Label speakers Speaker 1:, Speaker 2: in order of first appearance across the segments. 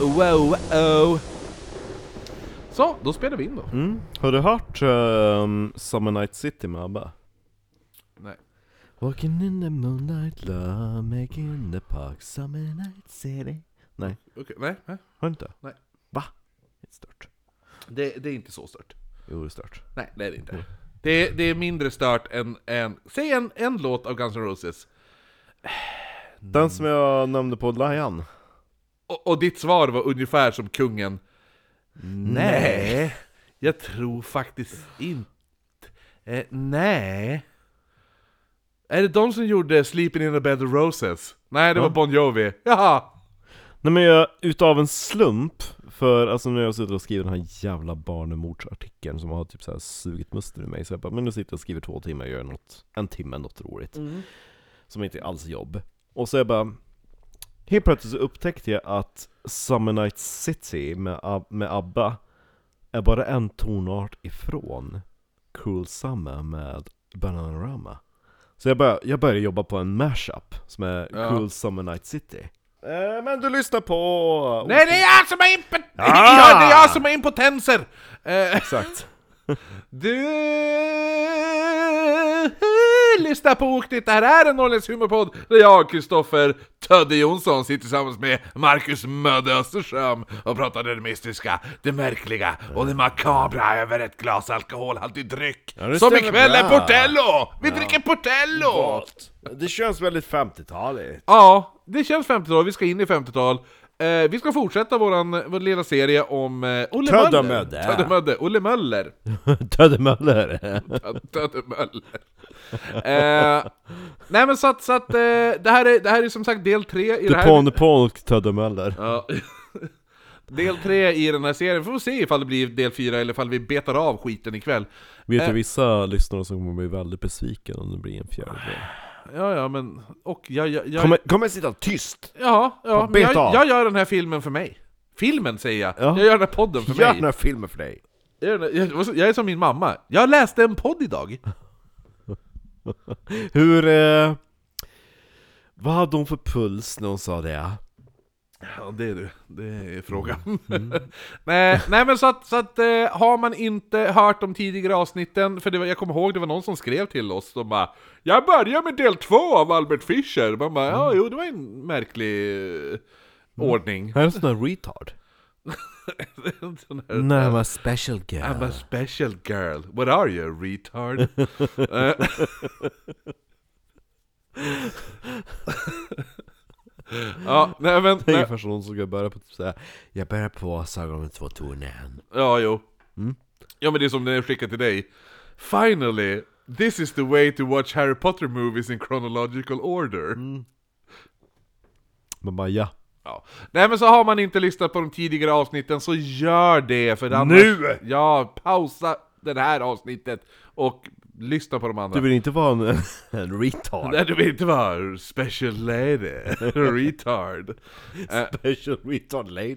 Speaker 1: wow, oh. Så, då spelar vi in då.
Speaker 2: Mm. Har du hört um, Summer Night City med ABBA?
Speaker 1: Nej.
Speaker 2: Walking in the moonlight, love making the park, Summer Night City Nej,
Speaker 1: Okej, nej, nej.
Speaker 2: har du inte?
Speaker 1: Nej.
Speaker 2: Va? Det är stört.
Speaker 1: Det, det är inte så stört. Mm.
Speaker 2: Jo, det är stört.
Speaker 1: Nej, det är det inte. Det, det är mindre stört än, än säg en, en låt av Guns N' Roses.
Speaker 2: Den som jag nämnde på Lion.
Speaker 1: Och, och ditt svar var ungefär som kungen. Nej, jag tror faktiskt inte... Eh, nej. Är det de som gjorde Sleeping in a bed of roses? Nej, det var
Speaker 2: Ja.
Speaker 1: Bon Jovi. Jaha!
Speaker 2: Nej men jag, utav en slump, för alltså när jag sitter och skriver den här jävla barnemordsartikeln som har typ så här sugit musten ur mig så jag bara, men nu sitter jag och skriver två timmar och gör något, en timme något roligt Som inte är alls jobb Och så jag bara Helt plötsligt så upptäckte jag att Summer Night City med, Ab- med ABBA Är bara en tonart ifrån Cruel Summer med Bananarama Så jag, bör, jag började jobba på en mashup som är
Speaker 1: Ja.
Speaker 2: Cruel Summer Night City Eh, men du lyssnar på...
Speaker 1: Nej, det är jag som är impot...
Speaker 2: Ah!
Speaker 1: Ja, det är jag som är impotenser! Eh,
Speaker 2: Exakt.
Speaker 1: Du lyssnar på Oknytt, det här är en norrländsk humorpodd där jag, Kristoffer Tödde Jonsson, sitter tillsammans med Marcus Mödde Östersjöm och pratar det mystiska, det märkliga och det makabra över ett glas alkoholhaltig dryck.
Speaker 2: Ja, det
Speaker 1: Som
Speaker 2: stämmer
Speaker 1: ikväll är
Speaker 2: bra.
Speaker 1: Portello! Vi dricker Portello!
Speaker 2: Det känns väldigt 50-taligt.
Speaker 1: Ja, det känns 50-tal, vi ska in i 50-tal. Eh, vi ska fortsätta våran, vår lilla serie om eh, Olle
Speaker 2: Tödda
Speaker 1: Möller.
Speaker 2: Mödde.
Speaker 1: Tödda Mödde. Olle Möller.
Speaker 2: Töddemuller.
Speaker 1: Tödde Möller. eh, nej men så att, så att eh, det, här är, det här är som sagt del tre i det här...
Speaker 2: Dupont-Dupont och Töddemuller.
Speaker 1: Ja. del tre i den här serien, får vi se ifall det blir del fyra eller ifall vi betar av skiten ikväll.
Speaker 2: Vet
Speaker 1: Eh.
Speaker 2: du vissa lyssnare som kommer bli väldigt besviken om det blir en fjärde del.
Speaker 1: Ja, ja, men... Och jag... jag, jag
Speaker 2: Kommer, kommer sitta tyst!
Speaker 1: ja, ja, men jag,
Speaker 2: beta av.
Speaker 1: jag gör den här filmen för mig. Filmen säger jag!
Speaker 2: Ja.
Speaker 1: Jag gör den här podden för mig.
Speaker 2: här filmen för dig!
Speaker 1: Jag är- jag- Jag är som min mamma, jag läste en podd idag!
Speaker 2: Hur... Eh, vad hade hon för puls när hon sa det?
Speaker 1: Ja det är du, det är frågan.
Speaker 2: Mm.
Speaker 1: nej, nej men så att, så att eh, har man inte hört de tidigare avsnitten, för det var, jag kommer ihåg det var någon som skrev till oss, de bara ”Jag börjar med del två av Albert Fischer”, man bara
Speaker 2: Mm.
Speaker 1: ”Ja jo, det var en märklig eh, ordning”.
Speaker 2: Här är en sån här retard.
Speaker 1: En sån här-
Speaker 2: Nej, I'm a special
Speaker 1: I'm
Speaker 2: girl.
Speaker 1: a special girl, what are you, retard? Eh, ja, nej men...
Speaker 2: Det är
Speaker 1: Nej,
Speaker 2: ungefär som hon som ska börja på typ såhär Jag börjar på Sagan om de två tornen.
Speaker 1: Ja, jo.
Speaker 2: Mm.
Speaker 1: Ja, men det är som den jag skickade till dig. Finally, this is the way to watch Harry Potter movies in chronological order.
Speaker 2: Mm. Man bara ja.
Speaker 1: Ja. Nej, men så har man inte lyssnat på de tidigare avsnitten så gör det, för annars...
Speaker 2: Nu!
Speaker 1: Ja, pausa det här avsnittet och lyssna på de andra.
Speaker 2: Du vill inte vara en, en retard?
Speaker 1: Nej, du vill inte vara special lady, retard.
Speaker 2: Special retard lady.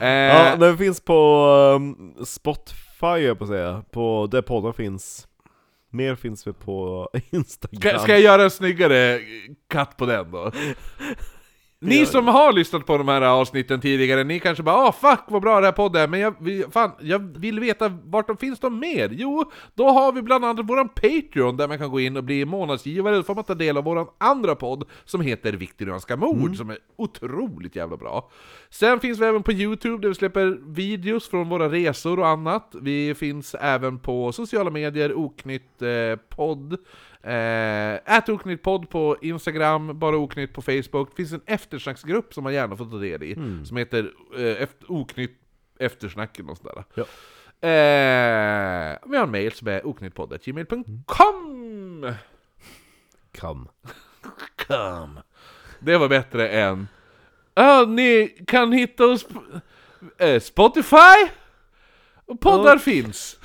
Speaker 1: Eh,
Speaker 2: Ja, den finns på um, Spotify jag på att säga, på där poddar finns Mer finns väl på Instagram
Speaker 1: Ska, ska jag göra en snyggare katt på den då? Ni som har lyssnat på de här avsnitten tidigare, ni kanske bara ah fuck vad bra det här podden är, men jag, vi, fan, jag vill veta vart de finns de mer? Jo, då har vi bland annat våran Patreon där man kan gå in och bli månadsgivare, då får man ta del av våran andra podd som heter Viktorianska mord, som är otroligt jävla bra. Sen finns vi även på Youtube där vi släpper videos från våra resor och annat. Vi finns även på sociala medier, Oknytt eh, podd. Eh, ät Oknytt podd på Instagram, bara Oknytt på Facebook. Det finns en eftersnacksgrupp som man gärna får ta del i,
Speaker 2: Mm.
Speaker 1: som heter eh, efter, Oknytt eftersnack eller något sånt där.
Speaker 2: Ja.
Speaker 1: Eh, vi har en mail som är oknyttpodd.gmail.com
Speaker 2: Kom
Speaker 1: Come. Det var bättre än... Ja, ni kan hitta oss på eh, Spotify! Och poddar
Speaker 2: Ja.
Speaker 1: finns!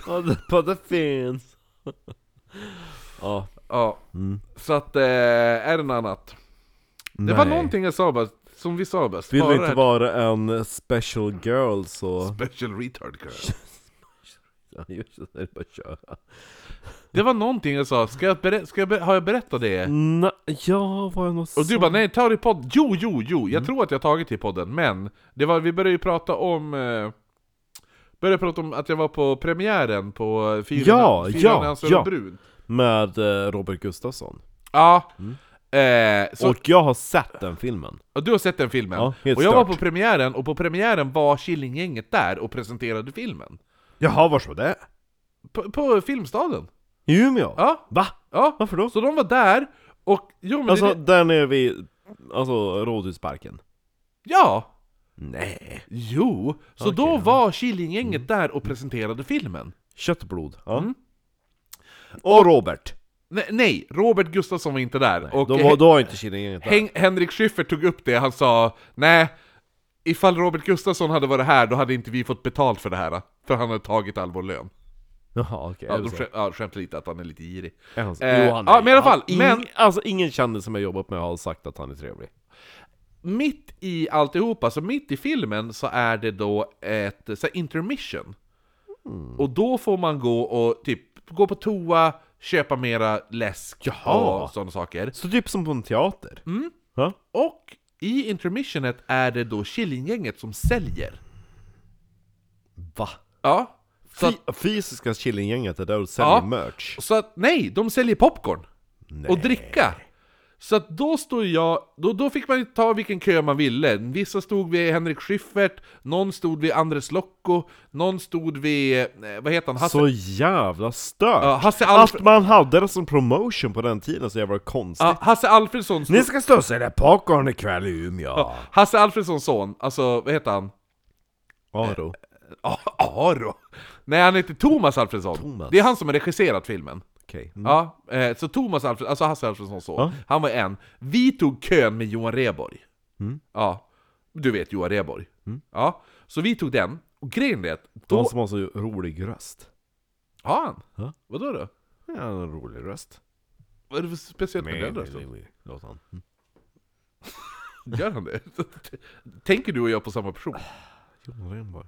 Speaker 2: Poddar finns Ja,
Speaker 1: Ja,
Speaker 2: Mm.
Speaker 1: så att eh, är det något annat? Det var
Speaker 2: Nej.
Speaker 1: någonting jag sa bara, som vi sa bara,
Speaker 2: Vill
Speaker 1: spara
Speaker 2: du inte
Speaker 1: det.
Speaker 2: vara en special girl så...
Speaker 1: Special retard girl.
Speaker 2: Ja, just det, det är bara att köra
Speaker 1: Det var någonting jag sa, ska jag berä- ska jag ber- har jag berättat det?
Speaker 2: Na, ja, vad jag nog
Speaker 1: Och du bara nej, ta det i podden. Jo, jo, jo, jag
Speaker 2: Mm.
Speaker 1: tror att jag tagit det i podden, men det var, vi började ju prata om... Eh, började prata om att jag var på premiären på Fyran
Speaker 2: Ja, ja, ja.
Speaker 1: Brun.
Speaker 2: Med eh, Robert Gustafsson.
Speaker 1: Ja,
Speaker 2: Mm.
Speaker 1: eh, så, och,
Speaker 2: Och jag har sett den filmen.
Speaker 1: du har sett den filmen?
Speaker 2: Ja, helt
Speaker 1: och jag var
Speaker 2: stört.
Speaker 1: på premiären, och på premiären var Killinggänget där och presenterade filmen.
Speaker 2: Jaha, vars var det?
Speaker 1: På, på Filmstaden?
Speaker 2: I Umeå?
Speaker 1: Ja,
Speaker 2: Va?
Speaker 1: ja.
Speaker 2: Varför då?
Speaker 1: Så de var där, och jo men
Speaker 2: Alltså,
Speaker 1: det,
Speaker 2: där nere vid alltså, Rådhusparken?
Speaker 1: ja!
Speaker 2: Nej.
Speaker 1: Jo, så
Speaker 2: Okej,
Speaker 1: då
Speaker 2: ja. Mm.
Speaker 1: var Killinggänget där och presenterade filmen.
Speaker 2: Köttblod. Ja.
Speaker 1: Mm.
Speaker 2: Och Robert.
Speaker 1: Nej, nej, Robert Gustafsson var inte där. och
Speaker 2: De
Speaker 1: Hen-
Speaker 2: var, då har inte Killinggänget där.
Speaker 1: Hen- Henrik Schyffert tog upp det, han sa nej, ifall Robert Gustafsson hade varit här då hade inte vi fått betalt för det här. För han hade tagit all vår lön.
Speaker 2: Jaha, okej.
Speaker 1: Ja,
Speaker 2: är det
Speaker 1: de
Speaker 2: så?
Speaker 1: skäm, ja, skämt lite att han är lite girig.
Speaker 2: Är han så?
Speaker 1: Eh,
Speaker 2: Jo, han
Speaker 1: ja,
Speaker 2: är-
Speaker 1: men i alla fall,
Speaker 2: ing-
Speaker 1: men-
Speaker 2: Alltså ingen kändis som jag jobbat med har sagt att han är trevlig.
Speaker 1: Mitt i alltihopa, så mitt i filmen så är det då ett så här, intermission.
Speaker 2: Hmm.
Speaker 1: Och då får man gå och typ gå på toa, köpa mera läsk
Speaker 2: Jaha.
Speaker 1: och sådana saker.
Speaker 2: Så typ som på en teater? Mm. Ja.
Speaker 1: Och i intermissionet är det då Killinggänget som säljer.
Speaker 2: Va?
Speaker 1: Ja. Så att,
Speaker 2: Fy- fysiska Killinggänget är där och säljer
Speaker 1: Ja.
Speaker 2: merch?
Speaker 1: så att nej, de säljer popcorn
Speaker 2: Nej.
Speaker 1: och dricka. Så att då stod jag, då, då fick man ju ta vilken kö man ville. Vissa stod vid Henrik Schyffert, någon stod vid Andres Locco, någon stod vid, eh, vad heter han, Hasse,
Speaker 2: Så jävla stört!
Speaker 1: ja, Hasse,
Speaker 2: Att
Speaker 1: Alfre,
Speaker 2: man hade det som promotion på den tiden så jävla konstigt.
Speaker 1: ja, Hasse Alfredsson stod,
Speaker 2: Ni ska stå och sälja popcorn ikväll i Umeå!
Speaker 1: ja, Hasse Alfredssons son, alltså vad heter han?
Speaker 2: Aro.
Speaker 1: A- Aro? Nej han heter Thomas Alfredsson.
Speaker 2: Thomas.
Speaker 1: Det är han som har regisserat filmen.
Speaker 2: Okej.
Speaker 1: Ja, eh, så Thomas Alfred, alltså Hasse Alfredsons son,
Speaker 2: Mm. Ja.
Speaker 1: han var en. Vi tog kön med Johan Rheborg.
Speaker 2: Mm.
Speaker 1: Ja, du vet Johan Rheborg.
Speaker 2: Mm.
Speaker 1: Ja, så vi tog den, och grejen är att då...
Speaker 2: De som har så rolig röst.
Speaker 1: Har han?
Speaker 2: Ja.
Speaker 1: Vadå då?
Speaker 2: Ja, han har en rolig röst.
Speaker 1: Vad är det för speciellt med den rösten?
Speaker 2: Låt han.
Speaker 1: Gör han det? Tänker du och jag på samma person?
Speaker 2: Johan Renborg.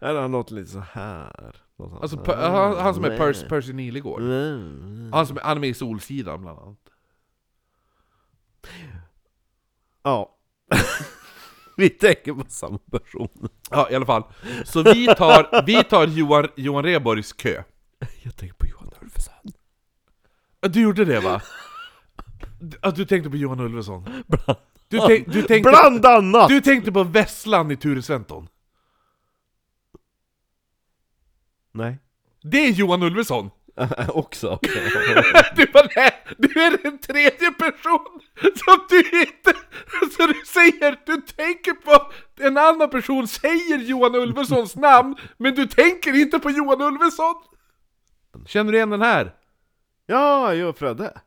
Speaker 2: Eller han låter lite så här. Låter han-
Speaker 1: Alltså, per, han, han som är Pers, Percy Nilegård.
Speaker 2: Mm.
Speaker 1: Han, som, han är med i Solsidan bland annat.
Speaker 2: Ja. Vi tänker på samma person.
Speaker 1: Ja, i alla fall. Så vi tar, vi tar Johan, Johan Rheborgs kö.
Speaker 2: Jag tänker på Johan Ulfsson.
Speaker 1: Ja, Du gjorde det va? D- Att du tänkte på Johan Ulveson? Du, tänk, du, tänkte,
Speaker 2: Bland annat!
Speaker 1: du tänkte på Vesslan i Ture Sventon?
Speaker 2: Nej.
Speaker 1: Det är Johan Ulveson!
Speaker 2: Också. okej.
Speaker 1: Du, bara, nej, du är den tredje person som du inte... Så du säger, du tänker på... En annan person säger Johan Ulvesons namn, men du tänker inte på Johan Ulveson! Känner du igen den här?
Speaker 2: Ja, jag och Fredde.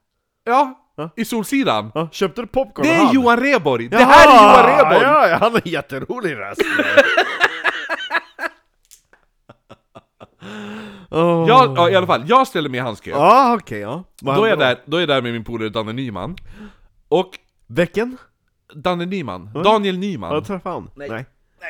Speaker 1: Ja,
Speaker 2: Ja.
Speaker 1: i Solsidan.
Speaker 2: Ja, köpte du popcorn
Speaker 1: Det
Speaker 2: av
Speaker 1: är
Speaker 2: han?
Speaker 1: Johan Rheborg! Det här är
Speaker 2: Jaha,
Speaker 1: Johan Rheborg!
Speaker 2: Ja, ja, han har en jätterolig röst. oh.
Speaker 1: Jag, ja, i alla fall, jag ställer mig i hans kö.
Speaker 2: Ja, okej, ja. Vad
Speaker 1: Då är, jag
Speaker 2: hände
Speaker 1: där, då är jag där med min polare Danne Nyman. Och
Speaker 2: Veckan?
Speaker 1: Danne Nyman, Daniel
Speaker 2: Har
Speaker 1: Nyman.
Speaker 2: jag träffat han? Nej.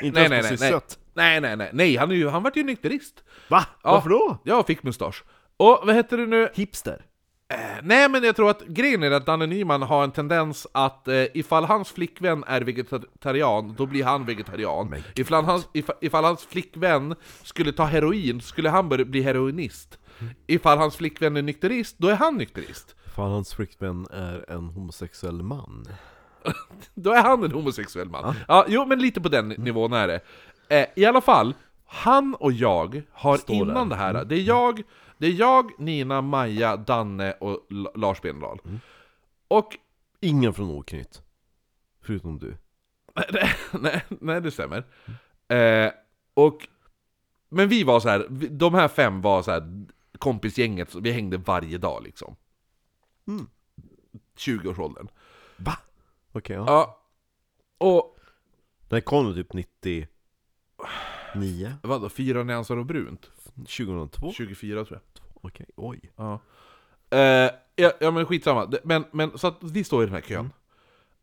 Speaker 2: Inte
Speaker 1: Nej
Speaker 2: ens
Speaker 1: nej nej,
Speaker 2: på
Speaker 1: nej,
Speaker 2: sysset?
Speaker 1: nej, nej, nej, nej, han, är ju, han vart ju nykterist.
Speaker 2: Va?
Speaker 1: Ja.
Speaker 2: Varför då?
Speaker 1: Jag fick mustasch. Och vad heter det nu?
Speaker 2: Hipster?
Speaker 1: Eh, Nej men jag tror att grejen är att Danne Nyman har en tendens att eh, ifall hans flickvän är vegetarian, då blir han vegetarian. Ifall hans, ifall, ifall hans flickvän skulle ta heroin, skulle han börja bli heroinist.
Speaker 2: Mm.
Speaker 1: Ifall hans flickvän är nykterist, då är han nykterist.
Speaker 2: Fan, hans flickvän är en homosexuell man.
Speaker 1: Då är han en homosexuell man. Ja, jo, men lite på
Speaker 2: Mm.
Speaker 1: den nivån är det. Eh, I alla fall, han och jag har
Speaker 2: Står där. Mm.
Speaker 1: innan det här, det är jag, det är jag Nina, Maja, Danne och L- Lars Bendahl.
Speaker 2: Mm.
Speaker 1: Och,
Speaker 2: Ingen från Oknytt. Förutom du.
Speaker 1: nej, nej det stämmer. Eh, och, men vi var så här, vi- de här fem var så här kompisgänget, så vi hängde varje dag liksom.
Speaker 2: Mm.
Speaker 1: 20-årsåldern.
Speaker 2: Va? Okej, ja.
Speaker 1: Ja. Och,
Speaker 2: Den kom typ 99?
Speaker 1: vadå, fyra nyanser och brunt?
Speaker 2: 2002?
Speaker 1: 24 tror jag.
Speaker 2: Okej, oj.
Speaker 1: Ja. Eh, ja, ja men skitsamma. Det- Men, men så att vi står i den här
Speaker 2: Mm.
Speaker 1: kön.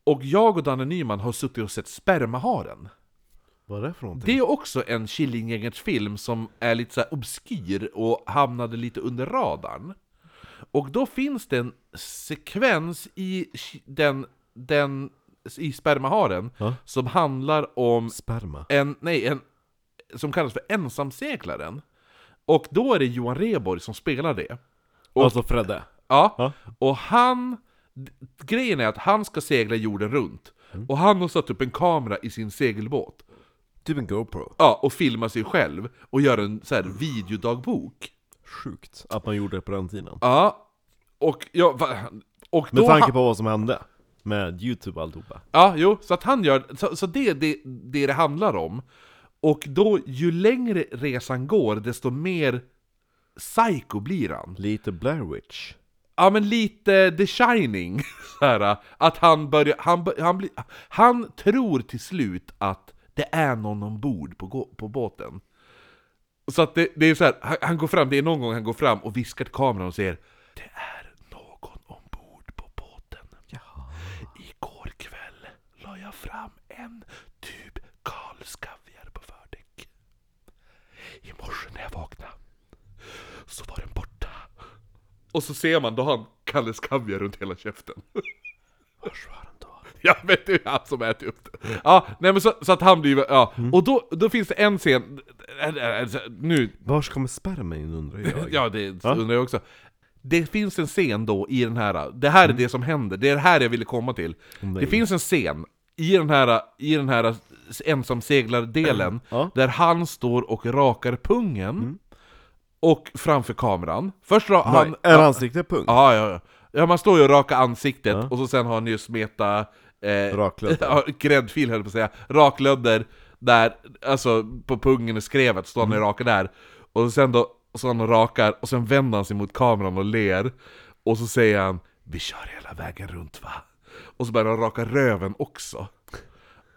Speaker 1: Och jag och Danne Nyman har suttit och sett Spermaharen.
Speaker 2: Mm. Vad är det för någonting?
Speaker 1: Det är också en Killinggängets film som är lite så här obskyr och hamnade lite under radarn. Och då finns det en sekvens i ki- den, den i spermaharen
Speaker 2: Ja.
Speaker 1: som handlar om
Speaker 2: Sperma.
Speaker 1: en, nej, en, som kallas för ensamseglaren. Och då är det Johan Rheborg som spelar det. Och-
Speaker 2: Alltså Fredde.
Speaker 1: Ja,
Speaker 2: Ja.
Speaker 1: och han... d- Grejen är att han ska segla jorden runt.
Speaker 2: Mm.
Speaker 1: Och han har satt upp en kamera i sin segelbåt.
Speaker 2: Typ en GoPro.
Speaker 1: Ja, och filmar sig själv och gör en så här videodagbok.
Speaker 2: Sjukt att man gjorde det på den tiden.
Speaker 1: Ja, och ja, va- och
Speaker 2: Med
Speaker 1: då
Speaker 2: tanke
Speaker 1: han,
Speaker 2: på vad som hände med YouTube och alltihopa.
Speaker 1: Ja, jo, så att han gör, så, så det är det, det det handlar om. Och då, ju längre resan går, desto mer psycho blir han.
Speaker 2: Lite Blair Witch.
Speaker 1: Ja men lite The Shining, så här, att han börjar, han, bör- han, blir, han tror till slut att det är någon ombord på, gå- på båten. Så att det, det är så här, han, han går fram, det är någon gång han går fram och viskar till kameran och säger Det är någon ombord på båten. Igår kväll la jag fram en tub Karlskaviar på fördäck. I morse när jag vaknade så var den borta. Och så ser man, då har han Kalles kaviar runt hela käften.
Speaker 2: Vars var den då?
Speaker 1: Jag vet ju han som äter upp det. Ja, nej men så, så att han blir, ja.
Speaker 2: Mm.
Speaker 1: Och då, då finns det en scen, äh, äh, äh, nu,
Speaker 2: Vars kommer sperma in undrar jag.
Speaker 1: ja det
Speaker 2: Ja.
Speaker 1: undrar jag också. Det finns en scen då i den här, det här är
Speaker 2: Mm.
Speaker 1: det som händer, det är det här jag ville komma till.
Speaker 2: nej.
Speaker 1: det finns en scen i den här, i den här ensamseglardelen,
Speaker 2: Ja. Mm.
Speaker 1: där han står och rakar pungen, och framför kameran. Först drar han...
Speaker 2: Han, är ansiktet punkt?
Speaker 1: Ja, ja, ja. ja man står ju och rakar ansiktet
Speaker 2: Ja.
Speaker 1: och så sen har ni ju smeta... Eh,
Speaker 2: Raklödder.
Speaker 1: ja, Gräddfil höll jag på att säga. Raklödder där, alltså på pungen i skrevet, står han
Speaker 2: Mm.
Speaker 1: och rakar där. Och sen då, så han rakar och sen vänder han sig mot kameran och ler. Och så säger han Vi kör hela vägen runt va? Och så börjar han raka röven också.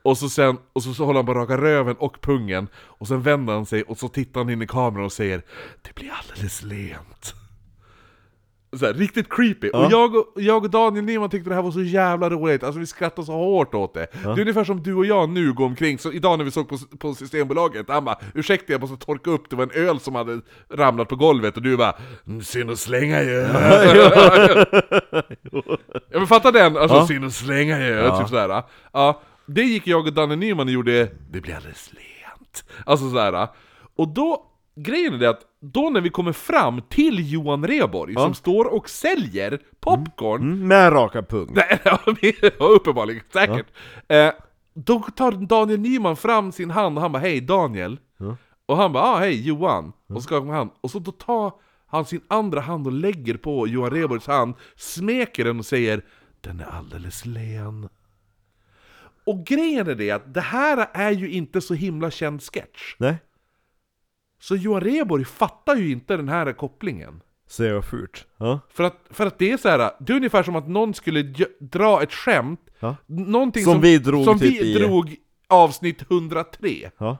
Speaker 1: Och så, sen, och så, så håller han på att raka röven och pungen, och sen vänder han sig och så tittar han in i kameran och säger Det blir alldeles lent. Så här, riktigt creepy. Och jag, och jag och Daniel Nyman tyckte det här var så jävla roligt, alltså vi skrattade så hårt åt det. Det är ungefär som du och jag nu går omkring, så idag när vi såg på, på Systembolaget, han bara 'Ursäkta jag måste torka upp, det var en öl som hade ramlat på golvet' och du bara "Mm, 'Synd att slänga ju' Ja men fatta den, alltså synd att slänga ju, typ sådär. Ja, det gick jag och Danne Nyman och gjorde, det blir alldeles lent. Alltså sådär. Och då, grejen är det att då när vi kommer fram till Johan Rheborg som står och säljer popcorn,
Speaker 2: Mm, Med raka pung.
Speaker 1: nej, ja, men- ja, uppenbarligen, säkert. Eh, då tar Daniel Nyman fram sin hand och han bara hej Daniel. Och han bara ah, hej Johan. Och så skakar man hand. Och så då tar han sin andra hand och lägger på Johan Rheborgs hand, smeker den och säger den är alldeles len. Och grejen är det att det här är ju inte så himla känd sketch.
Speaker 2: Nej,
Speaker 1: Så Johan Rheborg fattar ju inte den här kopplingen.
Speaker 2: ser jag fult. Ja.
Speaker 1: För att, för att det är så här, det är ungefär som att någon skulle gö- dra ett skämt,
Speaker 2: Ja.
Speaker 1: någonting
Speaker 2: Som vi drog
Speaker 1: som
Speaker 2: typ
Speaker 1: vi
Speaker 2: i-
Speaker 1: drog avsnitt 103.
Speaker 2: ja.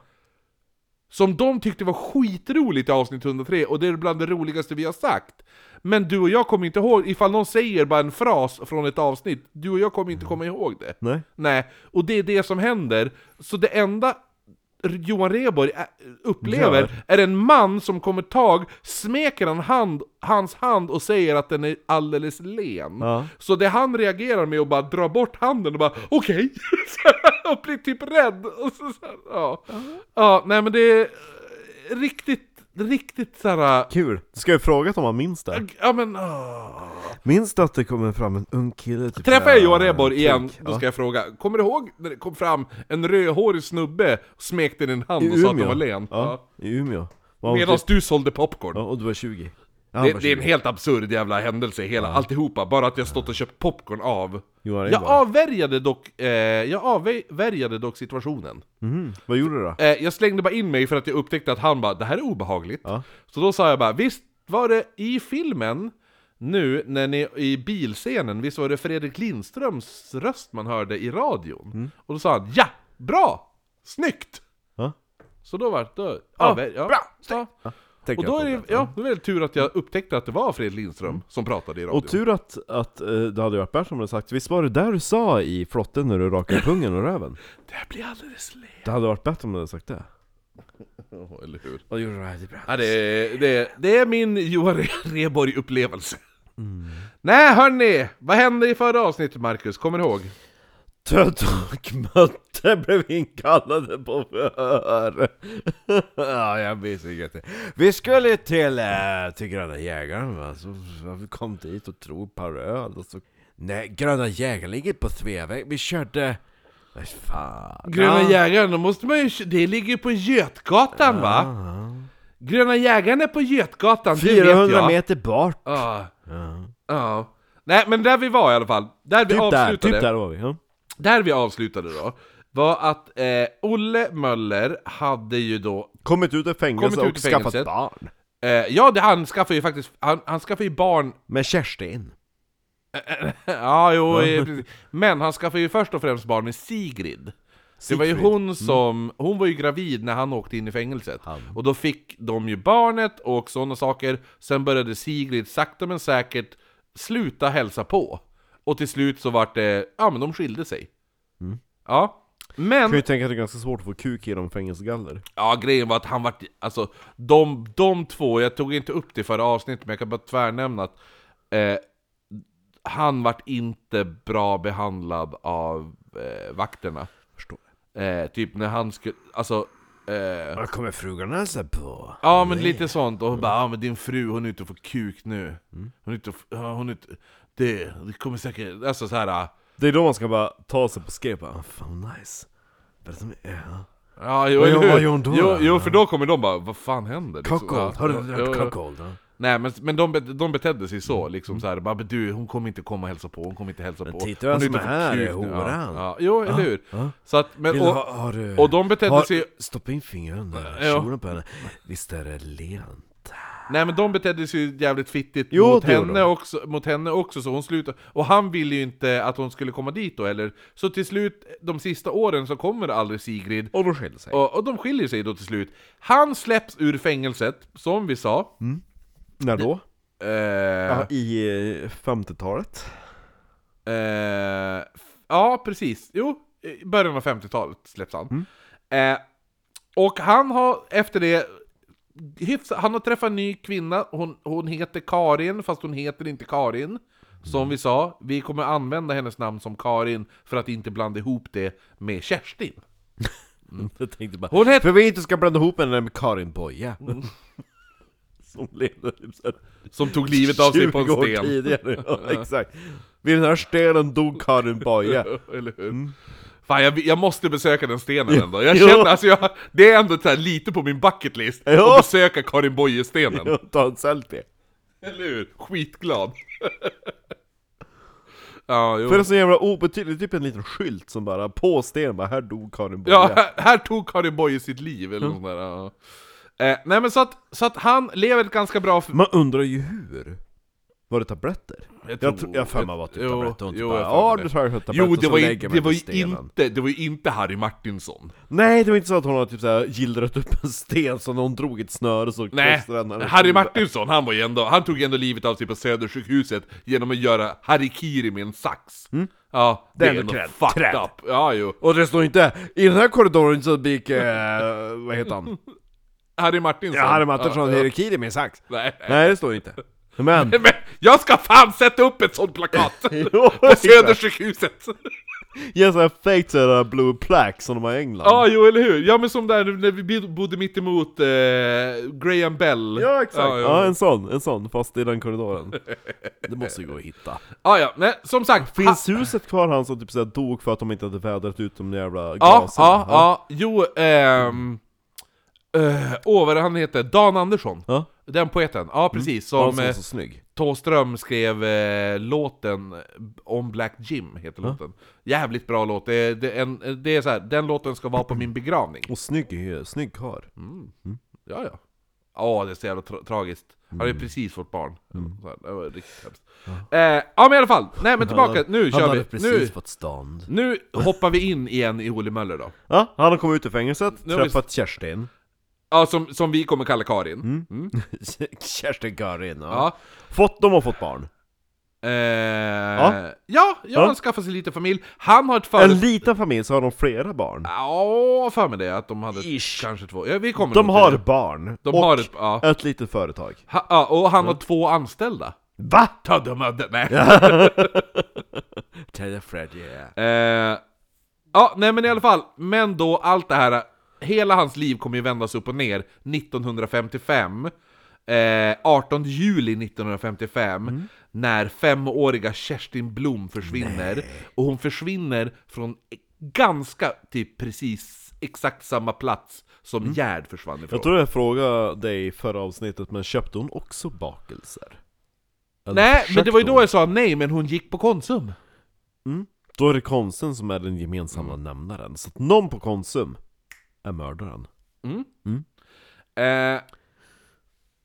Speaker 1: Som de tyckte var skitroligt i avsnitt 103, och det är bland det roligaste vi har sagt. Men du och jag kommer inte ihåg, ifall någon säger bara en fras från ett avsnitt, du och jag kommer inte komma ihåg det.
Speaker 2: Nej.
Speaker 1: Nej, och det är det som händer. Så det enda Johan Rheborg ä- upplever
Speaker 2: Gör.
Speaker 1: är en man som kommer tag, smeker han hand, hans hand och säger att den är alldeles len.
Speaker 2: Ja.
Speaker 1: Så det han reagerar med är att bara dra bort handen och bara okej, och blir typ rädd. Och så, så här, ja. ja, nej men det är eh, riktigt, riktigt såhär...
Speaker 2: Kul. Du ska ju fråga om han minns det.
Speaker 1: Ja men åh.
Speaker 2: Minns du att det kommer fram en ung kille? Typ,
Speaker 1: Träffar jag
Speaker 2: äh,
Speaker 1: Johan Rheborg igen,
Speaker 2: kuk?
Speaker 1: då
Speaker 2: Ja.
Speaker 1: ska jag fråga. Kommer du ihåg när det kom fram en rödhårig snubbe, smekte din hand och sa att den var len?
Speaker 2: Ja. I Umeå. Var
Speaker 1: Ja.
Speaker 2: hon
Speaker 1: Medan
Speaker 2: typ-
Speaker 1: du sålde popcorn.
Speaker 2: ja, och du var 20. Ja, han
Speaker 1: Det,
Speaker 2: var
Speaker 1: det är en
Speaker 2: 20.
Speaker 1: helt absurd jävla händelse, hela, alltihopa. Bara att jag stått och köpt popcorn av.
Speaker 2: Johan
Speaker 1: Jag
Speaker 2: Rheborg.
Speaker 1: avvärjade dock, eh, jag avvärjade dock situationen.
Speaker 2: Mhm. Vad gjorde du då?
Speaker 1: Eh, jag slängde bara in mig för att jag upptäckte att han bara 'Det här är obehagligt'
Speaker 2: Ja.
Speaker 1: Så då sa jag bara 'Visst var det i filmen nu när ni i bilscenen, visst var det Fredrik Lindströms röst man hörde i radion?'
Speaker 2: Mm.
Speaker 1: Och då sa han 'Ja! Bra! Snyggt!'
Speaker 2: Ja.
Speaker 1: Så då var det... Då,
Speaker 2: Ja,
Speaker 1: avvär- ja,
Speaker 2: bra,
Speaker 1: Ja.
Speaker 2: Tänker
Speaker 1: Och då
Speaker 2: jag
Speaker 1: är
Speaker 2: på
Speaker 1: det,
Speaker 2: det. Mm.
Speaker 1: ja, då är det tur att jag upptäckte att det var Fredrik Lindström som pratade i radion.
Speaker 2: Och tur att, att eh, det hade varit Bert som hade sagt Visst var det där du sa i flotten när du rakade pungen och röven?
Speaker 1: det här blir alldeles lätt.
Speaker 2: Det hade varit bättre om du hade sagt det.
Speaker 1: Ja, Eller hur?
Speaker 2: Vad gjorde du här? Det är bra.
Speaker 1: Ja, det, det, det är min Johan Rheborg-upplevelse. Nej hörni, vad hände i förra avsnittet Marcus? Kommer du ihåg?
Speaker 2: Tödd och mötte blev inkallade på förhör. ja, jag minns inget. Vi skulle till, eh, till Gröna Jägaren va? Så, så vi kom dit och drog ett par öl och så... Nej, Gröna Jägaren ligger på Sveavägen. Vi körde... Vad fan?
Speaker 1: Gröna
Speaker 2: Ja.
Speaker 1: jägaren, då måste man ju... Det ligger på Götgatan va?
Speaker 2: Ja.
Speaker 1: Gröna jägaren är på Götgatan, det vet
Speaker 2: 400
Speaker 1: jag.
Speaker 2: meter bort.
Speaker 1: Ja,
Speaker 2: Ja.
Speaker 1: ja. Nej men där vi var i alla fall, där vi
Speaker 2: Typ där,
Speaker 1: avslutade.
Speaker 2: typ där var vi. Ja.
Speaker 1: där vi avslutade då, var att eh, Olle Möller hade ju då
Speaker 2: Kommit ut ur fängelse
Speaker 1: Kommit ut
Speaker 2: och
Speaker 1: ur
Speaker 2: skaffat
Speaker 1: fängelset.
Speaker 2: barn.
Speaker 1: Eh, ja, det, han skaffar ju faktiskt, han, han skaffar ju barn,
Speaker 2: Med Kerstin.
Speaker 1: ja jo, eh, precis. men han skaffar ju först och främst barn med Sigrid. Det var ju
Speaker 2: Sigfrid.
Speaker 1: hon som, hon var ju gravid när han åkte in i fängelset.
Speaker 2: Han.
Speaker 1: Och då fick de ju barnet och sådana saker, sen började Sigrid sakta men säkert sluta hälsa på. Och till slut så vart det, ja men de skilde sig.
Speaker 2: Mm.
Speaker 1: Ja. Men
Speaker 2: Kan ju tänka att det är ganska svårt att få kuk genom fängelsegaller.
Speaker 1: Ja, grejen var att han vart... Alltså, de, de två, jag tog inte upp det i förra avsnittet, men jag kan bara tvärnämna att eh, han vart inte bra behandlad av eh, vakterna.
Speaker 2: Förstår.
Speaker 1: Eh, typ när han skulle... Alltså... Eh,
Speaker 2: Vad kommer frugan hälsa på?
Speaker 1: ja, men lite sånt. Och hon bara, ja men din fru, hon är ute och får kuk nu.
Speaker 2: Mm.
Speaker 1: Hon är ute och... f- Ja, hon är ute, det, det kommer säkert... Alltså så här...
Speaker 2: Det är då man ska bara ta sig på skrev bara, "Ah, fan nice. Berätta om ja.
Speaker 1: Ja, jo,
Speaker 2: Vad
Speaker 1: eller
Speaker 2: gör- vad
Speaker 1: hur?
Speaker 2: gör hon då,
Speaker 1: jo,
Speaker 2: då?
Speaker 1: jo, för då kommer de bara, vad fan händer? Liksom,
Speaker 2: Cuckold,
Speaker 1: ja,
Speaker 2: har du
Speaker 1: ja,
Speaker 2: hört
Speaker 1: ja, ja.
Speaker 2: cuckold? ja?
Speaker 1: Nej men, men de, bet- de betedde sig så, liksom så här, bara, "Men du, hon kommer inte komma och hälsa på, hon kommer inte hälsa
Speaker 2: Men
Speaker 1: på
Speaker 2: titta vem
Speaker 1: Hon är
Speaker 2: som
Speaker 1: ute
Speaker 2: är
Speaker 1: för
Speaker 2: här,
Speaker 1: kuk nu." Ja,
Speaker 2: horan.
Speaker 1: ja. Jo, eller hur?
Speaker 2: ja.
Speaker 1: Så att, men,
Speaker 2: Vill
Speaker 1: och,
Speaker 2: du ha, har du...
Speaker 1: och de betedde
Speaker 2: har,
Speaker 1: sig
Speaker 2: Stoppa in fingrarna under
Speaker 1: Ja.
Speaker 2: kjolen på henne. Visst är det lent?
Speaker 1: Nej men de betedde sig ju jävligt fittigt
Speaker 2: Jo,
Speaker 1: mot,
Speaker 2: det gjorde
Speaker 1: henne
Speaker 2: de.
Speaker 1: också, mot henne också, så hon slutade Och han ville ju inte att hon skulle komma dit då eller Så till slut, de sista åren så kommer aldrig Sigrid
Speaker 2: Och de skiljer sig.
Speaker 1: och, och de skiljer sig då till slut Han släpps ur fängelset, som vi sa
Speaker 2: Mm. När då?
Speaker 1: eh,
Speaker 2: I eh, 50-talet.
Speaker 1: Eh, f- ja, precis. Jo, i början av 50-talet släpps
Speaker 2: Mm.
Speaker 1: han. Eh, och han har efter det hyfsat, han har träffat en ny kvinna, hon, hon heter Karin, fast hon heter inte Karin. Som
Speaker 2: Mm.
Speaker 1: vi sa, vi kommer använda hennes namn som Karin för att inte blanda ihop det med Kerstin.
Speaker 2: Jag tänkte bara,
Speaker 1: Hon heter, Mm.
Speaker 2: För vi inte ska blanda ihop henne med Karin Boye Som levde typ så här
Speaker 1: som tog livet av sig på en
Speaker 2: 20 år
Speaker 1: sten.
Speaker 2: tidigare, ja, exakt Vid den här stenen dog Karin Boye
Speaker 1: Eller hur? Fan, jag, jag måste besöka den stenen ändå. Jag
Speaker 2: Jo.
Speaker 1: känner, alltså jag, det är ändå så här lite på min bucket list
Speaker 2: Ja.
Speaker 1: att besöka Karin Boye-stenen.
Speaker 2: Ta en selfie
Speaker 1: Eller hur? Skitglad. ja, jo.
Speaker 2: För en så jävla obetydlig, typ en liten skylt som bara På stenen bara 'Här dog Karin Boye
Speaker 1: ja, här, här tog Karin Boye sitt liv, eller nåt där. Ja. Eh, nej men så att, så att han lever ett ganska bra... f-
Speaker 2: Man undrar ju hur Var det tabletter? Jag tror, jag har för mig var typ
Speaker 1: Jo,
Speaker 2: tabletter och inte
Speaker 1: jo,
Speaker 2: bara
Speaker 1: jag har för mig
Speaker 2: Ja
Speaker 1: det."
Speaker 2: du tar en tabletter
Speaker 1: Jo, det
Speaker 2: så
Speaker 1: var, ju,
Speaker 2: lägger man
Speaker 1: det,
Speaker 2: i
Speaker 1: var ju
Speaker 2: stenen."
Speaker 1: inte, det var ju inte Harry Martinsson.
Speaker 2: Nej det var inte så att hon har typ såhär gillrat upp en sten så någon drog ett snöre så
Speaker 1: Nej,
Speaker 2: krossade den här.
Speaker 1: Harry Martinsson, han, var ju ändå, han tog ju ändå livet av sig på Södersjukhuset genom att göra harikiri med en sax. Ja, det,
Speaker 2: Mm. Det är
Speaker 1: är
Speaker 2: ändå
Speaker 1: ändå
Speaker 2: cred.
Speaker 1: fucked
Speaker 2: Cred.
Speaker 1: up. Ja, jo.
Speaker 2: Och det står inte i den här korridoren så gick, eh, vad heter han?
Speaker 1: Harry Martinsson.
Speaker 2: Ja, Harry Martinsson
Speaker 1: Ja, ja.
Speaker 2: Hirikiri med sax.
Speaker 1: Nej, nej.
Speaker 2: Nej, det står inte. Men...
Speaker 1: Men jag ska fan sätta upp ett sånt plakat! På Södersjukhuset!
Speaker 2: Ge såhär fake sådär blue plaque som de har i England.
Speaker 1: Ja, jo eller hur? Ja men som där när vi bodde mitt emot eh, Graham Bell
Speaker 2: Ja, exakt. Ja,
Speaker 1: Ja, ja.
Speaker 2: en sån, en sån, fast i den korridoren. Det måste ju gå att hitta.
Speaker 1: ja, ja. Nej, som sagt
Speaker 2: Finns huset kvar han som typ såhär dog för att de inte hade vädrat ut de jävla
Speaker 1: Ja,
Speaker 2: glasen?
Speaker 1: ja, ja, jo, ehm... eh, Åh, vad är det han heter? Dan Andersson
Speaker 2: Ja.
Speaker 1: Den poeten, ja precis,
Speaker 2: Han
Speaker 1: som
Speaker 2: som var
Speaker 1: eh,
Speaker 2: så snygg.
Speaker 1: Thåström skrev eh, låten om Black Jim, heter låten Jävligt bra låt, det är, det är, en, det är så här, den låten ska vara på min begravning
Speaker 2: Och snygg, eh, snygg karl.
Speaker 1: Mm.
Speaker 2: Mm.
Speaker 1: Ja, ja. Ja, det är så jävla tra- tragiskt. Han har
Speaker 2: Mm.
Speaker 1: ju precis fått barn. Så här, Det var riktigt hemskt. Ja. Eh, ja, men i alla fall. Nej, men tillbaka. Nu
Speaker 2: Han
Speaker 1: kör
Speaker 2: hade
Speaker 1: vi. Nu,
Speaker 2: precis fått stånd.
Speaker 1: nu hoppar vi in igen i Olle Möller då.
Speaker 2: Ja, han har kommit ut ur fängelset,
Speaker 1: Nu har vi-
Speaker 2: träffat Kerstin.
Speaker 1: Ja, som, som vi kommer kalla Karin.
Speaker 2: Mm. Kerstin Karin, ja.
Speaker 1: Ja.
Speaker 2: Fått, de har fått barn.
Speaker 1: Eh,
Speaker 2: Ja.
Speaker 1: ja, ja,
Speaker 2: Ja.
Speaker 1: han skaffar sig lite familj. Han har ett
Speaker 2: En
Speaker 1: företag...
Speaker 2: liten familj så har de flera barn.
Speaker 1: Ja, för mig det. Att de hade
Speaker 2: Ish.
Speaker 1: kanske två. Ja, vi kommer nog
Speaker 2: De
Speaker 1: till
Speaker 2: har
Speaker 1: det.
Speaker 2: barn.
Speaker 1: De
Speaker 2: och
Speaker 1: har ett... Ja.
Speaker 2: ett litet företag.
Speaker 1: Ha, ja, och han har två anställda.
Speaker 2: Va?
Speaker 1: Ta dem av den! Nej.
Speaker 2: Ted Fred, yeah.
Speaker 1: Eh, ja, nej men i alla fall. Men då, allt det här. Hela hans liv kommer ju vändas upp och ner 1955. Eh, 18 juli 1955.
Speaker 2: Mm.
Speaker 1: När femåriga Kerstin Blom försvinner. Och hon försvinner från ganska, typ precis exakt samma plats som Gerd försvann ifrån.
Speaker 2: Mm. Jag tror jag frågade dig i förra avsnittet, men köpte hon också bakelser? Eller
Speaker 1: Nej, men det
Speaker 2: försökte
Speaker 1: var ju då
Speaker 2: hon?
Speaker 1: jag sa nej, men hon gick på Konsum.
Speaker 2: Då är det Konsum som är den gemensamma nämnaren, så att någon på Konsum är mördaren.
Speaker 1: Eh,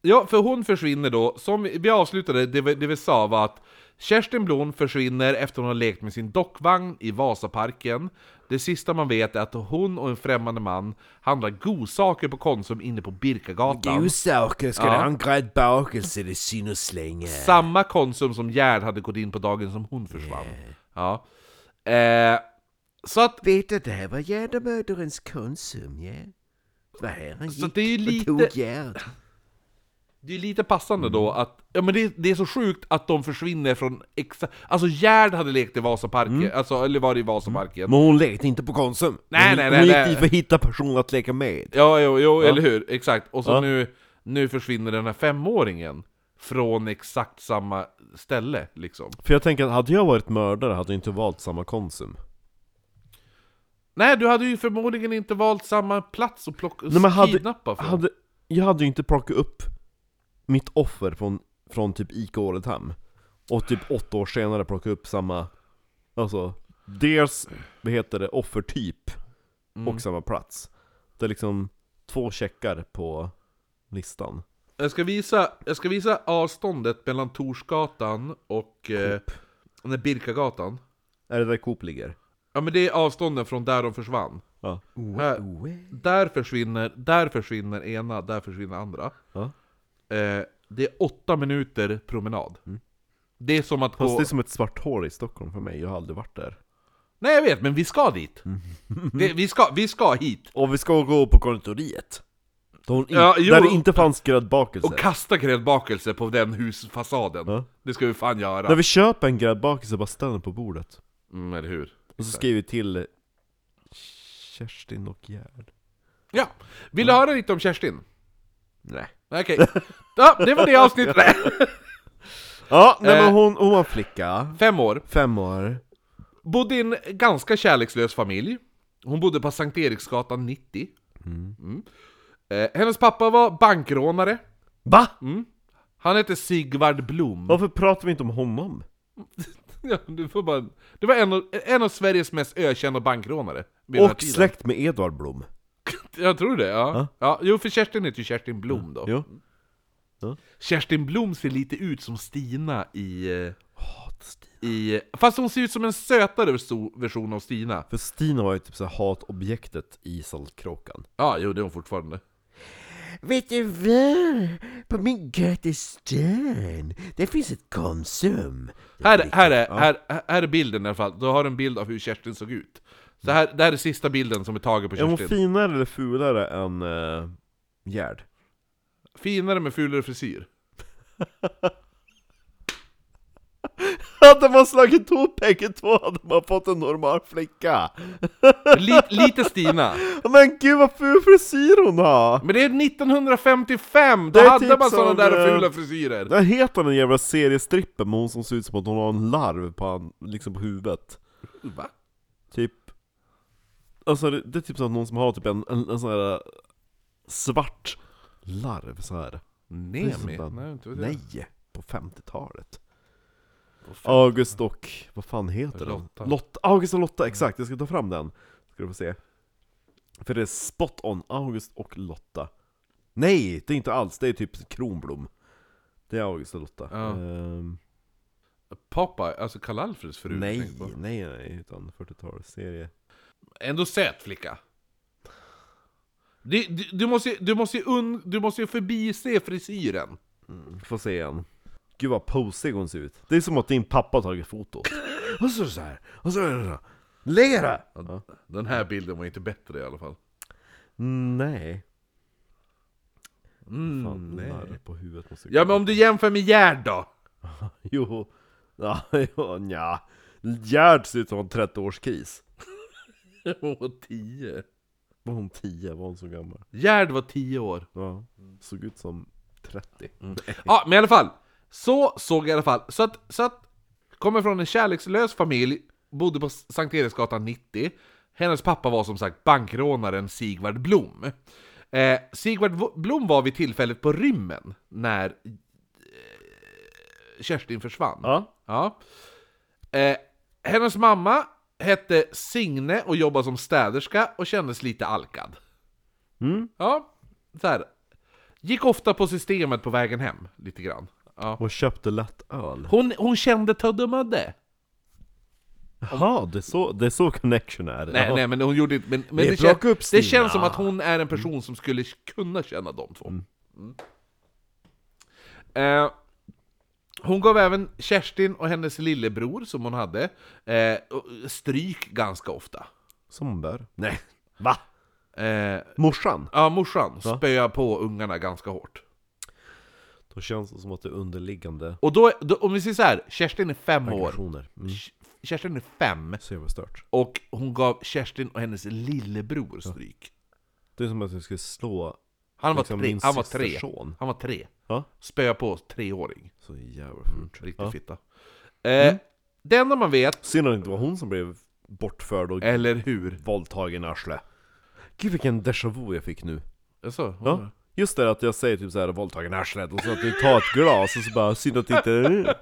Speaker 1: ja, för hon försvinner då, som vi vi avslutade, det vi, det vi sa var att Kerstin Blom försvinner efter hon har lekt med sin dockvagn i Vasaparken. Det sista man vet är att hon och en främmande man handlar godsaker på Konsum inne på Birkagatan.
Speaker 2: Godsaker, ska
Speaker 1: Ja.
Speaker 2: du ha en gröt bakelse? Det syns slänga.
Speaker 1: Samma Konsum som Gerd hade gått in på dagen som hon försvann. Ja. Eh, så att
Speaker 3: Vet du, det här var Gärdemöderens Konsum, ja. Vad här han
Speaker 1: Så
Speaker 3: gick
Speaker 1: det är ju lite-
Speaker 3: och tog Gerd.
Speaker 1: Det är lite passande då
Speaker 2: Mm.
Speaker 1: att, ja men det, det är så sjukt att de försvinner från exa... Alltså Gerd hade lekt i Vasaparken,
Speaker 2: Mm.
Speaker 1: alltså, eller var det i Vasaparken?
Speaker 2: Men hon lekte inte på Konsum!
Speaker 1: Nej,
Speaker 2: hon,
Speaker 1: nej,
Speaker 2: hon
Speaker 1: nej,
Speaker 2: gick
Speaker 1: nej.
Speaker 2: dit för att hitta personer att leka med.
Speaker 1: Ja, jo, jo eller hur? Exakt. Och så
Speaker 2: Ja.
Speaker 1: nu, nu försvinner den här femåringen från exakt samma ställe liksom.
Speaker 2: För jag tänker att hade jag varit mördare hade jag inte valt samma Konsum.
Speaker 1: Nej, du hade ju förmodligen inte valt samma plats att plocka,
Speaker 2: Nej, men hade-
Speaker 1: kidnappa från.
Speaker 2: Hade, jag hade ju inte plockat upp mitt offer från, från typ ICA Åredhem och typ åtta år senare plockat upp samma, alltså, dels, vad heter det, offertyp
Speaker 1: Mm.
Speaker 2: och samma plats. Det är liksom två checkar på listan.
Speaker 1: Jag ska visa, jag ska visa avståndet mellan Torsgatan och... Eh, nej, Birkagatan.
Speaker 2: Är det där Coop ligger? Mm.
Speaker 1: Ja men det är avstånden från där de försvann.
Speaker 2: Ja.
Speaker 1: Här-
Speaker 3: Oe.
Speaker 1: Eh, Där försvinner, där försvinner ena, där försvinner andra.
Speaker 2: ja.
Speaker 1: Eh, det är åtta minuter promenad. Det är som att
Speaker 2: Mm. Fast
Speaker 1: gå...
Speaker 2: det är som ett svart hål i Stockholm för mig, jag har aldrig varit där.
Speaker 1: Nej jag vet, men vi ska dit!
Speaker 2: Mm.
Speaker 1: Det, vi, ska, vi ska hit!
Speaker 2: Och vi ska gå på konditoriet! Där, hon in-
Speaker 1: Ja, jo.
Speaker 2: där det inte fanns gräddbakelser.
Speaker 1: Och kasta gräddbakelse på den husfasaden.
Speaker 2: Ja.
Speaker 1: Det ska vi fan göra!
Speaker 2: När vi köper en gräddbakelse och bara ställer den på bordet.
Speaker 1: Mm, eller hur?
Speaker 2: Och så skriver vi till Kerstin och Gerd.
Speaker 1: Ja! Vill du höra lite om Kerstin?
Speaker 2: Nej.
Speaker 1: Okej. Ja, det var det avsnittet!
Speaker 2: Ja, nej
Speaker 1: Eh.
Speaker 2: men hon, hon var en flicka.
Speaker 1: Fem år.
Speaker 2: Fem år.
Speaker 1: Bodde i en ganska kärlekslös familj. Hon bodde på Sankt Eriksgatan 90. Mm. Eh, hennes pappa var bankrånare. Mm.
Speaker 2: Va?
Speaker 1: Han hette Sigvard Blom.
Speaker 2: Varför pratar vi inte om honom?
Speaker 1: Ja, du får bara... Det var en av, en av Sveriges mest ökända bankrånare. vid den här
Speaker 2: Och
Speaker 1: tiden.
Speaker 2: släkt med Edvard Blom.
Speaker 1: Jag tror det, ja. ja. Jo, för Kerstin heter ju Kerstin Blom då.
Speaker 2: Jo.
Speaker 1: Kerstin Blom ser lite ut som Stina i... eh,
Speaker 2: Stina.
Speaker 1: i fast hon ser ut som en sötare verso- version av Stina.
Speaker 2: För Stina var ju typ såhär hatobjektet i Saltkråkan.
Speaker 1: Ja, jo, det är hon fortfarande.
Speaker 3: Vet du vad? På min Götestan, det finns ett Konsum.
Speaker 1: Här, här, är, här, här är bilden i alla fall, du har en bild av hur Kerstin såg ut. Så här, det här är sista bilden som är tagen på
Speaker 2: Är hon
Speaker 1: Kerstin.
Speaker 2: finare eller fulare än uh, Gerd?
Speaker 1: Finare med fulare frisyr.
Speaker 2: Hade man slagit ihop bägge två hade man fått en normal flicka!
Speaker 1: Li, lite Stina.
Speaker 2: Men gud vad ful frisyr hon har!
Speaker 1: Men det är 1955, då
Speaker 2: Det är
Speaker 1: hade
Speaker 2: typ
Speaker 1: man sådana
Speaker 2: som,
Speaker 1: där
Speaker 2: eh,
Speaker 1: fula frisyrer.
Speaker 2: Vad heter den jävla seriestrippen med hon som ser ut som att hon har en larv på, han, liksom på huvudet?
Speaker 1: Va?
Speaker 2: Typ... Alltså det, det är typ som att någon som har typ en, en, en sån här svart larv så här. Precis som
Speaker 1: Nemi?
Speaker 2: den.
Speaker 1: Nej, inte vet jag.
Speaker 2: Nej! På 50-talet. August och... Vad fan heter
Speaker 1: Lotta.
Speaker 2: den? Lotta. Mm. August och Lotta, exakt. Jag ska ta fram den. Ska du få se. För det är spot on, August och Lotta. Nej, det är inte alls. Det är typ Kronblom. Det är August och Lotta.
Speaker 1: Ja.
Speaker 2: Ehm,
Speaker 1: Popeye, alltså Karl-Alfreds fru?
Speaker 2: Nej,
Speaker 1: tänk på.
Speaker 2: nej, nej, utan 40-talsserie.
Speaker 1: Ändå söt flicka. Du, du, du, måste, ju- du, måste ju un, du måste ju förbise frisyren.
Speaker 2: Får se igen. Gud vad posig hon ser ut. Det är som att din pappa har tagit foto. Och så så här, och så är det så. Lera! Ja.
Speaker 1: Den här bilden var inte bättre i alla fall.
Speaker 2: Nej.
Speaker 1: Mm,
Speaker 2: Fan,
Speaker 1: nej. Mm,
Speaker 2: larr på huvudet måste
Speaker 1: Ja men om du jämför med Gerd då?
Speaker 2: Jo, ja, jo, nja. Gerd ser ut som en 30-årskris.
Speaker 1: Hon var tio.
Speaker 2: Var hon 10? Var hon så gammal?
Speaker 1: Gerd var tio år.
Speaker 2: Ja,
Speaker 1: Mm.
Speaker 2: såg ut som 30.
Speaker 1: Ja, men i alla fall. Så såg jag i alla fall. Så att, så att kommer från en kärlekslös familj, bodde på Sankt Eriksgatan 90. Hennes pappa var som sagt bankrånaren Sigvard Blom. Eh, Sigvard Vo- Blom var vid tillfället på rymmen när eh, Kerstin försvann.
Speaker 2: Ja.
Speaker 1: Ja. Eh, hennes mamma hette Signe och jobbade som städerska och kändes lite alkad.
Speaker 2: Mm.
Speaker 1: Ja, så här. Gick ofta på systemet på vägen hem, lite grann. Ja.
Speaker 2: Hon köpte lätt öl.
Speaker 1: Hon, hon kände Tödde och Mödde.
Speaker 2: Jaha, det är så, det är så connection är.
Speaker 1: Nej,
Speaker 2: Ja.
Speaker 1: nej, men hon gjorde inte... Men, men
Speaker 2: Det är Ah. Mm.
Speaker 1: det,
Speaker 2: plocka upp
Speaker 1: känns, det
Speaker 2: Stina.
Speaker 1: känns som att hon är en person som skulle kunna känna de två. Mm. Eh, hon gav även Kerstin och hennes lillebror, som hon hade, eh, stryk ganska ofta.
Speaker 2: Som hon bör. Nej. Va?
Speaker 1: Eh,
Speaker 2: Morsan?
Speaker 1: ja, morsan spöade på ungarna ganska hårt.
Speaker 2: Då känns det som att det är underliggande
Speaker 1: Och då, då om vi säger så här, Kerstin är fem år.
Speaker 2: aggressioner. Mm.
Speaker 1: Kerstin är fem,
Speaker 2: Så jävla stört.
Speaker 1: och hon gav Kerstin och hennes lillebror stryk.
Speaker 2: Det är som att jag skulle slå
Speaker 1: Han var
Speaker 2: liksom,
Speaker 1: tre,
Speaker 2: min
Speaker 1: han var
Speaker 2: systers
Speaker 1: tre,
Speaker 2: son.
Speaker 1: han var tre.
Speaker 2: Ja.
Speaker 1: Spöa på treåring. Mm,
Speaker 2: Så jävla fort.
Speaker 1: Riktig
Speaker 2: Ja. Mm.
Speaker 1: fitta. Eh, Det enda man vet,
Speaker 2: Synd att det inte var hon som blev bortförd och
Speaker 1: eller hur?
Speaker 2: våldtagen i arslet. Gud vilken déjà vu jag fick nu.
Speaker 1: Så,
Speaker 2: Ja. Just det att jag säger typ såhär 'våldtagen i arslet' och så att du tar ett glas och så bara 'synd att det inte'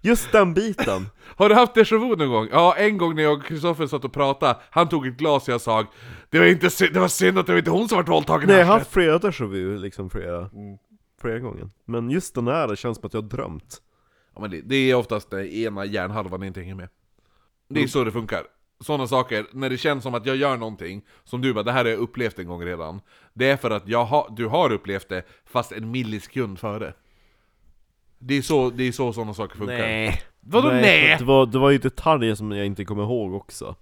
Speaker 2: Just den biten!
Speaker 1: Har du haft déjà vu någon gång? Ja, en gång när jag och Kristoffer satt och pratade, han tog ett glas och jag sa Det var, inte synd, det var synd att det var inte hon som vart våldtagen i
Speaker 2: Nej jag har
Speaker 1: arslet." Mm.
Speaker 2: haft flera déjà vu liksom flera, flera gånger. Men just den här det känns som att jag har drömt.
Speaker 1: Ja, men det, det är oftast den ena hjärnhalvan inte hänger med. Det är så det funkar. Sådana saker, när det känns som att jag gör någonting som du bara 'det här har jag upplevt en gång redan' Det är för att jag har- du har upplevt det, fast en millisekund före. Det är så det är så sådana saker funkar. Vadå nej?
Speaker 2: Det var, det var ju detaljer som jag inte kommer ihåg också.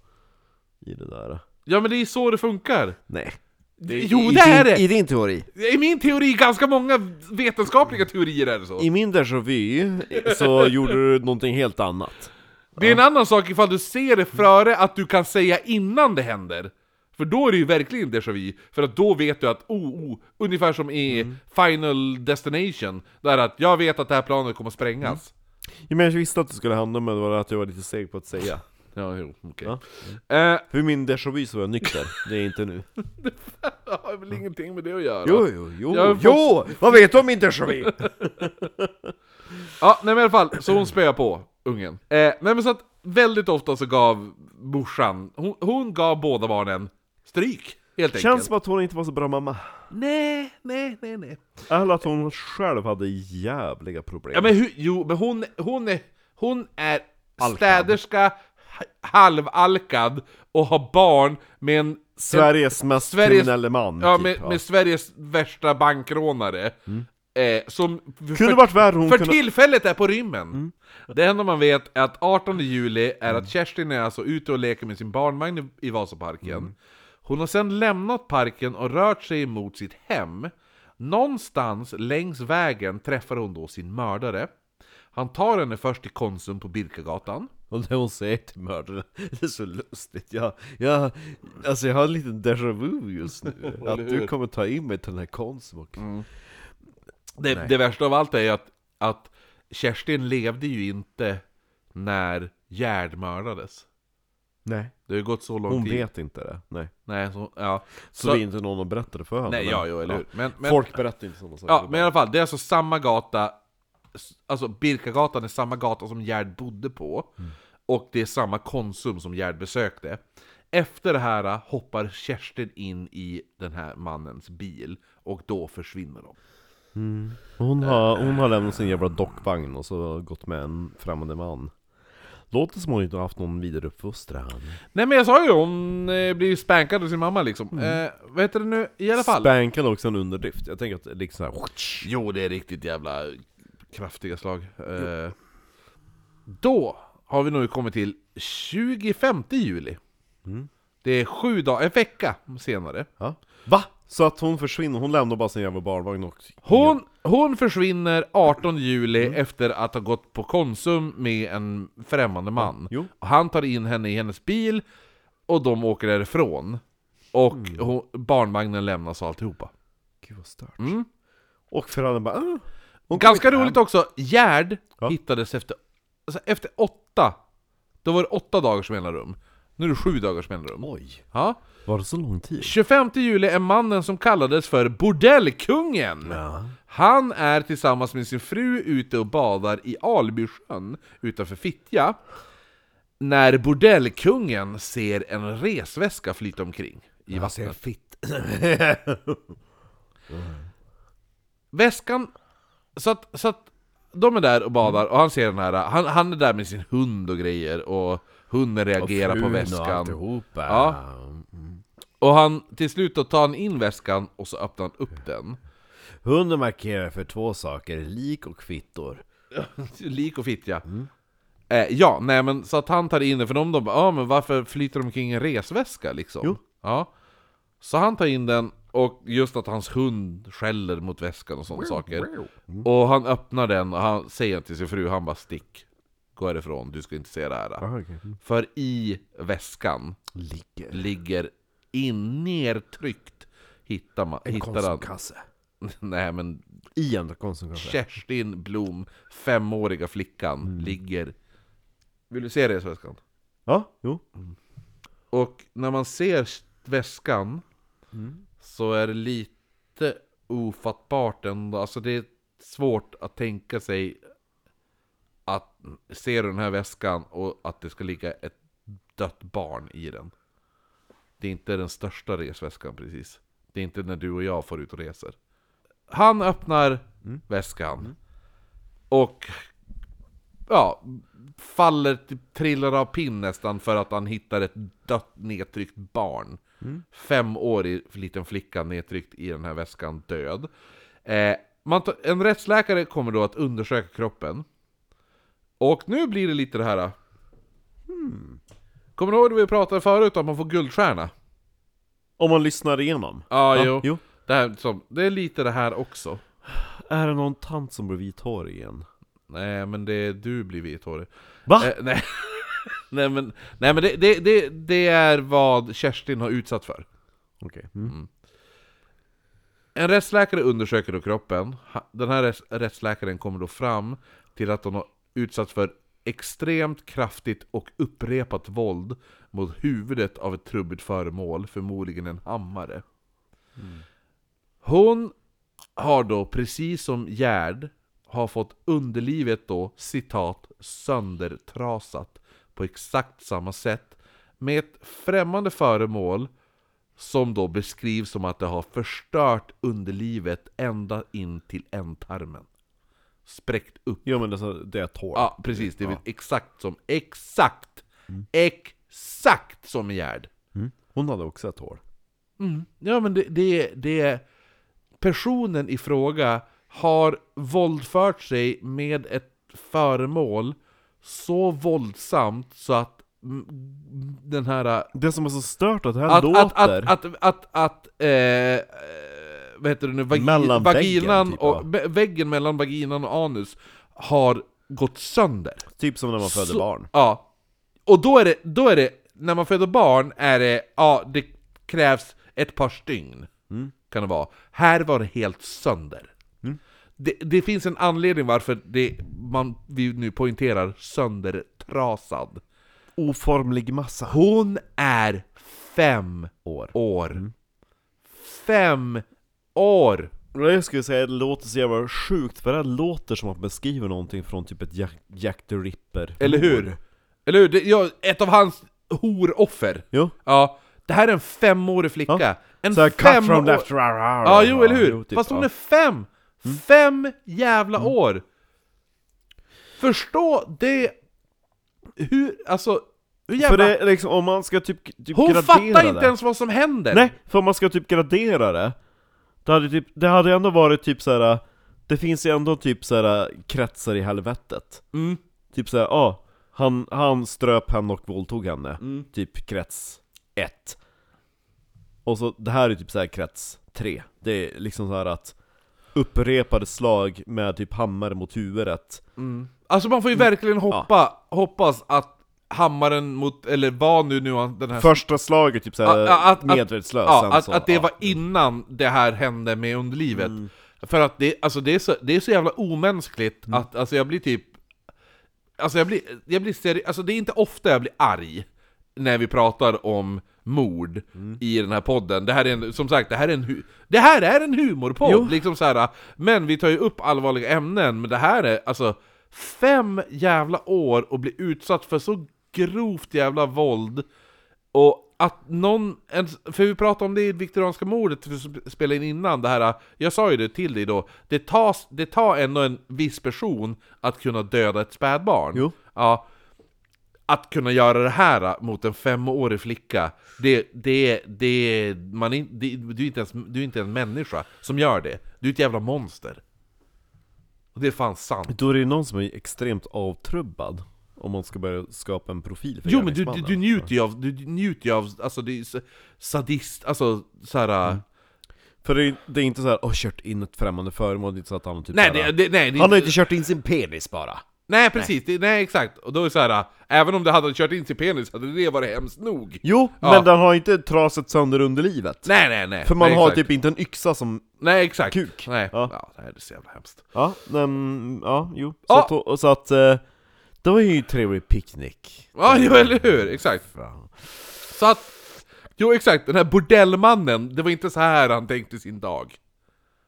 Speaker 2: I det där.
Speaker 1: Ja men det är så det funkar.
Speaker 2: Nej.
Speaker 1: jo det är det!
Speaker 2: I din teori?
Speaker 1: I min teori, ganska många vetenskapliga teorier är det så.
Speaker 2: I min déjà vu så gjorde du någonting helt annat.
Speaker 1: Det är en annan sak ifall du ser det före att du kan säga innan det händer. För då är det ju verkligen déjà vu, för att då vet du att oh, oh, ungefär som i Final Destination, där att jag vet att det här planet kommer att sprängas.
Speaker 2: Jag menar jag visste att det skulle hända men det var att jag var lite seg på att säga.
Speaker 1: Mm. Ja, jo, okej.
Speaker 2: Ja.
Speaker 1: Eh,
Speaker 2: För i min déjà vu så var jag nykter, det är inte nu.
Speaker 1: det har väl ingenting med det att göra?
Speaker 2: jo, jo,
Speaker 1: Jag har
Speaker 2: jo! Vad vet du om min déjà vu?
Speaker 1: Ja, nej men i alla fall, så hon spöade på ungen. Eh, nej men så att väldigt ofta så gav morsan, hon, hon gav båda barnen stryk, helt enkelt.
Speaker 2: Känns som att hon inte var så bra mamma.
Speaker 1: Nej, nej, nej, nej.
Speaker 2: Eller att hon själv hade jävliga problem.
Speaker 1: Ja men hur, jo, men hon, hon är, hon är
Speaker 2: Alkad.
Speaker 1: städerska, ha- halvalkad och har barn med en...
Speaker 2: Sveriges mest
Speaker 1: Sveriges-
Speaker 2: kriminelle man,
Speaker 1: Ja,
Speaker 2: typ,
Speaker 1: med, med Sveriges värsta bankrånare. Eh, som för,
Speaker 2: Kunde varit värre, hon
Speaker 1: för
Speaker 2: kunde...
Speaker 1: tillfället är på rymmen. Det enda man vet är att 18 juli är att Kerstin är alltså ute och leker med sin barnvagn i- i Vasaparken. Hon har sedan lämnat parken och rört sig mot sitt hem. Någonstans längs vägen träffar hon då sin mördare. Han tar henne först till Konsum på Birkagatan.
Speaker 2: Och det hon säger till mördaren, det är så lustigt. Jag, jag, alltså jag har en liten déjà vu just nu. att du kommer ta in mig till den här Konsum och...
Speaker 1: Mm. Det, det värsta av allt är ju att, att Kerstin levde ju inte när Gerd mördades.
Speaker 2: Nej.
Speaker 1: Det har ju gått så lång
Speaker 2: Hon
Speaker 1: tid.
Speaker 2: vet inte det. Nej.
Speaker 1: Nej, så, ja.
Speaker 2: Så, det är inte någon som berättar det för henne.
Speaker 1: Nej,
Speaker 2: men-
Speaker 1: ja, jo, eller hur. Men, men,
Speaker 2: Folk berättar inte sådana saker.
Speaker 1: Ja, men i alla fall, det är alltså samma gata, s- alltså Birkagatan är samma gata som Gerd bodde på,
Speaker 2: Mm.
Speaker 1: och det är samma Konsum som Gerd besökte. Efter det här eh, hoppar Kerstin in i den här mannens bil, och då försvinner de.
Speaker 2: Hon har, hon har lämnat sin jävla dockvagn och så gått med en främmande man. Låter som hon inte har haft någon vidare uppfostran.
Speaker 1: Nej men jag sa ju, hon eh, blir spankad av sin mamma liksom.
Speaker 2: Mm.
Speaker 1: Eh, vad heter det nu, i alla fall?
Speaker 2: Spankad också en underdrift. Jag tänker att det är liksom såhär...
Speaker 1: Jo, det är riktigt jävla kraftiga slag. Eh, då har vi nu kommit till 25 juli. Det är sju dagar, en vecka senare.
Speaker 2: Mm. Ja. Va? Så att hon försvinner, hon lämnar bara sin jävla barnvagn och...
Speaker 1: Hon, hon försvinner 18 juli
Speaker 2: Mm.
Speaker 1: efter att ha gått på Konsum med en främmande man.
Speaker 2: Jo.
Speaker 1: Och han tar in henne i hennes bil, och de åker därifrån. Och
Speaker 2: Mm.
Speaker 1: hon, barnvagnen lämnas och alltihopa.
Speaker 2: Gud vad stört.
Speaker 1: Mm.
Speaker 2: Och föräldrarna bara... Ah, hon
Speaker 1: Ganska
Speaker 2: kom inte
Speaker 1: roligt också, Gerd
Speaker 2: Ja.
Speaker 1: hittades efter, alltså efter åtta. Då var det åtta dagars mellanrum. Nu är det sju dagars
Speaker 2: hem.
Speaker 1: mellanrum.
Speaker 2: Oj.
Speaker 1: Ja.
Speaker 2: Var det så lång tid?
Speaker 1: 25 juli är mannen som kallades för Bordellkungen.
Speaker 2: Ja.
Speaker 1: Han är tillsammans med sin fru ute och badar i Albysjön utanför Fittja. När bordellkungen ser en resväska flyta omkring i vattnet.
Speaker 2: fitt.
Speaker 1: Väskan... Så att, så att de är där och badar och han ser den här, han, han är där med sin hund och grejer och hunden reagerar på väskan.
Speaker 2: alltihopa.
Speaker 1: Ja. Och han, till slut då tar han in väskan och så öppnar han upp den.
Speaker 2: Hunden markerar för två saker, lik och fittor.
Speaker 1: Lik och fittja. Eh, ja, nej men så att han tar in den, för de, de bara ah, men varför flyter de omkring i en resväska liksom?
Speaker 2: Jo.
Speaker 1: Ja. Så han tar in den, och just att hans hund skäller mot väskan och sådana saker. Och han öppnar den och han säger till sin fru, han bara stick. Gå härifrån, du ska inte se det här.
Speaker 2: Aha, okay.
Speaker 1: För i väskan
Speaker 2: Ligger.
Speaker 1: ligger in nertryckt, hittar, man, hittar han...
Speaker 2: Konsumkasse.
Speaker 1: Nej men
Speaker 2: I en konsumkasse.
Speaker 1: Kerstin Blom, femåriga flickan, ligger... Vill du se resväskan?
Speaker 2: Ja, jo.
Speaker 1: Och när man ser väskan så är det lite ofattbart ändå. Alltså det är svårt att tänka sig att se den här väskan och att det ska ligga ett dött barn i den. Det är inte den största resväskan precis. Det är inte när du och jag får ut och reser. Han öppnar väskan och ja, faller, typ, trillar av pinn nästan för att han hittar ett dött nedtryckt barn. Femårig liten flicka nedtryckt i den här väskan, död. Eh, man tar, en rättsläkare kommer då att undersöka kroppen. Och nu blir det lite det här... eh. Kommer du ihåg det vi pratade förut om att man får guldstjärna?
Speaker 2: Om man lyssnar igenom.
Speaker 1: Ja, jo. Det, här, som, det är lite det här också.
Speaker 2: Är det någon tant som blir vithårig igen?
Speaker 1: Nej, men det är du blir vithårig.
Speaker 2: Va?
Speaker 1: Eh, nej. nej men, nej, men det, det, det, det är vad Kerstin har utsatt för.
Speaker 2: Okej. Mm.
Speaker 1: En rättsläkare undersöker då kroppen. Ha- Den här rätts- rättsläkaren kommer då fram till att hon har utsatts för extremt kraftigt och upprepat våld mot huvudet av ett trubbigt föremål, förmodligen en hammare. Hon har då, precis som Gerd, har fått underlivet då, citat, söndertrasat på exakt samma sätt med ett främmande föremål som då beskrivs som att det har förstört underlivet ända in till ändtarmen. Spräckt upp.
Speaker 2: Jo men det är så- det är ett hår.
Speaker 1: Ja, precis. Det är exakt som, exakt, exakt som i Gerd.
Speaker 2: Mm. Hon hade också ett hår.
Speaker 1: Ja, men det, det, det... Personen i fråga har våldfört sig med ett föremål så våldsamt så att mm, den här
Speaker 2: Det som är så stört att det här
Speaker 1: att,
Speaker 2: låter...
Speaker 1: att, att, att, att, att eh, eh, vad heter det nu, vagi,
Speaker 2: Mellan
Speaker 1: vaginan
Speaker 2: väggen, typ,
Speaker 1: och,
Speaker 2: ja.
Speaker 1: vä- väggen mellan vaginan och anus har gått sönder.
Speaker 2: Typ som när man föder
Speaker 1: Så-
Speaker 2: barn.
Speaker 1: Ja. Och då är det, då är det, när man föder barn är det, ja det krävs ett par stygn.
Speaker 2: Mm.
Speaker 1: Kan det vara. Här var det helt sönder. Det, det finns en anledning varför det, man, vi nu poängterar söndertrasad.
Speaker 2: Oformlig massa.
Speaker 1: Hon är fem
Speaker 2: Hår.
Speaker 1: år. Mm. Fem år!
Speaker 2: Och Jag skulle säga att det låter så jävla sjukt, för det här låter som att man beskriver någonting från typ ett Jack, Jack the Ripper
Speaker 1: Eller hur? Eller hur? Det, ja, ett av hans horoffer.
Speaker 2: Jo.
Speaker 1: Ja. Det här är en femårig flicka.
Speaker 2: Ja.
Speaker 1: En
Speaker 2: Så här, cut from
Speaker 1: år-
Speaker 2: left
Speaker 1: Ja, jo, eller hur?
Speaker 2: typ,
Speaker 1: Fast hon
Speaker 2: ja. Mm.
Speaker 1: är fem! Fem jävla år! Förstå det... Hur, alltså... Hur jävla...
Speaker 2: För det är liksom, om man ska typ, typ
Speaker 1: hon
Speaker 2: gradera
Speaker 1: fattar
Speaker 2: det.
Speaker 1: inte ens vad som händer!
Speaker 2: Nej, för om man ska typ gradera det Det hade, typ, det hade ändå varit typ såhär Det finns ju ändå typ såhär kretsar i helvetet
Speaker 1: Mm. Mm.
Speaker 2: Typ såhär, ja ah, han, han ströp henne och våldtog henne Typ krets ett. Och så, det här är typ så här krets tre. Det är liksom så här att upprepade slag med typ hammare mot huvudet.
Speaker 1: Alltså man får
Speaker 2: Mm.
Speaker 1: ju verkligen hoppa, hoppas att hammaren mot, eller vad nu nu han- den här...
Speaker 2: Första slaget typ såhär
Speaker 1: Alltså- Ja, ja, att- att-
Speaker 2: medvetslös,
Speaker 1: ja,
Speaker 2: sen
Speaker 1: att,
Speaker 2: så-
Speaker 1: att det
Speaker 2: ja. Mm.
Speaker 1: var innan det här hände med underlivet. För att det, alltså det, är så, det är så jävla omänskligt
Speaker 2: Mm.
Speaker 1: att alltså jag blir typ... Alltså jag blir, jag blir seri- alltså det är inte ofta jag blir arg när vi pratar om mord i den här podden. Det här är en, som sagt, det här är en, hu- det här är en humorpodd! Liksom så här, men vi tar ju upp allvarliga ämnen, men det här är alltså fem jävla år och bli utsatt för så grovt jävla våld och att någon, ens, för vi pratade om det i viktorianska mordet vi sp- spelade in innan, det här, jag sa ju det till dig då, det, tas, det tar ändå en viss person att kunna döda ett spädbarn.
Speaker 2: Jo.
Speaker 1: Ja, att kunna göra det här mot en femårig flicka, det, det, det, man är, det du, är inte ens, du är inte en människa som gör det. Du är ett jävla monster. Och det är fan sant.
Speaker 2: Då är det ju någon som är extremt avtrubbad Om man ska börja skapa en profil för
Speaker 1: Jo men du, du,
Speaker 2: gärningsmannen.
Speaker 1: du njuter ju av, du njuter ju av, alltså det är s- sadist, alltså såhär...
Speaker 2: Mm. För det är, det är inte så här, åh kört in ett främmande föremål, det är inte så att han typ
Speaker 1: Nej,
Speaker 2: så här,
Speaker 1: det, det, nej, det,
Speaker 3: Han har inte kört in sin penis bara.
Speaker 1: nej precis, nej. Det, nej exakt. Och då är det så här, äh, även om det hade kört in sin penis hade det varit hemskt nog.
Speaker 2: Jo,
Speaker 1: Ja.
Speaker 2: men den har inte trasat sönder underlivet
Speaker 1: Nej nej nej.
Speaker 2: För man
Speaker 1: nej,
Speaker 2: har
Speaker 1: exakt.
Speaker 2: typ inte en yxa som...
Speaker 1: Nej exakt.
Speaker 2: kuk.
Speaker 1: Nej, ja.
Speaker 2: Ja.
Speaker 1: nej, det är så jävla hemskt.
Speaker 2: Ja, men, ja, jo Så
Speaker 1: Ja.
Speaker 2: att, och så att eh, det var ju en trevlig picknick
Speaker 1: Ja, jo, eller hur, exakt.
Speaker 2: Fan.
Speaker 1: Så att, jo exakt, den här bordellmannen, det var inte så här han tänkte sin dag.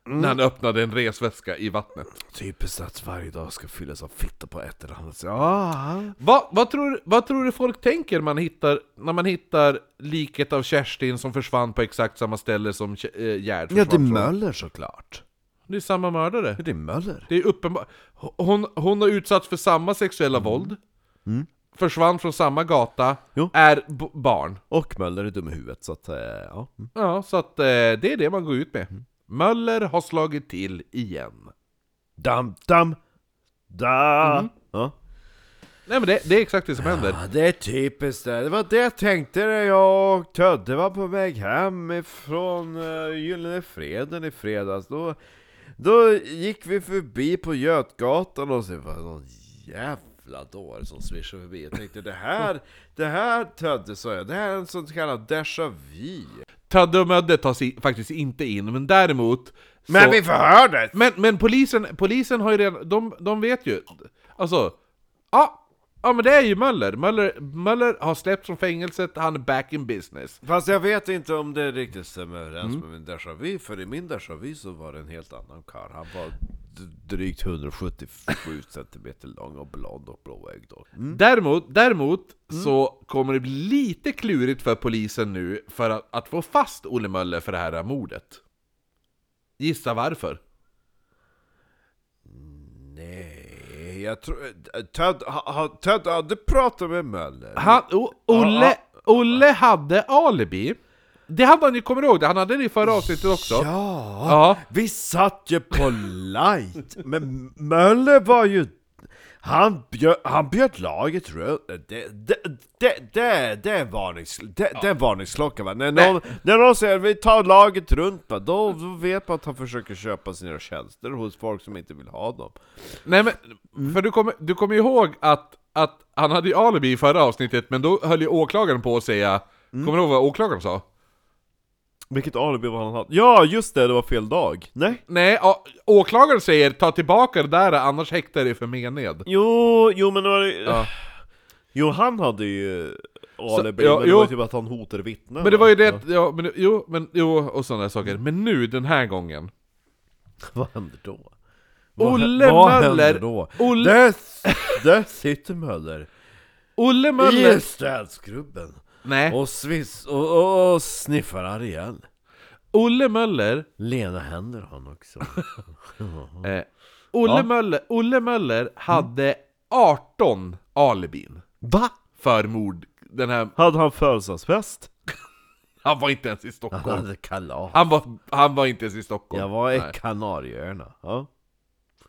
Speaker 2: Mm.
Speaker 1: När han öppnade en resväska i vattnet.
Speaker 2: Typiskt att Typ varje dag ska fyllas av fitta på ett eller annat sätt Ja,
Speaker 1: Va, vad, tror, vad tror du folk tänker man hittar, när man hittar liket av Kerstin som försvann på exakt samma ställe som Ke- eh, Gerd
Speaker 2: ja det är
Speaker 1: försvann från?
Speaker 2: Möller såklart
Speaker 1: Det är samma mördare.
Speaker 2: Ja, Det är Möller
Speaker 1: Det är uppenbart. Hon, hon har utsatts för samma sexuella våld, försvann från samma gata,
Speaker 2: Mm. Jo.
Speaker 1: är b- barn.
Speaker 2: Och Möller är dum i huvudet så att, eh, ja mm.
Speaker 1: Ja, så att eh, det är det man går ut med. Möller har slagit till igen.
Speaker 2: Dam, dam, da ja.
Speaker 1: Nej men det, det är exakt det som händer.
Speaker 2: Ja, det är typiskt det. Det var det jag tänkte när jag och Tödde var på väg hem ifrån uh, Gyllene Freden i fredags. Då, då gick vi förbi på Götgatan och så var det någon jävla dåre som swishade förbi. Jag tänkte det här, det här Tödde sa jag, det här är en sån kallad déjà vu.
Speaker 1: Tödde och Mödde tas i, faktiskt inte in, men däremot...
Speaker 2: Men
Speaker 1: så,
Speaker 2: vi förhördes!
Speaker 1: men, men polisen, polisen har ju redan... De, de vet ju. Alltså... Ja, ja men det är ju Möller. Möller, Möller har släppts från fängelset, han är back in business.
Speaker 2: Fast jag vet inte om det riktigt stämmer överens med min déjà vu, för i min déjà vu så var det en helt annan karl. Han var d- drygt 177 centimeter lång och blond och blåögd. och-
Speaker 1: Däremot, däremot
Speaker 2: Mm.
Speaker 1: så kommer det bli lite klurigt för polisen nu för att, att få fast Olle Möller för det här mordet. Gissa varför?
Speaker 2: Nej, jag tror... Ted, ha, ha, Ted hade pratat med Möller.
Speaker 1: Han, o, Olle, Olle hade alibi. Det hade han ju, kommer du ihåg det? Han hade det i förra avsnittet också.
Speaker 2: Ja,
Speaker 1: Ja.
Speaker 2: vi satt ju på light, men Möller var ju... Han bjöd, han bjöd laget runt. Det, det, det, det, det är varnings, det, det är varningsklocka va? När någon, när någon säger vi tar laget runt va, då, då vet man att han försöker köpa sina tjänster hos folk som inte vill ha dem.
Speaker 1: Nej men, för du kommer, du kommer ihåg att, att han hade ju alibi i förra avsnittet, men då höll ju åklagaren på att säga...
Speaker 2: Mm.
Speaker 1: Kommer du ihåg vad åklagaren sa?
Speaker 2: Vilket alibi var han hade? Ja, just det, det var fel dag. Nej?
Speaker 1: Nej, å, åklagaren säger ta tillbaka det där annars häktar jag dig för mened.
Speaker 2: Jo, jo men det var det...
Speaker 1: Ja.
Speaker 2: Jo, han hade ju alibi,
Speaker 1: ja,
Speaker 2: men det var
Speaker 1: jo.
Speaker 2: ju typ att han hotade vittnen.
Speaker 1: Men det
Speaker 2: va?
Speaker 1: var ju
Speaker 2: Ja.
Speaker 1: det, ja, men, jo, men, jo, och sådana där saker. Men nu, den här gången.
Speaker 2: Vad händer då?
Speaker 1: Olle
Speaker 2: vad händer
Speaker 1: Möller-
Speaker 2: då?
Speaker 1: Olle-
Speaker 2: Där, s- där sitter Möller
Speaker 1: Olle Möller...
Speaker 2: i städskrubben
Speaker 1: Nej,
Speaker 2: och, sviss, och, och, och sniffar Ariel.
Speaker 1: Olle Möller...
Speaker 2: Lena händer han också.
Speaker 1: Eh, Olle,
Speaker 2: Ja.
Speaker 1: Möller Olle Möller hade 18 alibin
Speaker 2: Va?
Speaker 1: för mord. Den här,
Speaker 2: Hade han födelsedagsfest?
Speaker 1: han var inte ens i
Speaker 2: Han
Speaker 1: Stockholm.
Speaker 2: hade kalas.
Speaker 1: Han var, han var inte ens i Stockholm.
Speaker 2: Jag var i
Speaker 1: Nej.
Speaker 2: Kanarieöarna. Ja.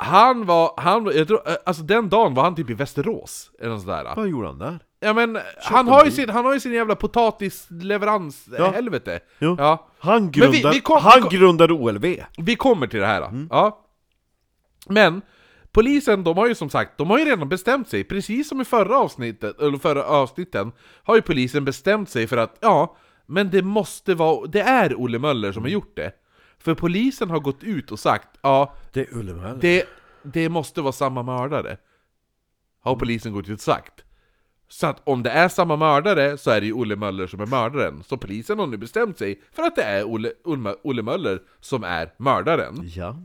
Speaker 1: Han var, han, jag tror, eh, alltså den dagen var han typ i Västerås. Eller något sådär.
Speaker 2: Vad gjorde han där?
Speaker 1: Ja men, han
Speaker 2: en
Speaker 1: har, ju
Speaker 2: bil.
Speaker 1: sin, han har ju sin jävla potatisleverans
Speaker 2: Ja.
Speaker 1: helvete
Speaker 2: Jo.
Speaker 1: Ja,
Speaker 2: Han,
Speaker 1: vi-
Speaker 2: grundar,
Speaker 1: vi kom- vi
Speaker 2: han
Speaker 1: kom-
Speaker 2: grundade OLV.
Speaker 1: vi kommer till det här då. Ja. Men, polisen de har ju som sagt, de har ju redan bestämt sig, precis som i förra avsnittet, eller förra avsnitten, har ju polisen bestämt sig för att, ja, men det måste vara, det är Olle Möller som har gjort det. För polisen har gått ut och sagt, ja,
Speaker 3: Det är Ullemöller.
Speaker 1: det, det måste vara samma mördare. Har polisen gått ut och sagt. Så att om det är samma mördare så är det ju Olle Möller som är mördaren. Så polisen har nu bestämt sig för att det är Olle, Olle, Olle Möller som är mördaren.
Speaker 2: Ja.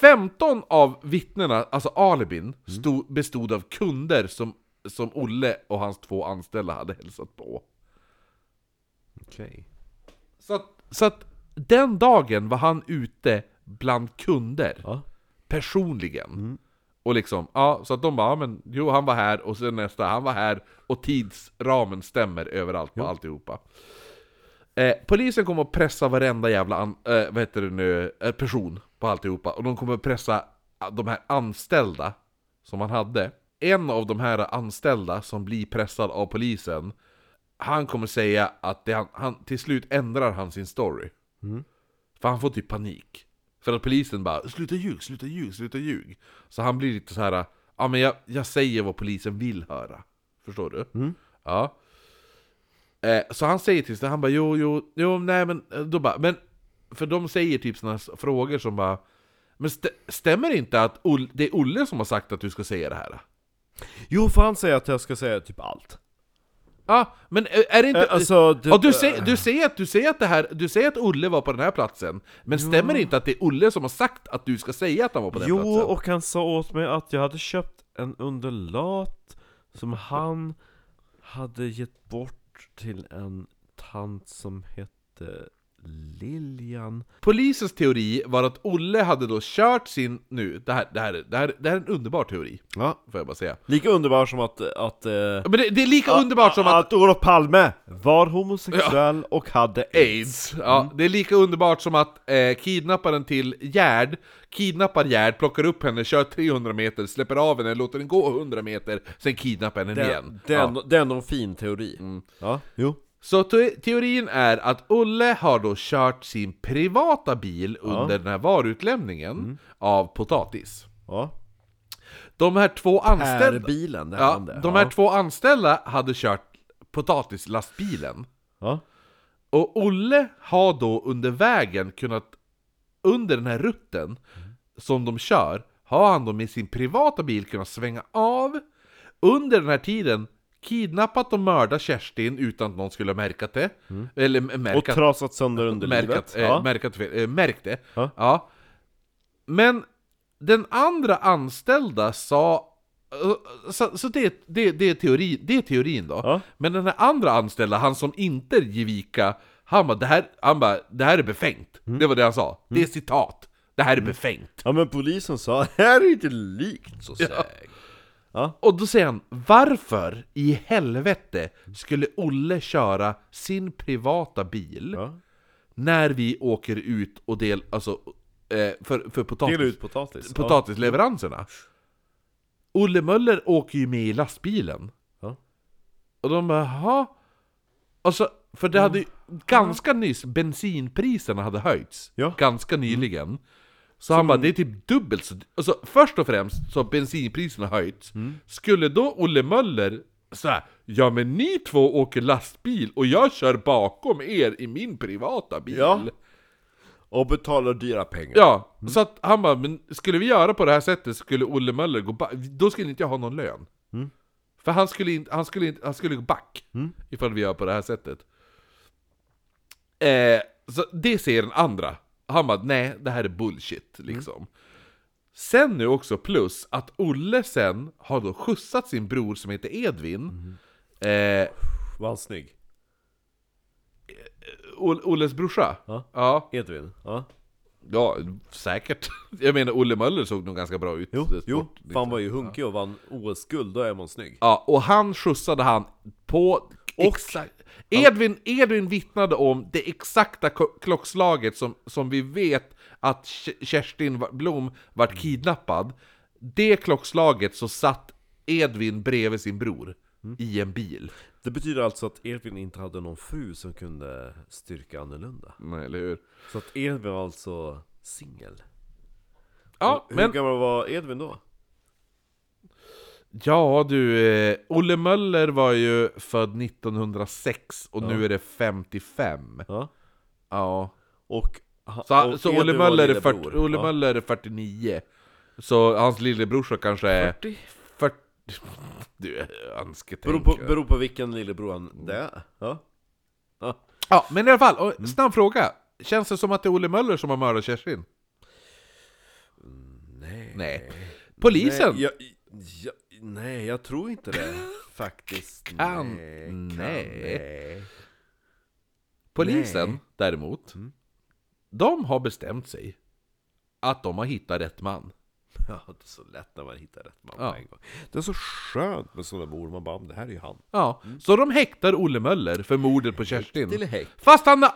Speaker 1: 15 av vittnena, alltså alibin, stod, bestod av kunder som, som Olle och hans två anställda hade hälsat på.
Speaker 2: Okej.
Speaker 1: Så att, så att den dagen var han ute bland kunder.
Speaker 2: Ja.
Speaker 1: personligen. Och liksom, ja, så att de bara, ja, men jo han var här och sen nästa, han var här och tidsramen stämmer överallt på alltihopa. Eh, polisen kommer att pressa varenda jävla an, eh, vad heter det nu, eh, person på alltihopa och de kommer att pressa ah, de här anställda som han hade. En av de här anställda som blir pressad av polisen, han kommer säga att det, han, han, till slut ändrar han sin story. För han får typ panik. För att polisen bara 'Sluta ljug, sluta ljug, sluta ljug' Så han blir lite så här. ja men jag, jag säger vad polisen vill höra. Förstår du?
Speaker 2: Mm.
Speaker 1: Ja. Eh, så han säger till sig, han bara 'Jo, jo, jo, nej men' eh, då bara, men För de säger typ sådana frågor som bara Men st- stämmer det inte att Ol- det är Olle som har sagt att du ska säga det här?
Speaker 2: Jo, för han säger att jag ska säga typ allt.
Speaker 1: Ja, men eh, är det inte...
Speaker 2: Eh, alltså,
Speaker 1: du,
Speaker 2: du-
Speaker 1: ja, du, säger, du, säger att, du säger att det här, du säger att Olle var på den här platsen, men stämmer det inte att det är Olle som har sagt att du ska säga att han var på den
Speaker 2: Jo,
Speaker 1: platsen?
Speaker 2: och han sa åt mig att jag hade köpt en underlat som han hade gett bort till en tant som hette Lilian.
Speaker 1: Polisens teori var att Olle hade då kört sin... Nu, det här, det här, det här, det här är en underbar teori,
Speaker 2: Ja.
Speaker 1: får jag bara säga.
Speaker 2: Lika underbar som att... att eh,
Speaker 1: Men det, det är lika underbart som att...
Speaker 2: att Olof Palme var homosexuell och hade aids.
Speaker 1: Aids. Ja, Det är lika underbart som att eh, kidnapparen till Gerd kidnappar Gerd, plockar upp henne, kör 300 meter, släpper av henne, låter den gå 100 meter, sen kidnappar henne igen.
Speaker 2: det, är
Speaker 1: Ja.
Speaker 2: ändå- det är ändå en fin teori.
Speaker 1: Mm.
Speaker 2: Ja, jo.
Speaker 1: Så te- teorin är att Olle har då kört sin privata bil under den här varutlämningen av potatis.
Speaker 2: Ja.
Speaker 1: De här två
Speaker 2: Är
Speaker 1: anställda...
Speaker 2: bilen, det är
Speaker 1: Ja,
Speaker 2: han det.
Speaker 1: de här två anställda hade kört potatislastbilen.
Speaker 2: ja.
Speaker 1: Och Olle har då under vägen kunnat, under den här rutten som de kör, har han då med sin privata bil kunnat svänga av, under den här tiden kidnappat och mördat Kerstin utan att någon skulle ha märkat det. Eller m-
Speaker 2: Och
Speaker 1: märkat,
Speaker 2: trasat sönder underlivet.
Speaker 1: märkat, eh,
Speaker 2: ja.
Speaker 1: märkat, fel, eh, märkt det.
Speaker 2: Ja.
Speaker 1: Ja. Men den andra anställda sa... eh, Så, så det, det, det, är teori, det är teorin då.
Speaker 2: Ja.
Speaker 1: Men den här andra anställda, han som inte är Givika, han bara det här, han bara, det här är befängt.
Speaker 2: Mm.
Speaker 1: Det var det han sa. Det är citat. Det här är befängt.
Speaker 2: ja, men polisen sa här är inte likt så säg.
Speaker 1: Och då säger han, varför i helvete skulle Olle köra sin privata bil
Speaker 2: Ja.
Speaker 1: när vi åker ut och del, alltså, eh, för, för potatis?
Speaker 2: Dela ut potatis.
Speaker 1: potatisleveranserna. Olle Möller åker ju med i lastbilen.
Speaker 2: Ja.
Speaker 1: Och de bara, jaha? Och så, för
Speaker 2: Mm.
Speaker 1: det hade ju ganska nyss, bensinpriserna hade höjts.
Speaker 2: Ja. Mm.
Speaker 1: Ganska nyligen. Så han bara, det är typ dubbelt så alltså, Först och främst så har bensinpriserna höjts.
Speaker 2: Mm.
Speaker 1: Skulle då Olle Möller såhär, ja men ni två åker lastbil och jag kör bakom er i min privata bil.
Speaker 2: Ja. Och betalar dyra pengar.
Speaker 1: Ja,
Speaker 2: Mm.
Speaker 1: så att han bara, men skulle vi göra på det här sättet skulle Olle Möller gå back, då skulle inte jag ha någon lön.
Speaker 2: Mm.
Speaker 1: För han skulle, inte, han, skulle inte, han skulle gå back, ifall vi gör på det här sättet. Eh, så det ser den andra. Han bara, nej det här är bullshit
Speaker 2: Mm.
Speaker 1: liksom. Sen nu också plus att Olle sen har då skjutsat sin bror som heter Edvin.
Speaker 2: Mm.
Speaker 1: Eh,
Speaker 2: Var han snygg?
Speaker 1: Ol- Olles brorsa.
Speaker 2: Ja.
Speaker 1: ja.
Speaker 2: Edvin? Ja.
Speaker 1: Ja, säkert. Jag menar, Olle Möller såg nog ganska bra ut.
Speaker 2: Jo,
Speaker 1: Sport- liksom.
Speaker 2: jo. Fan var ju hunkig och vann OS-guld, då är man snygg.
Speaker 1: Ja, och han skjutsade han på... Exakt. Edvin, Edvin vittnade om det exakta ko- klockslaget som, som vi vet att Ke- Kerstin Va- Blom vart kidnappad. Det klockslaget så satt Edvin bredvid sin bror. i en bil.
Speaker 2: Det betyder alltså att Edvin inte hade någon fru som kunde styrka annorlunda.
Speaker 1: Nej, Mm, eller hur?
Speaker 2: Så att Edvin var alltså singel.
Speaker 1: Ja,
Speaker 2: Hur
Speaker 1: men...
Speaker 2: gammal var Edvin då?
Speaker 1: Ja du, eh, Olle Möller var ju född 1906 och nu är det 55.
Speaker 2: Ja.
Speaker 1: Ja.
Speaker 2: Och, ha-
Speaker 1: Så,
Speaker 2: och
Speaker 1: så
Speaker 2: Edvin
Speaker 1: Olle,
Speaker 2: var
Speaker 1: Möller är
Speaker 2: lillebror.
Speaker 1: 40, Olle
Speaker 2: Ja.
Speaker 1: Möller är 49. Så hans lillebrorsa kanske är... 40? Du, eh,
Speaker 2: Beror
Speaker 1: önsketänk.
Speaker 2: på, beror på vilken lillebror
Speaker 1: Mm.
Speaker 2: han det är. Ja. Ja.
Speaker 1: Ja, men i alla fall,
Speaker 2: Mm.
Speaker 1: och snabb fråga. Känns det som att det är Olle Möller som har mördat Kerstin?
Speaker 2: Mm, Nej.
Speaker 1: Nej. Polisen?
Speaker 2: Nej jag, jag, nej, jag tror inte det. Faktiskt.
Speaker 1: Kan-
Speaker 2: nej.
Speaker 1: nej.
Speaker 2: nej.
Speaker 1: Polisen
Speaker 2: Nej.
Speaker 1: däremot,
Speaker 2: Mm.
Speaker 1: de har bestämt sig att de har hittat rätt man.
Speaker 2: Ja, det är så lätt när man hittar rätt man
Speaker 1: Ja.
Speaker 2: på en gång. Det är så skönt med sådana mord, man bara "Men det här är ju han.
Speaker 1: Ja, så de häktar Olle Möller för mordet på
Speaker 2: Till
Speaker 1: Kerstin.
Speaker 2: häck.
Speaker 1: Fast han har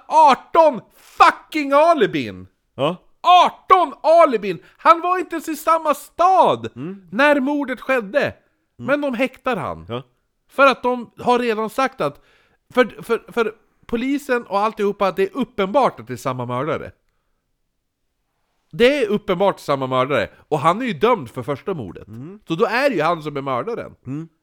Speaker 1: 18 fucking alibin!
Speaker 2: Ja.
Speaker 1: 18 alibin! Han var inte ens i samma stad när mordet skedde! Men de häktar han.
Speaker 2: Mm. ja.
Speaker 1: För att de har redan sagt att... För, för, för polisen och alltihopa, det är uppenbart att det är samma mördare. Det är uppenbart samma mördare, och han är ju dömd för första mordet.
Speaker 2: Mm.
Speaker 1: Så då är det ju han som är mördaren.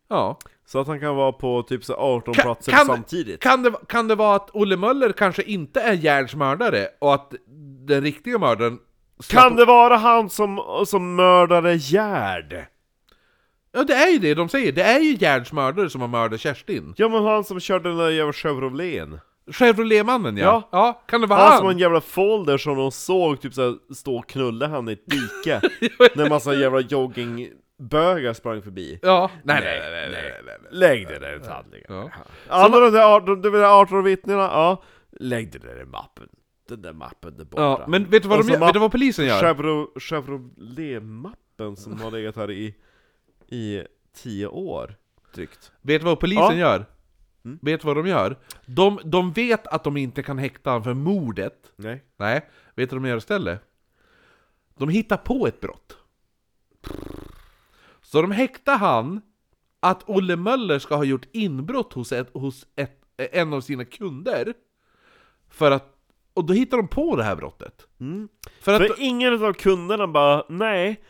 Speaker 1: Ja.
Speaker 2: Så att han kan vara på typ så 18
Speaker 1: Ka-
Speaker 2: platser samtidigt.
Speaker 1: Kan det, kan det vara att Olle Möller kanske inte är Gerds mördare, och att den riktiga mördaren...
Speaker 2: Kan det vara han som, som mördade Gerd?
Speaker 1: Ja, det är ju det de säger. Det är ju Gerds mördare som har mördat Kerstin.
Speaker 2: Ja men han som körde den där jävla Chevroleten.
Speaker 1: Chevroletmannen ja. ja.
Speaker 2: Ja.
Speaker 1: Ja, kan det vara
Speaker 2: Han
Speaker 1: han?
Speaker 2: som har en jävla folder som de såg typ såhär stå och knulla han i ett dike. när en massa jävla joggingbögar sprang förbi.
Speaker 1: Ja. Nej, nej,
Speaker 2: Nej,
Speaker 1: nej, nej. nej.
Speaker 2: Lägg det där i handlingarna.
Speaker 1: Ja.
Speaker 2: Alla de där 18, de där 18 vittnena, ja. Lägg det där i mappen. Den där mappen där borta.
Speaker 1: Ja, men vet du vad,
Speaker 2: Och
Speaker 1: de
Speaker 2: så
Speaker 1: gör? Vet du
Speaker 2: mapp-
Speaker 1: vad polisen gör?
Speaker 2: Chevro- Chevrolet-mappen som har legat här i, i tio år. Drygt.
Speaker 1: Vet du vad polisen
Speaker 2: Ja. Mm.
Speaker 1: gör? Vet du vad de gör? De, de vet att de inte kan häkta honom för mordet.
Speaker 2: Nej.
Speaker 1: Nej, vet du vad de gör istället? De hittar på ett brott. Så de häktar han att Olle Möller ska ha gjort inbrott hos, ett, hos ett, en av sina kunder. För att, och då hittar de på det här brottet. För att,
Speaker 2: För ingen av kunderna bara, nej.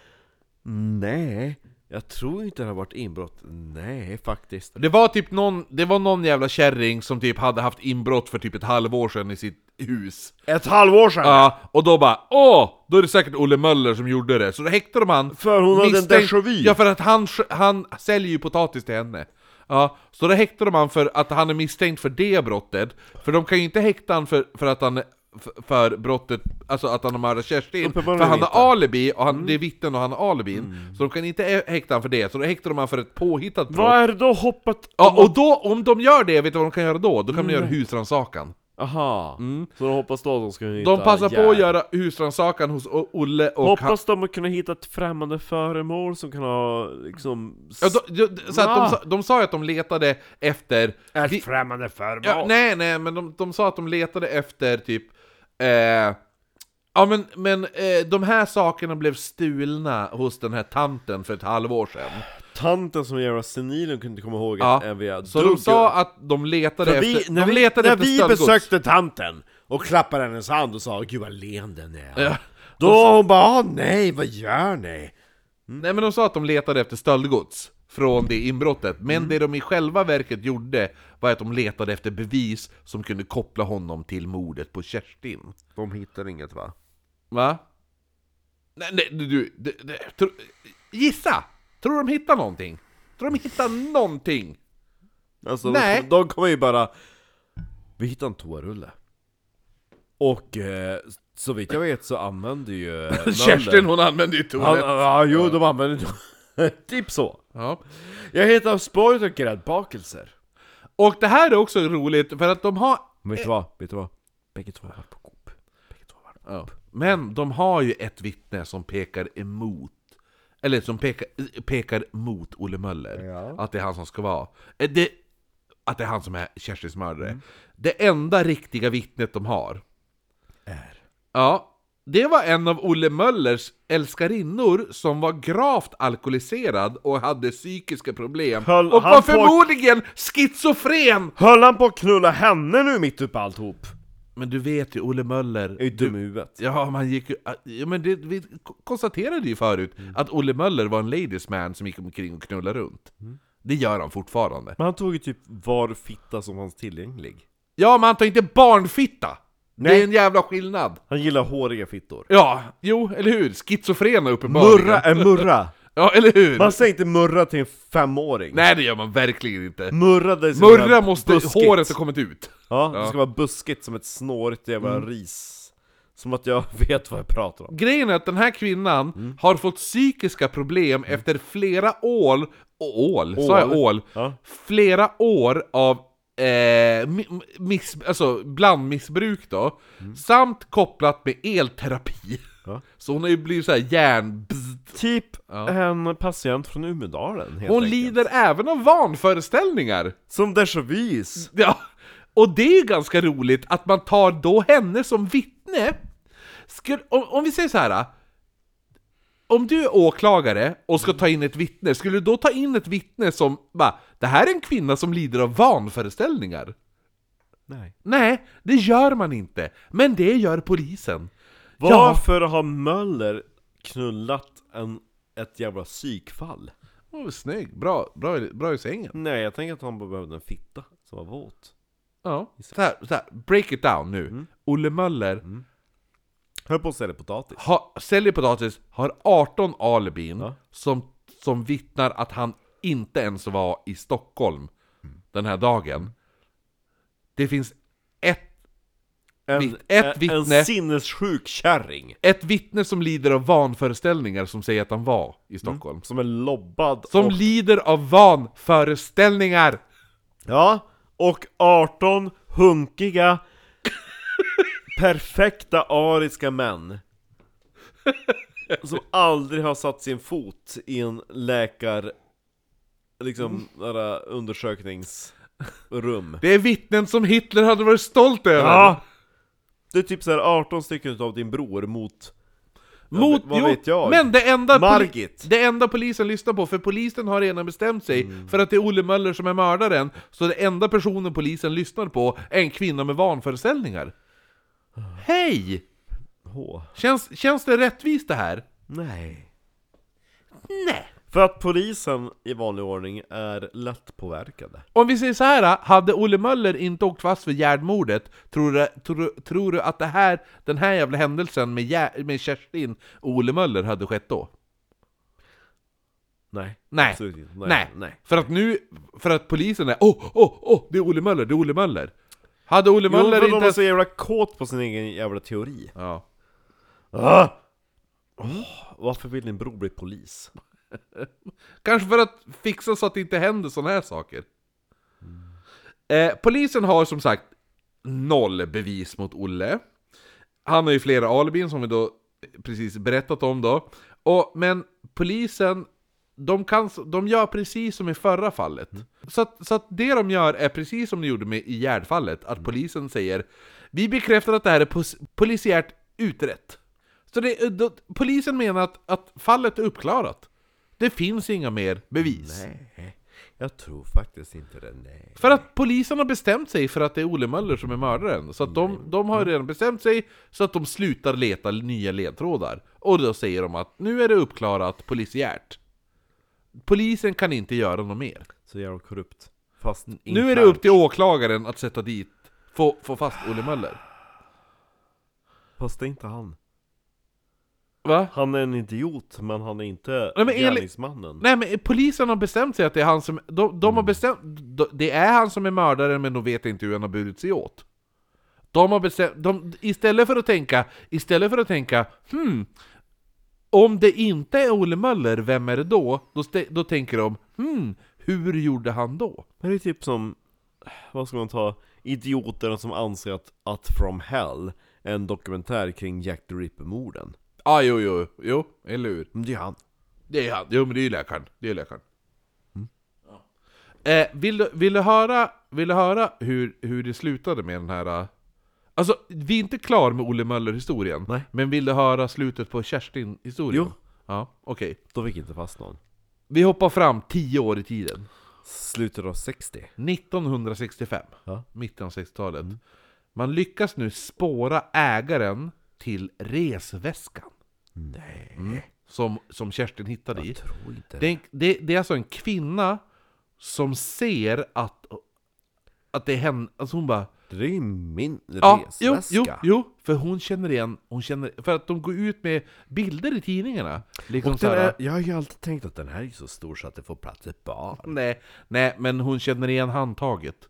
Speaker 2: Nej. Jag tror inte det har varit inbrott. Nej, faktiskt.
Speaker 1: Det var typ någon, det var någon jävla kärring som typ hade haft inbrott för typ ett halvår sedan i sitt hus.
Speaker 2: Ett halvår sedan!
Speaker 1: Ja, och då bara åh, då är det säkert Olle Möller som gjorde det. Så då häktade de han.
Speaker 2: För hon hade en
Speaker 1: misstänkt-
Speaker 2: déjà vu.
Speaker 1: Ja, för att han, han säljer ju potatis till henne. Ja, så då häktade de han för att han är misstänkt för det brottet. För de kan ju inte häkta han för, för att han för- för brottet, alltså att han har mördat Kerstin, för
Speaker 2: Uppenbarligen
Speaker 1: han
Speaker 2: inte. Mm.
Speaker 1: har alibi, och han, det är vittnen och han har alibin, så de kan inte hä- häkta han för det, så då häktar de han för ett påhittat brott.
Speaker 2: Vad är det då hoppet?
Speaker 1: Ja, och då, om de gör det, vet du vad de kan göra då? Då kan de göra
Speaker 2: Mm.
Speaker 1: husrannsakan.
Speaker 2: Aha. Så de hoppas då att de ska hitta
Speaker 1: Mm. De passar på
Speaker 2: järn.
Speaker 1: att göra husrannsakan hos O- Olle och han-
Speaker 2: Hoppas de kunna hitta ett främmande föremål som kan ha liksom... s-
Speaker 1: Ja, de, de, så att de,
Speaker 2: Ah.
Speaker 1: sa- de sa ju att de letade efter...
Speaker 2: Ett
Speaker 1: vi-
Speaker 2: främmande föremål?
Speaker 1: ja, nej, nej, men de, de sa att de letade efter typ... Eh, ja, men, men eh, de här sakerna blev stulna hos den här tanten för ett halvår sedan.
Speaker 2: Tanten som är jävla senil och kunde inte komma ihåg
Speaker 1: Ja,
Speaker 2: att är eh, vi är
Speaker 1: Så de sa att de letade
Speaker 2: För vi,
Speaker 1: efter...
Speaker 2: när
Speaker 1: de
Speaker 2: vi,
Speaker 1: letade
Speaker 2: när
Speaker 1: efter
Speaker 2: vi
Speaker 1: stöldgods.
Speaker 2: besökte tanten och klappade hennes hand och sa 'Gud vad len den är'
Speaker 1: Ja.
Speaker 2: Då hon bara "Ah, 'Nej, vad gör ni?' Mm.
Speaker 1: Nej men de sa att de letade efter stöldgods från det inbrottet, men
Speaker 2: Mm.
Speaker 1: det de i själva verket gjorde var att de letade efter bevis som kunde koppla honom till mordet på Kerstin.
Speaker 2: De hittar inget va?
Speaker 1: Va? Nej, nej du, du, du, du tro, gissa! Tror de hittar någonting? Tror de hittar någonting?
Speaker 2: Alltså
Speaker 1: Nej.
Speaker 2: De, de kommer ju bara Vi hittar en toarulle Och eh, så vitt jag vet så använder ju eh, Möller-
Speaker 1: Kerstin hon använde ju
Speaker 2: han,
Speaker 1: toalett.
Speaker 2: ja, jo de använder to- Typ så
Speaker 1: Ja.
Speaker 2: Jag hittar spåret och gräddbakelser
Speaker 1: Och det här är också roligt för att de har...
Speaker 2: Men vet du vad? Vet du vad? Bägge två har varit på Coop Bägge två har varit
Speaker 1: Ja. Men de har ju ett vittne som pekar emot Eller som pekar, pekar mot Olle Möller Att det är han som ska vara Eh, det, Att det är han som är Kerstins mördare Det enda riktiga vittnet de har
Speaker 2: Är
Speaker 1: Ja Det var en av Olle Möllers älskarinnor som var gravt alkoholiserad och hade psykiska problem
Speaker 2: Höll
Speaker 1: och
Speaker 2: han
Speaker 1: var
Speaker 2: på-
Speaker 1: förmodligen schizofren!
Speaker 2: Höll han på att knulla henne nu mitt uppe alltihop?
Speaker 1: Men du vet ju, Olle Möller...
Speaker 2: Jag är ju dum i
Speaker 1: du,
Speaker 2: huvudet.
Speaker 1: ja, man gick ju... Ja, men det, vi k- konstaterade ju förut
Speaker 2: Mm.
Speaker 1: att Olle Möller var en ladies man som gick omkring och knullade runt.
Speaker 2: Mm.
Speaker 1: Det gör han fortfarande.
Speaker 2: Men han tog ju typ var fitta som fanns tillgänglig.
Speaker 1: Ja, men han tar inte barnfitta! Det
Speaker 2: Nej.
Speaker 1: är en jävla skillnad!
Speaker 2: Han gillar håriga fittor.
Speaker 1: Ja, jo, eller hur? Schizofrena uppenbarligen.
Speaker 2: Murra är murra!
Speaker 1: Ja, eller hur?
Speaker 2: Man säger inte murra till en femåring.
Speaker 1: Nej, det gör man verkligen inte.
Speaker 2: Murra, det ska
Speaker 1: Murra
Speaker 2: vara
Speaker 1: måste...
Speaker 2: buskigt.
Speaker 1: Håret har kommit ut.
Speaker 2: Ja, det
Speaker 1: Ja. Mm.
Speaker 2: ska vara buskigt som ett snårigt jävla ris. Som att jag vet vad jag pratar om.
Speaker 1: Grejen är att den här kvinnan
Speaker 2: Mm.
Speaker 1: har fått psykiska problem efter flera år... å- Ål? Sa jag ål?
Speaker 2: Ja.
Speaker 1: Flera år av eh, mi- miss, alltså blandmissbruk då, samt kopplat med elterapi.
Speaker 2: Mm. Ja.
Speaker 1: Så hon har ju blivit såhär hjärn... bzzt.
Speaker 2: Typ
Speaker 1: Ja.
Speaker 2: en patient från Umedalen helt
Speaker 1: Hon
Speaker 2: enkelt.
Speaker 1: lider även av vanföreställningar!
Speaker 2: Som déjà vu's.
Speaker 1: Ja, och det är ju ganska roligt att man tar då henne som vittne. Skulle, om, om vi säger så här. Om du är åklagare och ska ta in ett vittne, skulle du då ta in ett vittne som bara ”Det här är en kvinna som lider av vanföreställningar”?
Speaker 2: Mm. Nej.
Speaker 1: Nej, det gör man inte. Men det gör polisen.
Speaker 2: Varför har Möller knullat en, ett jävla psykfall?
Speaker 1: Oh, snygg, bra, bra, bra i sängen.
Speaker 2: Nej, jag tänker att han bara behövde en fitta som var våt.
Speaker 1: Ja. Så här, så här, break it down nu. Olle Möller
Speaker 2: Höll på att sälja potatis.
Speaker 1: ha, säljer potatis, har 18 alibin
Speaker 2: Ja.
Speaker 1: som, som vittnar att han inte ens var i Stockholm den här dagen. Det finns ett,
Speaker 2: En, eh,
Speaker 1: Vitt- ett
Speaker 2: en-
Speaker 1: vittne.
Speaker 2: en sinnessjuk kärring.
Speaker 1: ett vittne som lider av vanföreställningar som säger att han var i Stockholm.
Speaker 2: Som är lobbad
Speaker 1: Som
Speaker 2: Mm. och...
Speaker 1: lider av vanföreställningar!
Speaker 2: Ja, och 18 hunkiga perfekta ariska män som aldrig har satt sin fot i en läkar liksom några undersökningsrum.
Speaker 1: Det är vittnen som Hitler hade varit stolt över!
Speaker 2: Ja. Det är typ så här 18 stycken utav din bror mot
Speaker 1: Mot,
Speaker 2: vad
Speaker 1: jo,
Speaker 2: vet jag?
Speaker 1: Men det enda, poli-
Speaker 2: Margit.
Speaker 1: det enda polisen lyssnar på, för polisen har redan bestämt sig
Speaker 2: Mm.
Speaker 1: för att det är Olle Möller som är mördaren, så det enda personen polisen lyssnar på är en kvinna med vanföreställningar. Hej!
Speaker 2: H.
Speaker 1: Känns, känns det rättvist det här?
Speaker 2: Nej.
Speaker 1: Nej.
Speaker 2: För att polisen i vanlig ordning är lätt påverkade.
Speaker 1: Om vi säger så här, hade Olle Möller inte åkt fast för Gärdmordet, tror du, tror, tror du att det här, den här jävla händelsen med, Gär- med Kerstin och Olle Möller hade skett då?
Speaker 2: Nej.
Speaker 1: Nej.
Speaker 2: Absolut inte. Nej.
Speaker 1: Nej.
Speaker 2: Nej.
Speaker 1: För att nu, för att polisen är åh, åh, åh, det är Olle Möller, det är Olle Möller. Hade Olle
Speaker 2: Jo,
Speaker 1: Möller
Speaker 2: för de
Speaker 1: inte...
Speaker 2: var så jävla kåt på sin egen jävla teori.
Speaker 1: Ja.
Speaker 2: Ah! varför vill din bror bli polis?
Speaker 1: Kanske för att fixa så att det inte händer sådana här saker. Eh, polisen har som sagt noll bevis mot Olle. Han har ju flera alibin som vi då precis berättat om då. Och, men polisen, de, kan, de gör precis som i förra fallet. Så, att, så att det de gör är precis som de gjorde med i Gärdfallet, att polisen säger Vi bekräftar att det här är pos- polisiärt utrett. Så det, då, polisen menar att, att fallet är uppklarat. Det finns inga mer bevis.
Speaker 2: Nej, jag tror faktiskt inte det, nej.
Speaker 1: För att polisen har bestämt sig för att det är Olle Möller som är mördaren. Så att de, de har redan bestämt sig så att de slutar leta nya ledtrådar. Och då säger de att nu är det uppklarat polisiärt. Polisen kan inte göra något mer.
Speaker 2: Så jävla korrupt. Fast
Speaker 1: Nu är det upp till åklagaren att sätta dit, få, få fast Olle Möller.
Speaker 2: Fast det är inte han.
Speaker 1: Va?
Speaker 2: Han är en idiot, men han är inte
Speaker 1: Nej, men enligt-
Speaker 2: gärningsmannen.
Speaker 1: Nej men polisen har bestämt sig att det är han som, de, de har bestämt, de, det är han som är mördaren men de vet inte hur han har burit sig åt. De har bestämt, de, istället för att tänka, istället för att tänka hmm, om det inte är Olle Möller, vem är det då? Då, stä- då tänker de hmm, hur gjorde han då?
Speaker 2: Men det är typ som, vad ska man ta, idioterna som anser att, att From Hell är en dokumentär kring Jack the Ripper-morden.
Speaker 1: Ah, jo, jo, jo, eller hur?
Speaker 2: Men det är han.
Speaker 1: Det är han, jo men det är ju läkaren, det är ju läkaren.
Speaker 2: Mm.
Speaker 1: Eh, vill, du, vill, du höra, vill du höra hur, hur det slutade med den här... eh, Alltså, vi är inte klar med Olle Möller-historien.
Speaker 2: Nej.
Speaker 1: Men vill du höra slutet på Kerstin-historien?
Speaker 2: Jo.
Speaker 1: Ja, okej.
Speaker 2: Då fick inte fast någon.
Speaker 1: Vi hoppar fram 10 år i tiden.
Speaker 2: Slutet av 60.
Speaker 1: 1965.
Speaker 2: Ja. Mm.
Speaker 1: Mitten av 60-talet. Man lyckas nu spåra ägaren till resväskan. Mm.
Speaker 2: Nej.
Speaker 1: Som, som Kerstin hittade i.
Speaker 2: Jag tror inte
Speaker 1: Det är, en- det, det är alltså en kvinna som ser att, att det är henne, alltså hon bara
Speaker 2: det. är min
Speaker 1: Ja, jo,
Speaker 2: resväska.
Speaker 1: jo, jo, för hon känner igen, hon känner, för att de går ut med bilder i tidningarna. Liksom
Speaker 2: Den
Speaker 1: så här,
Speaker 2: är, jag har ju alltid tänkt att den här är så stor så att det får plats ett barn.
Speaker 1: nej, nej, men hon känner igen handtaget.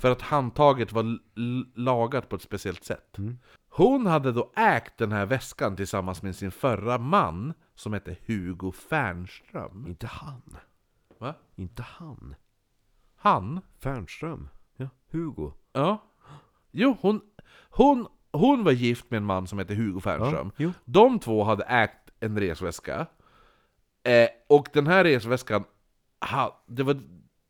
Speaker 1: För att handtaget var l- l- lagat på ett speciellt sätt. Hon hade då ägt den här väskan tillsammans med sin förra man, som hette Hugo Fernström.
Speaker 2: Inte han.
Speaker 1: Va?
Speaker 2: Inte han.
Speaker 1: Han?
Speaker 2: Fernström. Ja. Hugo.
Speaker 1: Ja. Jo, hon, hon, hon var gift med en man som hette Hugo Fernström.
Speaker 2: jo.
Speaker 1: De två hade ägt en resväska. Eh, och den här resväskan ha, det var,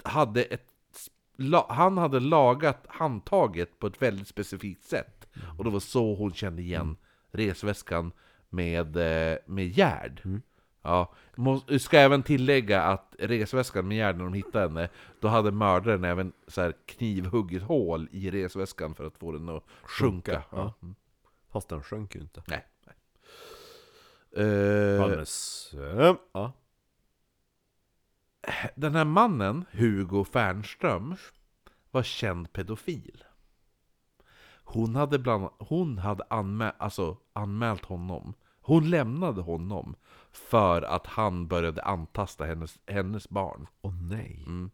Speaker 1: hade ett... s- La, han hade lagat handtaget på ett väldigt specifikt sätt. Och det var så hon kände igen resväskan med, eh, med Gerd. Ja, må- ska även tillägga att resväskan med Gerd, när de hittade henne, då hade mördaren även så här knivhuggit hål i resväskan för att få den att sjunka. Ja.
Speaker 2: Fast den sjönk ju inte.
Speaker 1: Nej. Eh,
Speaker 2: Palmesö. eh, Ja.
Speaker 1: den här mannen, Hugo Fernström, var känd pedofil. Hon hade, bland, hon hade anmä, alltså, anmält honom. Hon lämnade honom för att han började antasta hennes, hennes barn.
Speaker 2: Åh nej.
Speaker 1: Mm.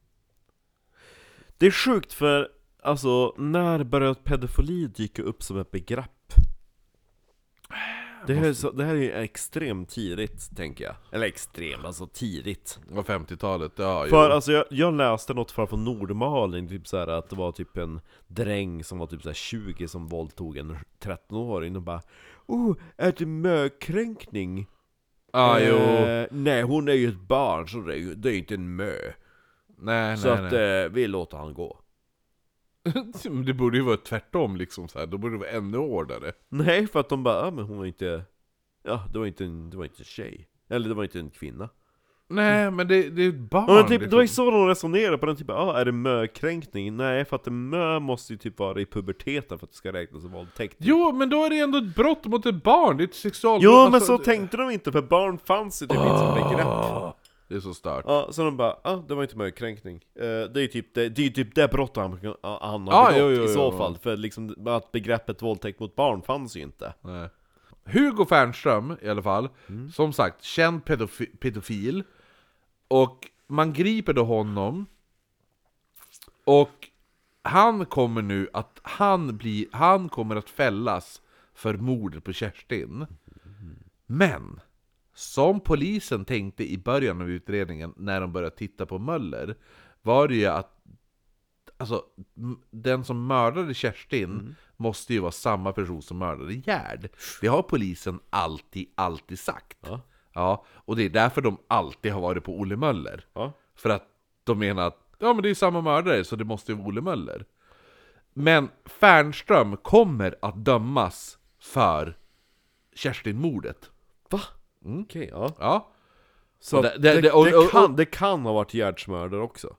Speaker 2: Det är sjukt för, alltså, när började pedofili dyka upp som ett begrepp? Det här, är så, det här är ju extremt tidigt, tänker jag. Eller extremt, alltså tidigt.
Speaker 1: På 50-talet, ja. jo.
Speaker 2: För alltså jag, jag läste något fall från Nordmaling, typ så här, att det var typ en dräng som var typ så här 20 som våldtog en 13-åring och bara Oh, är det mökränkning?
Speaker 1: ja, Ah, jo.
Speaker 2: Eh, nej, hon är ju ett barn så det är, ju- det är inte en mö.
Speaker 1: Nej,
Speaker 2: så
Speaker 1: nej,
Speaker 2: att
Speaker 1: nej.
Speaker 2: Eh, vi låter han gå.
Speaker 1: Men Det borde ju vara tvärtom liksom så här. då borde det vara ännu hårdare.
Speaker 2: Nej, för att de bara, ah, men hon var inte, ja det var inte en, det var inte en tjej. Eller det var inte en kvinna.
Speaker 1: Nej, men det, det är ett barn
Speaker 2: Mm. Ja, men typ,
Speaker 1: liksom.
Speaker 2: det var ju så de resonerade på den typen, ah, är det mökränkning? Nej, för att en mö måste ju typ vara i puberteten för att det ska räknas som våldtäkt.
Speaker 1: Jo, men då är det ändå ett brott mot ett barn, det är ett sexualbrott.
Speaker 2: Jo men
Speaker 1: Alltså,
Speaker 2: så tänkte de inte för barn fanns ju typ inte som begrepp
Speaker 1: Det är så stört.
Speaker 2: Ja, så de bara ah, det var inte möjkränkning eh, Det är ju typ det, det, är ju typ det brottet han, han har
Speaker 1: Ah,
Speaker 2: begått
Speaker 1: jo, jo,
Speaker 2: i så
Speaker 1: jo.
Speaker 2: fall För liksom att begreppet våldtäkt mot barn fanns ju inte
Speaker 1: Nej. Hugo Fernström i alla fall,
Speaker 2: Mm.
Speaker 1: som sagt, känd pedofi- pedofil. Och man griper då honom. Och han kommer nu att, han, blir, han kommer att fällas för mordet på Kerstin. Men, som polisen tänkte i början av utredningen, när de började titta på Möller, var det ju att Alltså, m- den som mördade Kerstin måste ju vara samma person som mördade Gerd. Det har polisen alltid, alltid sagt.
Speaker 2: Ja.
Speaker 1: Ja, och det är därför de alltid har varit på Olle Möller.
Speaker 2: Ja,
Speaker 1: För att de menar att ja, men det är samma mördare, så det måste ju vara Olle Möller. Men Fernström kommer att dömas för Kerstin-mordet.
Speaker 2: va? Okej, ja
Speaker 1: Ja.
Speaker 2: Mm. Så
Speaker 1: Och det-
Speaker 2: det,
Speaker 1: det-
Speaker 2: det,
Speaker 1: och- och- och-
Speaker 2: kan, det kan ha varit Gerdsmördare också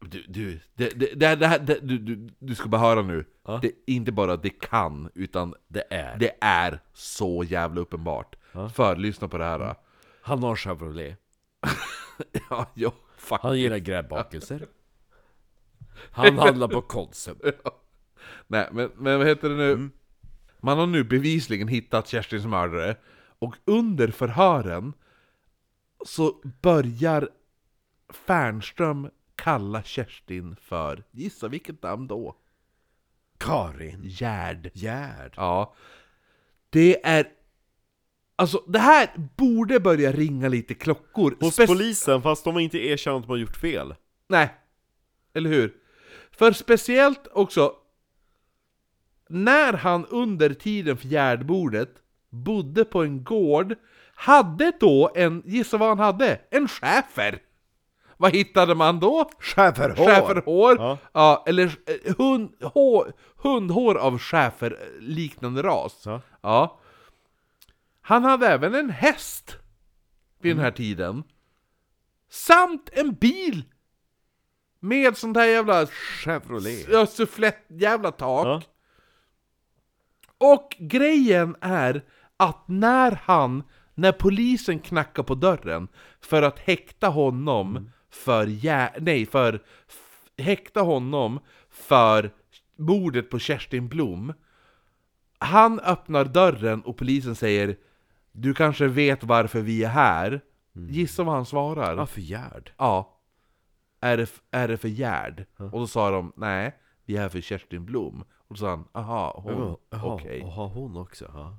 Speaker 1: Du, du, det, det, det, det, här- det, du, du, du ska bara höra nu.
Speaker 2: Ja.
Speaker 1: Det är inte bara det kan, utan
Speaker 2: Det är
Speaker 1: Det är så jävla uppenbart. För lyssna på det här. då.
Speaker 2: Han har en Chevrolet
Speaker 1: Ja, ja, fuck.
Speaker 2: Han gillar gräddbakelser Han handlar på Konsum
Speaker 1: Nej, men, men vad heter det nu? Man har nu bevisligen hittat Kerstins mördare. Och under förhören så börjar Fernström kalla Kerstin för, gissa vilket namn då?
Speaker 2: Karin
Speaker 1: Gerd.
Speaker 2: Gerd
Speaker 1: Ja. Det är... Alltså, det här borde börja ringa lite klockor.
Speaker 2: Hos
Speaker 1: Spec-
Speaker 2: polisen, fast de har inte erkänt att de har gjort fel
Speaker 1: Nej. Eller hur? För speciellt också när han under tiden för Gärdbordet bodde på en gård hade då en, gissa vad han hade? En schäfer! Vad hittade man då?
Speaker 2: Schäferhår!
Speaker 1: Schäferhår!
Speaker 2: Ja.
Speaker 1: Ja. eller eh, hund, hår, hundhår av schäferliknande ras.
Speaker 2: Ja.
Speaker 1: Ja. Han hade även en häst vid den här tiden. Samt en bil! Med sånt här jävla
Speaker 2: Chevrolet.
Speaker 1: Ja, sufflett jävla tak.
Speaker 2: Ja.
Speaker 1: Och grejen är att när han, när polisen knackar på dörren för att häkta honom för jä... Nej, för... f- Häkta honom för mordet på Kerstin Blom. Han öppnar dörren och polisen säger Du kanske vet varför vi är här? Gissa vad han svarar?
Speaker 2: Ja, för Gerd.
Speaker 1: Ja. Är det, f- är det för Gerd? Och då sa de nej, vi är här för Kerstin Blom. Och då sa han aha, hon, okej.
Speaker 2: och har hon också? Ja!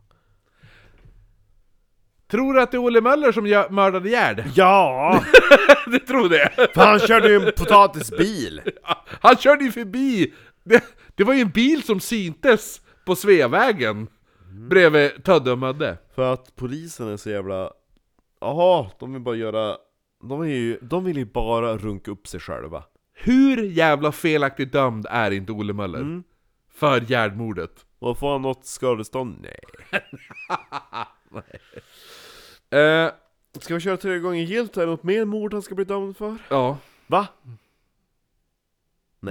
Speaker 1: Tror du att det är Olle Möller som gör, mördade Gerd?
Speaker 2: ja.
Speaker 1: du tror det?
Speaker 2: För han körde ju en potatisbil!
Speaker 1: Han körde ju förbi! Det, det var ju en bil som syntes på Sveavägen. Bredvid Tödde och Mödde.
Speaker 2: För att polisen är så jävla... Jaha, de vill bara göra... De, är ju... de vill ju bara runka upp sig själva.
Speaker 1: Hur jävla felaktigt dömd är inte Olle Möller? För Gerdmordet.
Speaker 2: Och får han något skadestånd? Nej.
Speaker 1: Eh,
Speaker 2: Ska vi köra tre gånger gilt? Är det något mer mord han ska bli dömd för?
Speaker 1: ja,
Speaker 2: Va?
Speaker 1: det,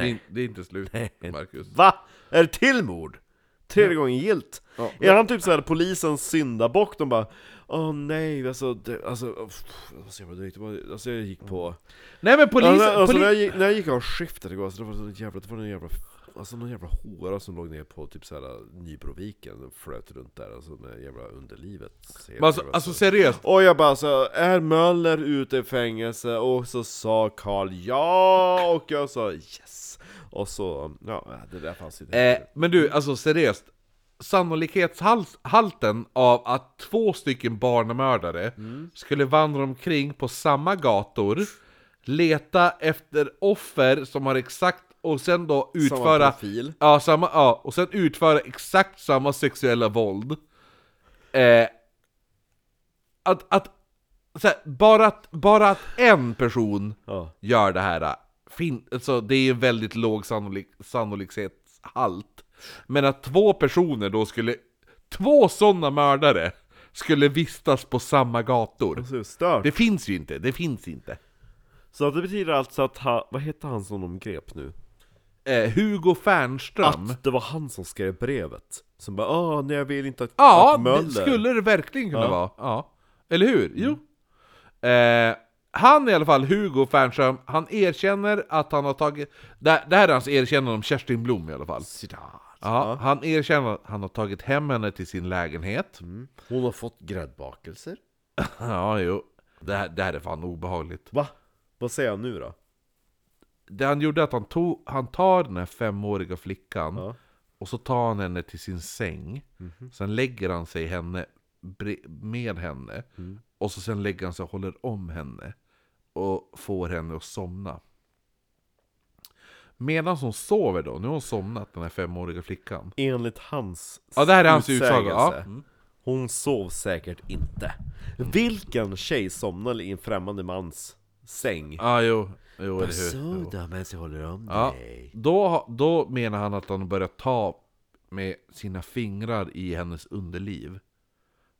Speaker 2: Nej.
Speaker 1: är- det är inte slut, Marcus.
Speaker 2: Va? Är det till mord? Tredje gången gilt?
Speaker 1: Ja.
Speaker 2: Är han typ såhär polisens syndabock? De bara Åh nej, alltså, det, alltså, oh, pff, det var så jävla drygt, Det var- alltså jag gick på...
Speaker 1: Nej men polisen...
Speaker 2: alltså, alltså,
Speaker 1: poli-
Speaker 2: när, jag gick, när jag gick av skiftet igår, alltså, det var så jävla, det var någon jävla, alltså någon jävla hora som låg ner på typ såhär Nybroviken och flöt runt där, alltså med jävla underlivet. typ,
Speaker 1: Men alltså, alltså seriöst,
Speaker 2: Och jag bara så, är Möller ute i fängelse? Och så sa Karl ja, och jag sa yes. Och så, ja det där fanns inte.
Speaker 1: Eh, men du, alltså seriöst. Sannolikhetshalten av att två stycken barnmördare skulle vandra omkring på samma gator, leta efter offer som har exakt, och sen då utföra...
Speaker 2: profil.
Speaker 1: Ja, samma, ja, och sen utföra exakt samma sexuella våld. Eh, att, att, så här, bara att, bara att en person
Speaker 2: Ja.
Speaker 1: gör det här, äh, fin, alltså, det är en väldigt låg sannolik, sannolikhetshalt. Men att två personer då skulle, två sådana mördare skulle vistas på samma gator.
Speaker 2: Så stört.
Speaker 1: Det finns ju inte, det finns inte.
Speaker 2: Så att det betyder alltså att han, vad hette han som de grep nu?
Speaker 1: Eh, Hugo Fernström.
Speaker 2: Att det var han som skrev brevet. Som bara åh nej jag vill inte att,
Speaker 1: Ja,
Speaker 2: att
Speaker 1: det skulle det verkligen kunna vara. Ja. Eller hur? Jo.
Speaker 2: Mm.
Speaker 1: Eh, han i alla fall, Hugo Fernström, han erkänner att han har tagit... Det, det här är hans erkännande om Kerstin Blom i alla fall. Ja, han erkänner att han har tagit hem henne till sin lägenhet.
Speaker 2: Hon har fått gräddbakelser.
Speaker 1: Ja, jo. Det här, det här är fan obehagligt.
Speaker 2: Va? Vad säger han nu då?
Speaker 1: Det han gjorde att han, tog, han tar den här femåriga flickan
Speaker 2: Ja.
Speaker 1: och så tar han henne till sin säng. Sen lägger han sig henne, bre- med henne och så sen lägger han sig och håller om henne och får henne att somna. Medan hon sover då, nu har hon somnat den här femåriga flickan.
Speaker 2: Enligt hans
Speaker 1: Ja, det här är hans
Speaker 2: utsägelse,
Speaker 1: utsaga, ja. Mm.
Speaker 2: Hon sov säkert inte. Vilken tjej somnar i en främmande mans säng?
Speaker 1: Ja, ah, jo, jo eller hur. Jo.
Speaker 3: Så då, men så håller de om
Speaker 1: Ja,
Speaker 3: dig.
Speaker 1: då, ha- då menar han att han börjar ta med sina fingrar i hennes underliv.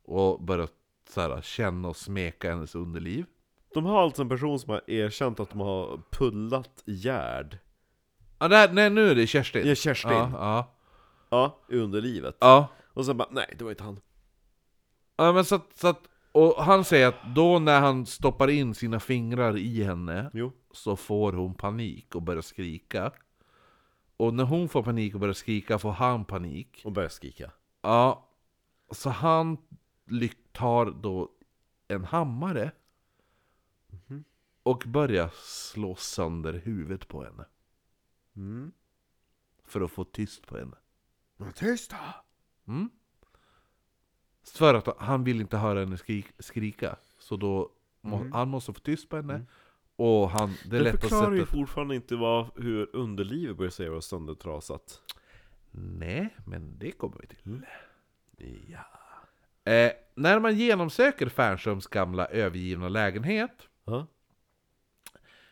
Speaker 1: Och börjar så här, känna och smeka hennes underliv.
Speaker 2: De har alltså en person som har erkänt att de har pullat Gerd.
Speaker 1: Ja, där, nej, nu är det Kerstin.
Speaker 2: Ja, Kerstin.
Speaker 1: Ja,
Speaker 2: Ja.
Speaker 1: ja,
Speaker 2: i underlivet.
Speaker 1: ja.
Speaker 2: Och sen bara, nej det var inte han.
Speaker 1: ja men så, att- så att, och han säger att då när han stoppar in sina fingrar i henne
Speaker 2: Jo.
Speaker 1: så får hon panik och börjar skrika. Och när hon får panik och börjar skrika får han panik.
Speaker 2: Och började skrika.
Speaker 1: Ja, så han lyck- tar då en hammare och börjar slå sönder huvudet på henne
Speaker 2: Mm.
Speaker 1: för att få tyst på henne.
Speaker 3: Men tysta!
Speaker 1: Mm? För att han vill inte höra henne skrik- skrika, så då må, han måste få tyst på henne. Och han, det
Speaker 2: Det,
Speaker 1: lättaste
Speaker 2: Mm. förklarar ju
Speaker 1: sättet...
Speaker 2: fortfarande inte vad, hur underlivet börjar säga vara söndertrasat.
Speaker 1: Nej, men det kommer vi till.
Speaker 2: Ja.
Speaker 1: Eh, när man genomsöker Fernströms gamla övergivna lägenhet
Speaker 2: Ja.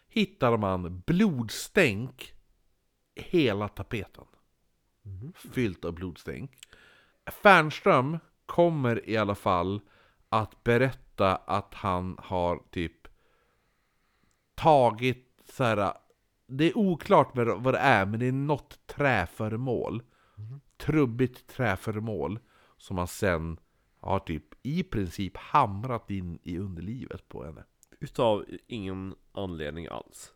Speaker 1: hittar man blodstänk hela tapeten. Fyllt av blodstänk. Fernström kommer i alla fall att berätta att han har typ tagit så här. Det är oklart med vad det är, men det är något träföremål. Trubbigt träföremål som han sen har typ i princip hamrat in i underlivet på henne.
Speaker 2: Utav ingen anledning alls.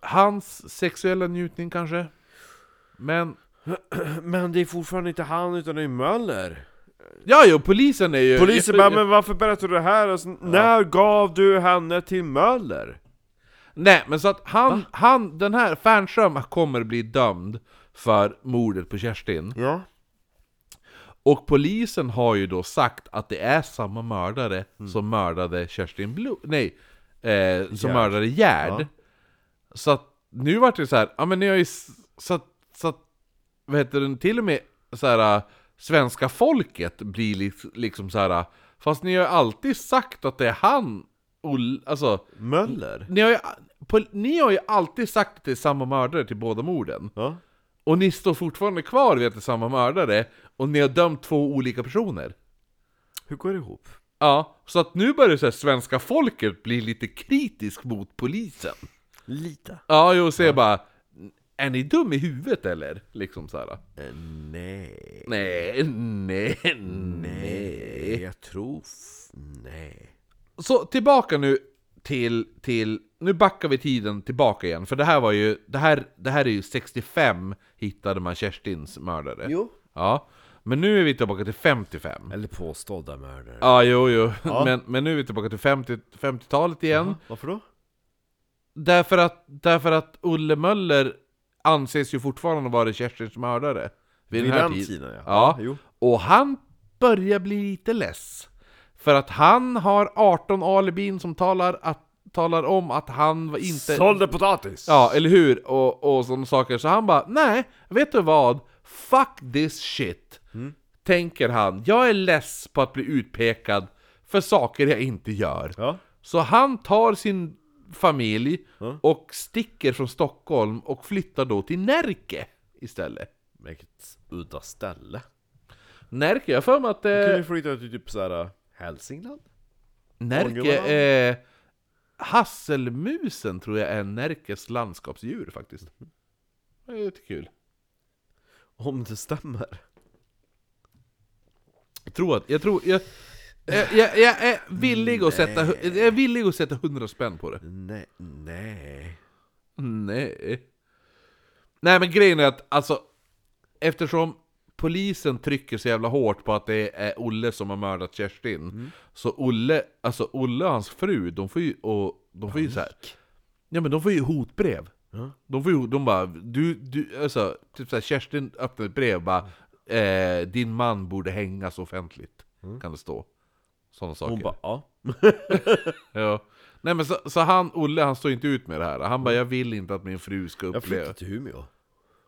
Speaker 1: Hans sexuella njutning kanske? Men,
Speaker 2: Men det är fortfarande inte han utan det är Möller.
Speaker 1: ja jo, polisen är ju...
Speaker 2: Polisen bara, men varför berättar du det här? Alltså, När gav du henne till Möller?
Speaker 1: Nej, men så att han, han den här Fernström kommer bli dömd för mordet på Kerstin.
Speaker 2: Ja.
Speaker 1: Och polisen har ju då sagt att det är samma mördare
Speaker 2: Mm.
Speaker 1: som mördade Kerstin Blom, nej, eh, som
Speaker 2: Gerd.
Speaker 1: mördade Gerd.
Speaker 2: Ja.
Speaker 1: Så att nu vart det så här, ja men nu har ju, s- så att, så att, vad heter den, till och med så här, äh, svenska folket blir li- liksom så här, äh, fast ni har ju alltid sagt att det är han, Olle, alltså,
Speaker 2: Möller?
Speaker 1: ni har, ju, pol- ni har ju alltid sagt att det är samma mördare till båda morden.
Speaker 2: Ja.
Speaker 1: Och ni står fortfarande kvar vid att det är samma mördare, och ni har dömt två olika personer.
Speaker 2: Hur går det ihop?
Speaker 1: Ja, så att nu börjar så här, svenska folket bli lite kritisk mot polisen.
Speaker 2: Lite.
Speaker 1: Ja, jo, och säger bara Är ni dum i huvudet eller? Liksom så här.
Speaker 3: Nej.
Speaker 1: Nej, Mm. nej, nej.
Speaker 3: Jag tror... f- Nej.
Speaker 1: Så tillbaka nu till, till, nu backar vi tiden tillbaka igen, för det här var ju, det här, det här är ju 65 hittade man Kerstins mördare.
Speaker 3: Jo.
Speaker 1: Ja, men nu är vi tillbaka till 55.
Speaker 3: Eller påstådda mördare.
Speaker 1: Ja, jo, jo.
Speaker 2: Ja.
Speaker 1: Men, Mm. men nu är vi tillbaka till 50, 50-talet igen.
Speaker 2: Varför då?
Speaker 1: Därför att, därför att Olle Möller anses ju fortfarande vara Kerstins mördare. Vid den här tiden.
Speaker 2: ja.
Speaker 1: Ja.
Speaker 2: jo.
Speaker 1: Och han börjar bli lite less. För att han har 18 alibin som talar, att, talar om att han var inte...
Speaker 2: Sålde potatis!
Speaker 1: Ja, eller hur? Och, och sådana saker. Så han bara, nej, vet du vad? Fuck this shit. Tänker han. Jag är less på att bli utpekad för saker jag inte gör.
Speaker 2: Ja.
Speaker 1: Så han tar sin familj
Speaker 2: Ja.
Speaker 1: och sticker från Stockholm och flyttar då till Närke istället.
Speaker 2: Vilket udda ställe.
Speaker 1: Närke, jag har för mig att
Speaker 2: Du kunde
Speaker 1: eh,
Speaker 2: ju flytta till typ såhär Hälsingland?
Speaker 1: Närke
Speaker 2: Ångermanland?
Speaker 1: är... Hasselmusen tror jag är Närkes landskapsdjur faktiskt. Det är lite kul.
Speaker 2: Om det stämmer.
Speaker 1: Jag tror att, jag tror, jag, jag, jag, jag är villig att sätta, jag är villig att sätta hundra spänn på det.
Speaker 3: Nej. Nej.
Speaker 1: Nej. Nej men grejen är att, alltså, eftersom polisen trycker så jävla hårt på att det är Olle som har mördat Kerstin,
Speaker 2: Mm.
Speaker 1: så Olle, alltså Olle och hans fru, de får ju, och, de får ju så här, ja men de får ju hotbrev. De får ju, de bara, du, du, alltså, typ så här, Kerstin öppnar ett brev bara, eh, din man borde hängas offentligt, kan det stå. Sådana saker.
Speaker 2: Mm. Hon bara ja.
Speaker 1: Ja. Nej men så, så han, Olle, han står inte ut med det här. Han bara 'Jag vill inte att min fru ska
Speaker 2: Mm. Jag
Speaker 1: uppleva'
Speaker 2: flyttade till Umeå.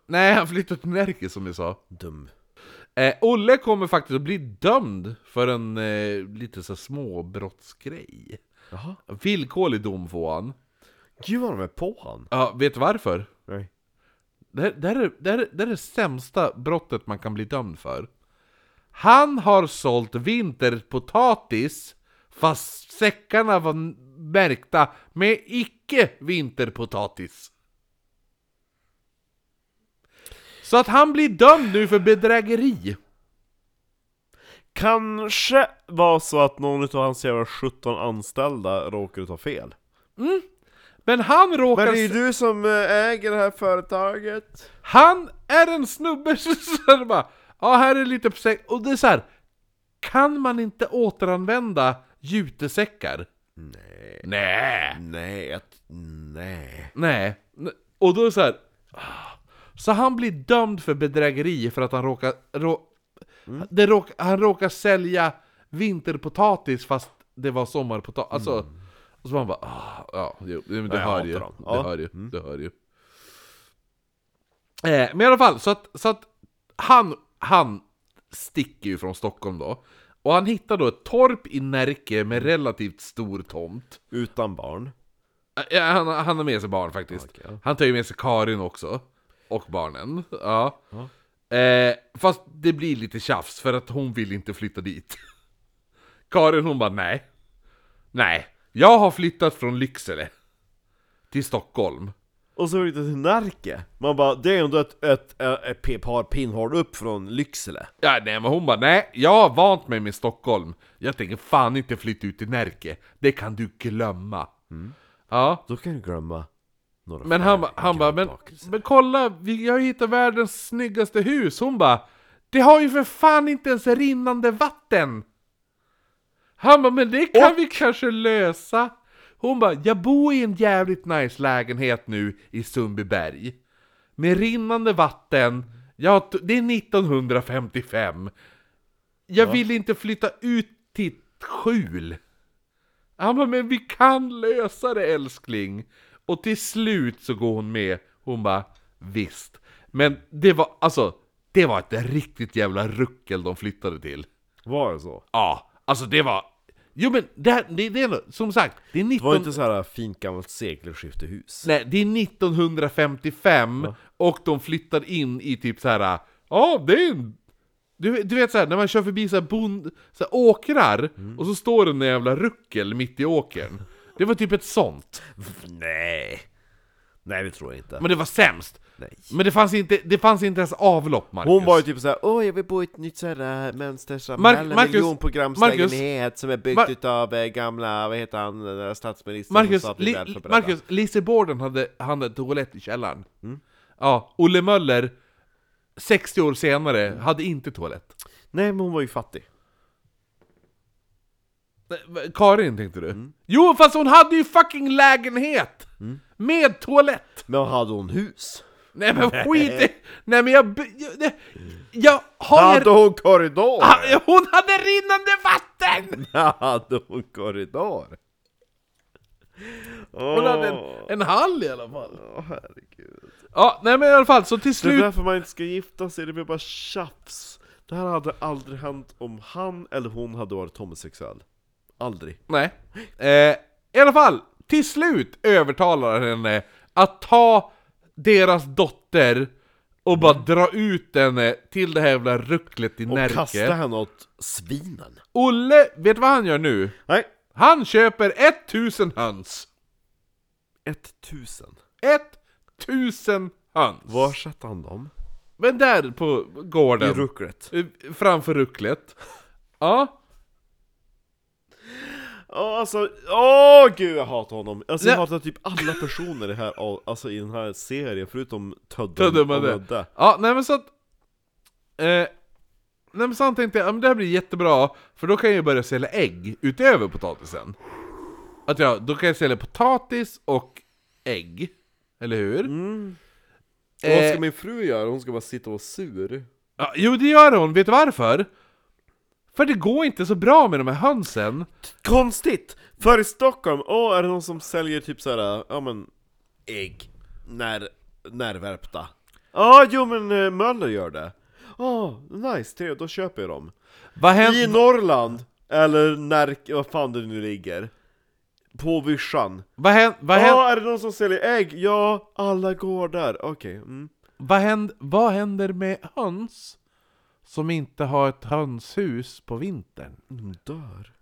Speaker 1: Nej, han flyttade till Närke som jag sa.
Speaker 2: Dum.
Speaker 1: Eh, Olle kommer faktiskt att bli dömd för en eh, lite så här småbrottsgrej.
Speaker 2: Jaha.
Speaker 1: Villkorlig dom får han.
Speaker 2: Gud vad de är på han.
Speaker 1: Ja, vet du varför?
Speaker 2: Nej.
Speaker 1: Det här, det, här är, det, här, är- det här är det sämsta brottet man kan bli dömd för. Han har sålt vinterpotatis fast säckarna var n- märkta med icke vinterpotatis. Så att han blir dömd nu för bedrägeri.
Speaker 2: Kanske var så att någon utav hans jävla 17 anställda råkade ta fel.
Speaker 1: Men han råkar...
Speaker 2: Men det är ju du som eh, äger det här företaget.
Speaker 1: Han är en snubbe som så här bara Ja här är lite säck och det är så här Kan man inte återanvända jutesäckar? Nej Nej
Speaker 3: Nej. Jag... t- Nej.
Speaker 1: Nej N- Och då är det så här ah. Så han blir dömd för bedrägeri för att han råkar rå,
Speaker 2: Mm.
Speaker 1: det råk, Han råkar sälja vinterpotatis fast det var sommarpotatis Alltså Och så man bara ah, Ja, jo, men det
Speaker 2: jag
Speaker 1: hör
Speaker 2: hatar
Speaker 1: ju
Speaker 2: dem.
Speaker 1: Det
Speaker 2: Mm. Ja. Mm.
Speaker 1: hör ju, det hör ju Eh, men i alla fall, så att, så att han, han sticker ju från Stockholm då. Och han hittar då ett torp i Närke med relativt stor tomt.
Speaker 2: Utan barn.
Speaker 1: Ja, Han, han har med sig barn faktiskt.
Speaker 2: Okej, ja.
Speaker 1: Han tar ju med sig Karin också. Och barnen. Ja.
Speaker 2: Ja.
Speaker 1: Eh, fast det blir lite tjafs för att hon vill inte flytta dit. Karin hon bara nej. Nej. Jag har flyttat från Lycksele. Till Stockholm.
Speaker 2: Och så flyttade till Närke. Man bara, det är ändå ett, ett, ett, ett par pinnhål upp från Lycksele.
Speaker 1: Ja, nej men hon bara nej, jag har vant mig med Stockholm. Jag tänker fan inte flytta ut till Närke. Det kan du glömma.
Speaker 2: Mm.
Speaker 1: Ja.
Speaker 2: Då kan du glömma några
Speaker 1: Men
Speaker 2: fler
Speaker 1: han, ba- han bara, men,
Speaker 2: bakelse.
Speaker 1: men kolla, vi har ju hittat världens snyggaste hus. Hon bara, det har ju för fan inte ens rinnande vatten! Han bara, men det kan vi kanske lösa! Hon bara, jag bor i en jävligt nice lägenhet nu i Sundbyberg. Med rinnande vatten, jag har t- det är 1955. Jag vill inte flytta ut till skjul. Han bara, men vi kan lösa det älskling! Och till slut så går hon med, hon bara, visst. Men det var, alltså, det var ett riktigt jävla ruckel de flyttade till.
Speaker 2: Var det så?
Speaker 1: Ja, alltså det var... Jo men det, här, det, det är nog- som sagt, det är
Speaker 2: Det var
Speaker 1: 19...
Speaker 2: inte så här fint gammalt sekelskiftehus.
Speaker 1: Nej, det är 1955 och de flyttar in i typ så här. ja det är en... Du, du vet såhär, när man kör förbi så här bond, så här åkrar
Speaker 2: Mm.
Speaker 1: och så står det en jävla ruckel mitt i åkern. Det var typ ett sånt.
Speaker 2: Nej. Nej, det tror jag inte.
Speaker 1: Men det var sämst!
Speaker 2: Nej.
Speaker 1: Men det fanns inte, det fanns inte ens avlopp Marcus.
Speaker 2: Hon var ju typ såhär, åh jag vill bo i ett nytt eh, såhär
Speaker 1: Mark-
Speaker 2: mönstersamhälle,
Speaker 1: Marcus-
Speaker 2: miljonprogramslägenhet som är byggt
Speaker 1: Mar-
Speaker 2: utav eh, gamla, vad heter han, den där statsministern
Speaker 1: Marcus,
Speaker 2: som sa att vi
Speaker 1: li,
Speaker 2: är väl förberedda."
Speaker 1: Marcus Lise Borden hade, han hade toalett i källaren.
Speaker 2: Mm.
Speaker 1: Ja, Olle Möller, 60 år senare, hade inte toalett.
Speaker 2: Nej men hon var ju fattig.
Speaker 1: Nej, va- Karin tänkte du?
Speaker 2: Mm.
Speaker 1: Jo, fast hon hade ju fucking lägenhet! Med toalett!
Speaker 2: Men hade hon hus?
Speaker 1: Nej men skit i... Nej men jag... by- Jag, nej, jag har...
Speaker 2: Hade hon korridor?
Speaker 1: Ah, Hon hade rinnande vatten!
Speaker 2: hade hon korridor? Åh,
Speaker 1: Hon hade en, en hall i alla fall.
Speaker 2: åh, herregud.
Speaker 1: Ja, nej men i alla fall, så till
Speaker 2: Det är
Speaker 1: slut...
Speaker 2: därför man inte ska gifta sig, det blir bara tjafs. Det här hade aldrig hänt om han eller hon hade varit homosexuell. Aldrig.
Speaker 1: Nej. Eh, I alla fall, till slut övertalar han henne att ta deras dotter och bara dra ut henne till det här jävla rucklet i
Speaker 2: Och kasta
Speaker 1: Närke.
Speaker 2: henne åt svinen.
Speaker 1: Olle, vet du vad han gör nu?
Speaker 2: Nej,
Speaker 1: Han köper 1000 höns!
Speaker 2: 1000.
Speaker 1: 1000 höns!
Speaker 2: Var satte han dem?
Speaker 1: Men där på gården,
Speaker 2: I rucklet.
Speaker 1: eh, framför rucklet. Ja,
Speaker 2: Ja, alltså, åh gud jag hatar honom! Alltså jag
Speaker 1: Nej.
Speaker 2: hatar typ alla personer i, här, alltså, i den här serien, förutom Tödde och
Speaker 1: töddummade.
Speaker 2: Mödde.
Speaker 1: Ja, nej men så att... Eh, nej men så han tänkte jag, ja, men det här blir jättebra, för då kan jag ju börja sälja ägg utöver potatisen. Att jag, då kan jag sälja potatis och ägg. Eller hur?
Speaker 2: Mm. Och Vad
Speaker 1: Eh,
Speaker 2: ska min fru göra? Hon ska bara sitta och vara sur?
Speaker 1: ja, jo, det gör hon. Vet du varför? För det går inte så bra med de här hönsen.
Speaker 2: Konstigt! För i Stockholm, åh är det någon som säljer typ såhär, ja men ägg, när, närvärpta? Ja, jo men eh, Möller gör det. Åh, nice, trevligt, då köper jag dem.
Speaker 1: Vad
Speaker 2: I
Speaker 1: händer?
Speaker 2: Norrland, eller Närke, vad fan det nu ligger. På vischan.
Speaker 1: Vad händer? Vad händer?
Speaker 2: Ja, är det någon som säljer ägg? Ja, alla går där. Okej, mm.
Speaker 1: Vad, händ, vad händer med höns som inte har ett hönshus på vintern?
Speaker 2: de Mm, dör.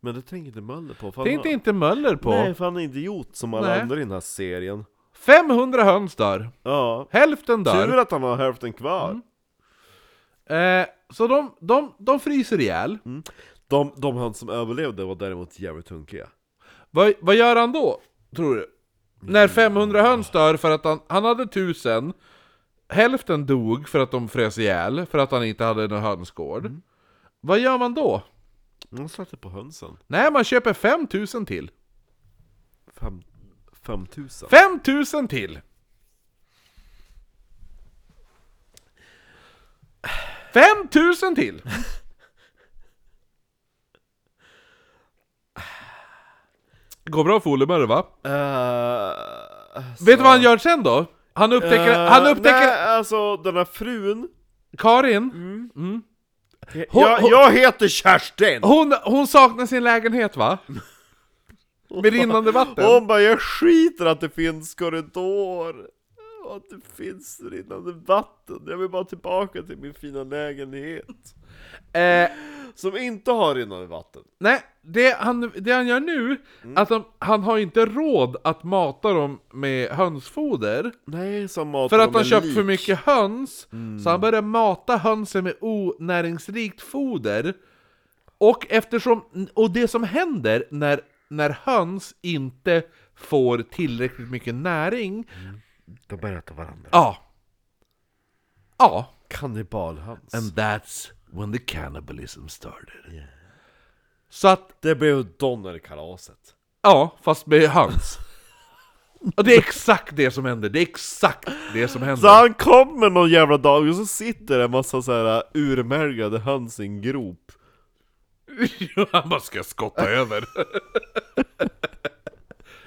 Speaker 2: Men det tänker inte Möller på. För
Speaker 1: Tänkte Mm. inte Möller på.
Speaker 2: Nej, för han är en idiot som alla
Speaker 1: Nej.
Speaker 2: andra i den här serien.
Speaker 1: 500 höns dör.
Speaker 2: Ja.
Speaker 1: Hälften
Speaker 2: Tur
Speaker 1: dör.
Speaker 2: att han har hälften kvar.
Speaker 1: Eh, så de, de, de fryser ihjäl.
Speaker 2: De, de han som överlevde var däremot jävligt hunkiga.
Speaker 1: Vad, vad gör han då, tror du? När 500 höns dör för att han, han hade 1000 Hälften dog för att de frös ihjäl, för att han inte hade någon hönsgård. Vad gör man då?
Speaker 2: De satte på hönsen.
Speaker 1: Nej, man köper 5000 till.
Speaker 2: Fem, 5000.
Speaker 1: 5000 till! 5000 till! Går bra för Olle Mörre, va?
Speaker 2: Alltså. Eh,
Speaker 1: Vet du vad han gör sen då? Han upptäcker, han upptäcker
Speaker 2: Nej, alltså den här frun.
Speaker 1: Karin, mm. Hon,
Speaker 2: Jag,
Speaker 1: hon,
Speaker 2: jag heter Kerstin!
Speaker 1: hon, hon saknar sin lägenhet va? Med rinnande vatten?
Speaker 2: Hon bara, jag skiter att det finns korridor och att det finns rinnande vatten. Jag vill bara tillbaka till min fina lägenhet.
Speaker 1: Eh,
Speaker 2: Som inte har rinnande vatten.
Speaker 1: nej, det han, det han gör nu, att han, han har inte råd att mata dem med hönsfoder
Speaker 2: Nej, som mat
Speaker 1: För att
Speaker 2: de
Speaker 1: han
Speaker 2: är
Speaker 1: köpt
Speaker 2: lik.
Speaker 1: för mycket höns, så han börjar mata hönsen med onäringsrikt foder. Och, eftersom, och det som händer när, när höns inte får tillräckligt mycket näring...
Speaker 2: De börjar äta varandra.
Speaker 1: Ja. Ja.
Speaker 2: Kannibalhans.
Speaker 1: And that's when the cannibalism started. Så att,
Speaker 2: Det blev Donnerkalaset.
Speaker 1: ja, fast med höns. Och det är exakt det som händer, det är exakt det som händer.
Speaker 2: Så han kommer någon jävla dag och så sitter det en massa så här äh, urmärgade höns i en grop.
Speaker 1: Han bara ska jag skotta över.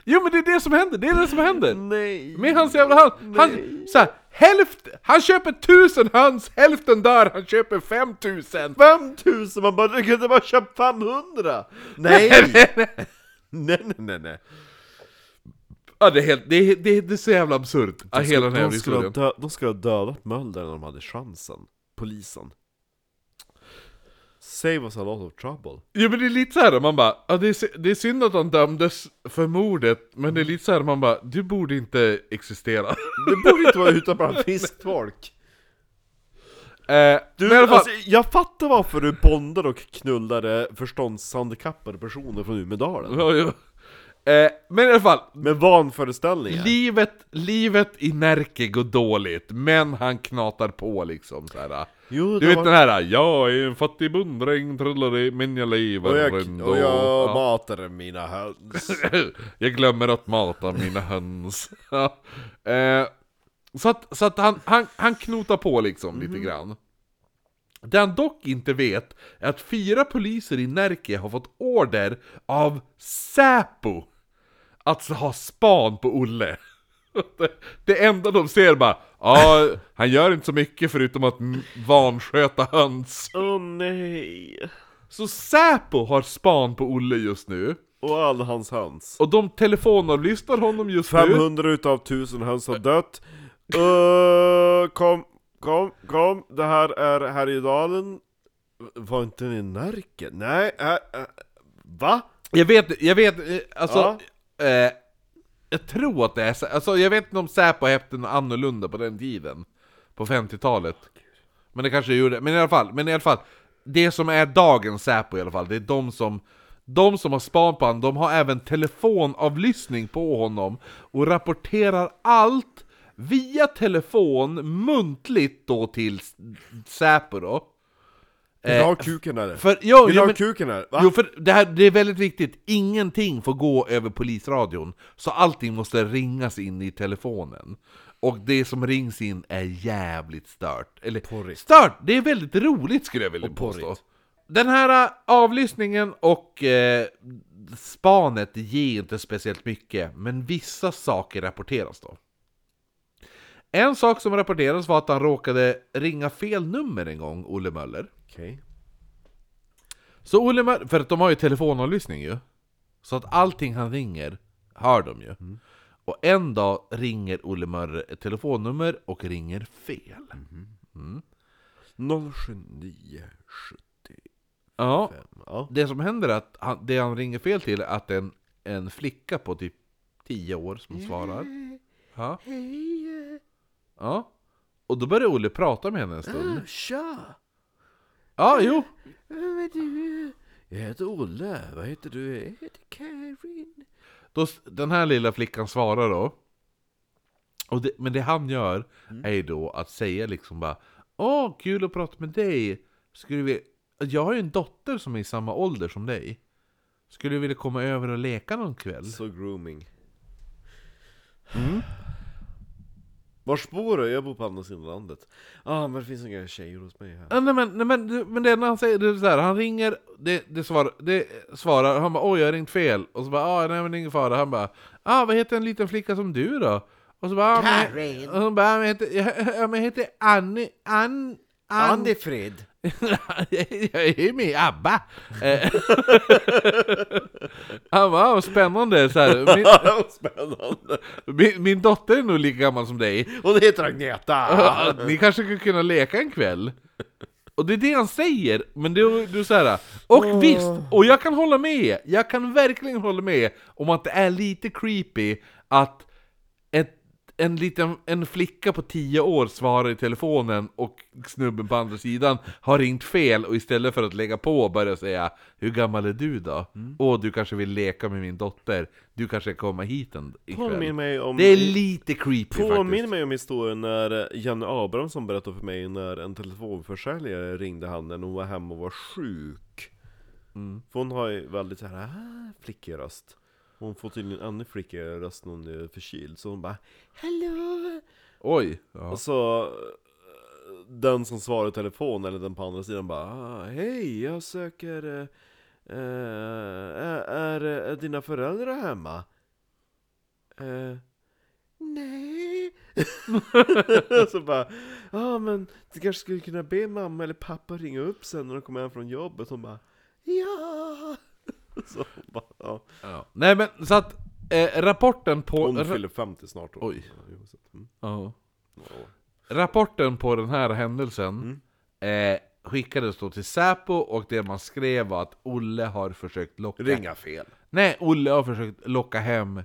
Speaker 1: jo men det är det som händer, det är det som händer.
Speaker 2: Nej!
Speaker 1: Med hans jävla höns. Han, så här, hälft, han köper tusen höns, hälften dör, han köper fem tusen.
Speaker 2: 5000! Man bara, du kunde bara köpt 500! Nej! nej, nej, nej, nej.
Speaker 1: Ja, det, är helt, det, är, det, är, det är så jävla absurt, ja, hela den här
Speaker 2: de, skulle ha
Speaker 1: historien.
Speaker 2: dö- de skulle ha dödat Mölder när de hade chansen. Polisen. Save us a lot of trouble.
Speaker 1: Jo men det är lite så här, man bara, ja, det, är, sy- det är synd att han dömdes för mordet, men det är lite så här, man bara, du borde inte existera.
Speaker 2: Det borde inte vara utan bara visst folk.
Speaker 1: eh,
Speaker 2: Du,
Speaker 1: men i alla fall,
Speaker 2: alltså, jag fattar varför du bondar och knullade förståndshandikappade personer från Umedalen.
Speaker 1: Ja, jo. Eh, men i alla fall,
Speaker 2: Med vanföreställningar.
Speaker 1: Livet, livet i Närke går dåligt, men han knatar på liksom så här.
Speaker 2: jo,
Speaker 1: Du
Speaker 2: det
Speaker 1: vet
Speaker 2: var-
Speaker 1: den här, jag är en fattig bunddräng, trullare, men jag
Speaker 2: och
Speaker 1: lever
Speaker 2: jag,
Speaker 1: ändå.
Speaker 2: och jag
Speaker 1: Ja.
Speaker 2: matar mina höns.
Speaker 1: jag glömmer att mata mina höns. Ja. eh, så att, så att han, han, han knotar på liksom lite grann. Det han dock inte vet är att fyra poliser i Närke har fått order av Säpo att ha span på Olle. Det- Det enda de ser bara, ja, han gör inte så mycket förutom att m- vansköta höns.
Speaker 2: Åh nej.
Speaker 1: Så Säpo har span på Olle just nu.
Speaker 2: Och alla hans höns.
Speaker 1: Och de telefonavlyssnar honom just nu.
Speaker 2: 500 utav 1000 höns har dött. Uh, kom, kom, kom. Det här är Härjedalen. Var inte den i Närke? Nej, äh, äh, va?
Speaker 1: Jag vet, jag vet, eh, alltså... Eh, jag tror att det är Sä- alltså jag vet inte om Säpo hette något annorlunda på den tiden. På 50-talet. Men det kanske gjorde, men i alla fall, men i alla fall. Det som är dagens Säpo i alla fall, det är de som de som har span på honom, de har även telefonavlyssning på honom och rapporterar allt via telefon muntligt då till S- Säpo då.
Speaker 2: Vill du ha kuken eller?
Speaker 1: Eh, För, jo,
Speaker 2: Vill du
Speaker 1: jo,
Speaker 2: ha
Speaker 1: men,
Speaker 2: kuken eller? Va?
Speaker 1: Jo, för det, här, det är väldigt viktigt. Ingenting får gå över polisradion. Så allting måste ringas in i telefonen. Och det som rings in är jävligt stört. Eller
Speaker 2: Porrigt.
Speaker 1: stört! Det är väldigt roligt skulle jag vilja påstå.
Speaker 2: porrigt.
Speaker 1: Den här äh, avlyssningen och eh, spanet det ger inte speciellt mycket. Men vissa saker rapporteras då. En sak som rapporteras var att han råkade ringa fel nummer en gång, Olle Möller.
Speaker 2: Okej.
Speaker 1: Så Olle Mör- för att de har ju telefonavlyssning ju. Så att allting han ringer hör de ju. Och en dag ringer Olle Mörre ett telefonnummer och ringer fel.
Speaker 2: 079
Speaker 1: Ja,
Speaker 2: Ja.
Speaker 1: det som händer är att han, det han ringer fel till är att en, en flicka på typ 10 år som svarar. Ja. eh.
Speaker 3: Hej,
Speaker 1: ja. Och då börjar Olle prata med henne en
Speaker 3: eh,
Speaker 1: stund.
Speaker 2: Ah.
Speaker 3: tja!
Speaker 1: Ja, jo.
Speaker 3: Vem är du? Jag heter Olle. Vad heter du? Jag heter Karin.
Speaker 1: Då, s- den här lilla flickan svarar då. Och det, men det han gör är ju då att säga liksom bara Åh, kul att prata med dig! Skulle vi... Jag har ju en dotter som är i samma ålder som dig. Skulle du vilja komma över och leka någon kväll?
Speaker 2: Så grooming.
Speaker 1: Mm.
Speaker 2: Vars bor du? Jag bor på andra sidan landet. ah, men det finns inga tjejer hos mig här.
Speaker 1: Ja, nej, men, nej, men, men det enda han säger, det är så här, han ringer, det, det, svar, det svarar, han bara oj jag har ringt fel. Och så bara ah, nej men ingen fara, han bara ah, vad heter en liten flicka som du då? Och så bara ah, men,
Speaker 3: Karin.
Speaker 1: och hon bara, ah, men jag heter, ja, men jag heter Annie, Ann, Ann,
Speaker 3: Andy Fred.
Speaker 1: jag är ju med i ABBA! Eh, Han bara, "Ah, vad spännande! Så här, min,
Speaker 2: Vad Spännande!
Speaker 1: min, min dotter är nog lika gammal som dig,
Speaker 2: Hon heter Agneta!
Speaker 1: ni kanske skulle kunna leka en kväll? Och det är det han säger, men du, du så här. Och visst, och jag kan hålla med, jag kan verkligen hålla med om att det är lite creepy att ett, en liten en flicka på 10 år svarar i telefonen och snubben på andra sidan har ringt fel och istället för att lägga på börjar säga Hur gammal är du då?
Speaker 2: Mm.
Speaker 1: Åh, du kanske vill leka med min dotter, du kanske kommer hit en
Speaker 2: Påminn
Speaker 1: ikväll.
Speaker 2: mig om...
Speaker 1: Det är lite creepy faktiskt.
Speaker 2: Påminn mig om historien när eh, Janne Abrahamsson berättade för mig när en telefonförsäljare ringde han när hon var hemma och var sjuk. För hon har ju väldigt så här ah, flickig röst. Hon får tydligen ännu flickigare röst när hon är förkyld. Så hon bara Hallå!
Speaker 1: Oj! Ja.
Speaker 2: Och så eh, den som svarar i telefon eller den på andra sidan bara ah, Hej, jag söker... eh, eh, är, är, är dina föräldrar hemma? Eh, Nej. så bara, ja ah, men du kanske skulle kunna be mamma eller pappa ringa upp sen när de kommer hem från jobbet. Hon bara, ja. Så hon bara, ja.
Speaker 1: Ja. Nej men så att eh, rapporten på...
Speaker 2: Hon
Speaker 1: ra-
Speaker 2: fyller 50 snart. då.
Speaker 1: Oj.
Speaker 2: Ja, jo, så att, mm.
Speaker 1: Ja. Rapporten på den här händelsen
Speaker 2: Mm.
Speaker 1: eh, skickades då till Säpo och det man skrev var att Olle har försökt locka...
Speaker 2: Ringa fel.
Speaker 1: Nej, Olle har försökt locka hem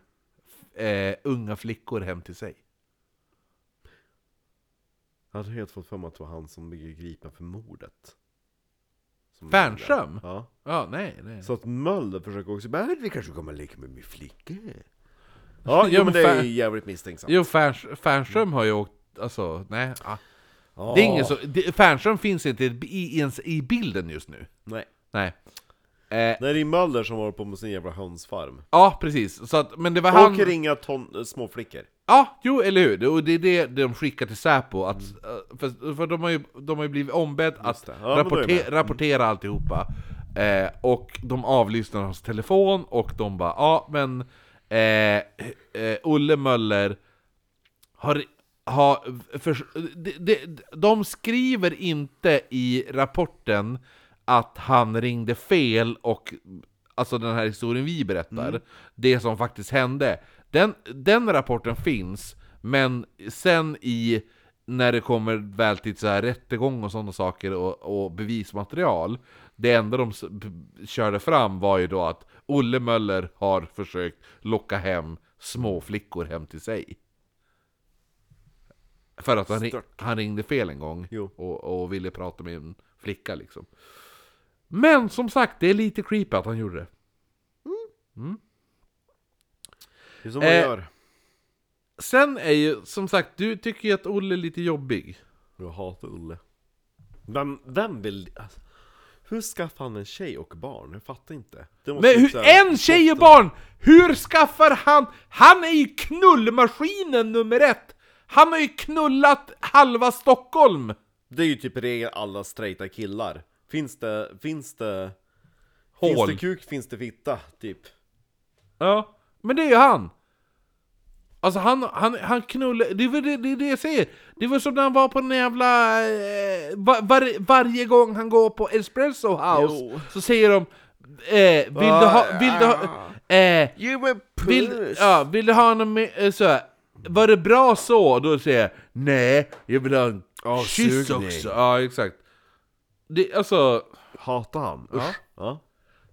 Speaker 1: eh, unga flickor hem till sig.
Speaker 2: Jag hade helt fått för mig att det var han som blev gripen för mordet. Som-
Speaker 1: Fernström?
Speaker 2: Ja.
Speaker 1: Ja, nej, nej.
Speaker 2: Så att Möller försöker också bara, vi kanske kommer leka med min flicka.
Speaker 1: Ja,
Speaker 2: Ja, jo,
Speaker 1: men
Speaker 2: men det är
Speaker 1: fan-
Speaker 2: jävligt misstänksamt.
Speaker 1: Jo, Ferns- Fernström har ju åkt... Alltså, nej. ah.
Speaker 2: Ja.
Speaker 1: Det är ingen så, det, Fernström finns inte i, i, ens i bilden just nu.
Speaker 2: Nej.
Speaker 1: Nej. Eh,
Speaker 2: Nej, det är Möller som håller på med sin jävla hönsfarm.
Speaker 1: ja, precis. Så att, men det var han...
Speaker 2: Och ringa ton- äh, småflickor.
Speaker 1: Ja, jo, eller hur? Det- Och det är det de skickar till Säpo, att, eh, för, för de, har ju, de har ju blivit ombedd att
Speaker 2: Mm. det. Ja, men då är jag Mm.
Speaker 1: rapporte- rapportera alltihopa. Eh, och de avlyssnar hans telefon, och de bara ja, men eh, eh, Olle Möller har... har för, de, de, de skriver inte i rapporten att han ringde fel och alltså den här historien vi berättar, det som faktiskt hände. Den, den rapporten finns, men sen i när det kommer väl till så här rättegång och sådana saker och, och bevismaterial, det enda de s- b- körde fram var ju då att Olle Möller har försökt locka hem små flickor hem till sig. För att han, ring, han ringde fel en gång
Speaker 2: Jo.
Speaker 1: och, och ville prata med en flicka liksom. Men som sagt, det är lite creepy att han gjorde det.
Speaker 2: Det är som man
Speaker 1: Eh.
Speaker 2: gör.
Speaker 1: Sen är ju, som sagt, du tycker ju att Olle är lite jobbig.
Speaker 2: Jag hatar Ulle. Vem, vem vill... Alltså, hur skaffar han en tjej och barn? Jag fattar inte. Det måste
Speaker 1: Men
Speaker 2: ju
Speaker 1: hur,
Speaker 2: så här-
Speaker 1: en tjej och barn! Hur skaffar han... Han är ju knullmaskinen nummer ett! Han har ju knullat halva Stockholm!
Speaker 2: Det är ju typ regel alla straighta killar. Finns det... Finns det... Finns
Speaker 1: Hål.
Speaker 2: det kuk finns det fitta, typ.
Speaker 1: Ja. Men det är ju han! Alltså han, han, han knullar... Det är väl det, det, är det jag säger! Det var som när han var på den jävla... Eh, var, var, varje gång han går på Espresso House
Speaker 2: Jo.
Speaker 1: så säger de... Eh, vill du ha... Vill du ha eh,
Speaker 4: You were
Speaker 1: Vill, ja, vill du ha någon mer, eh, så här, Var det bra så? Då säger jag nej, jag vill ha en kyss
Speaker 4: sugning.
Speaker 1: också. Ja, exakt. Det, alltså,
Speaker 2: Hatar han? Usch. Ja.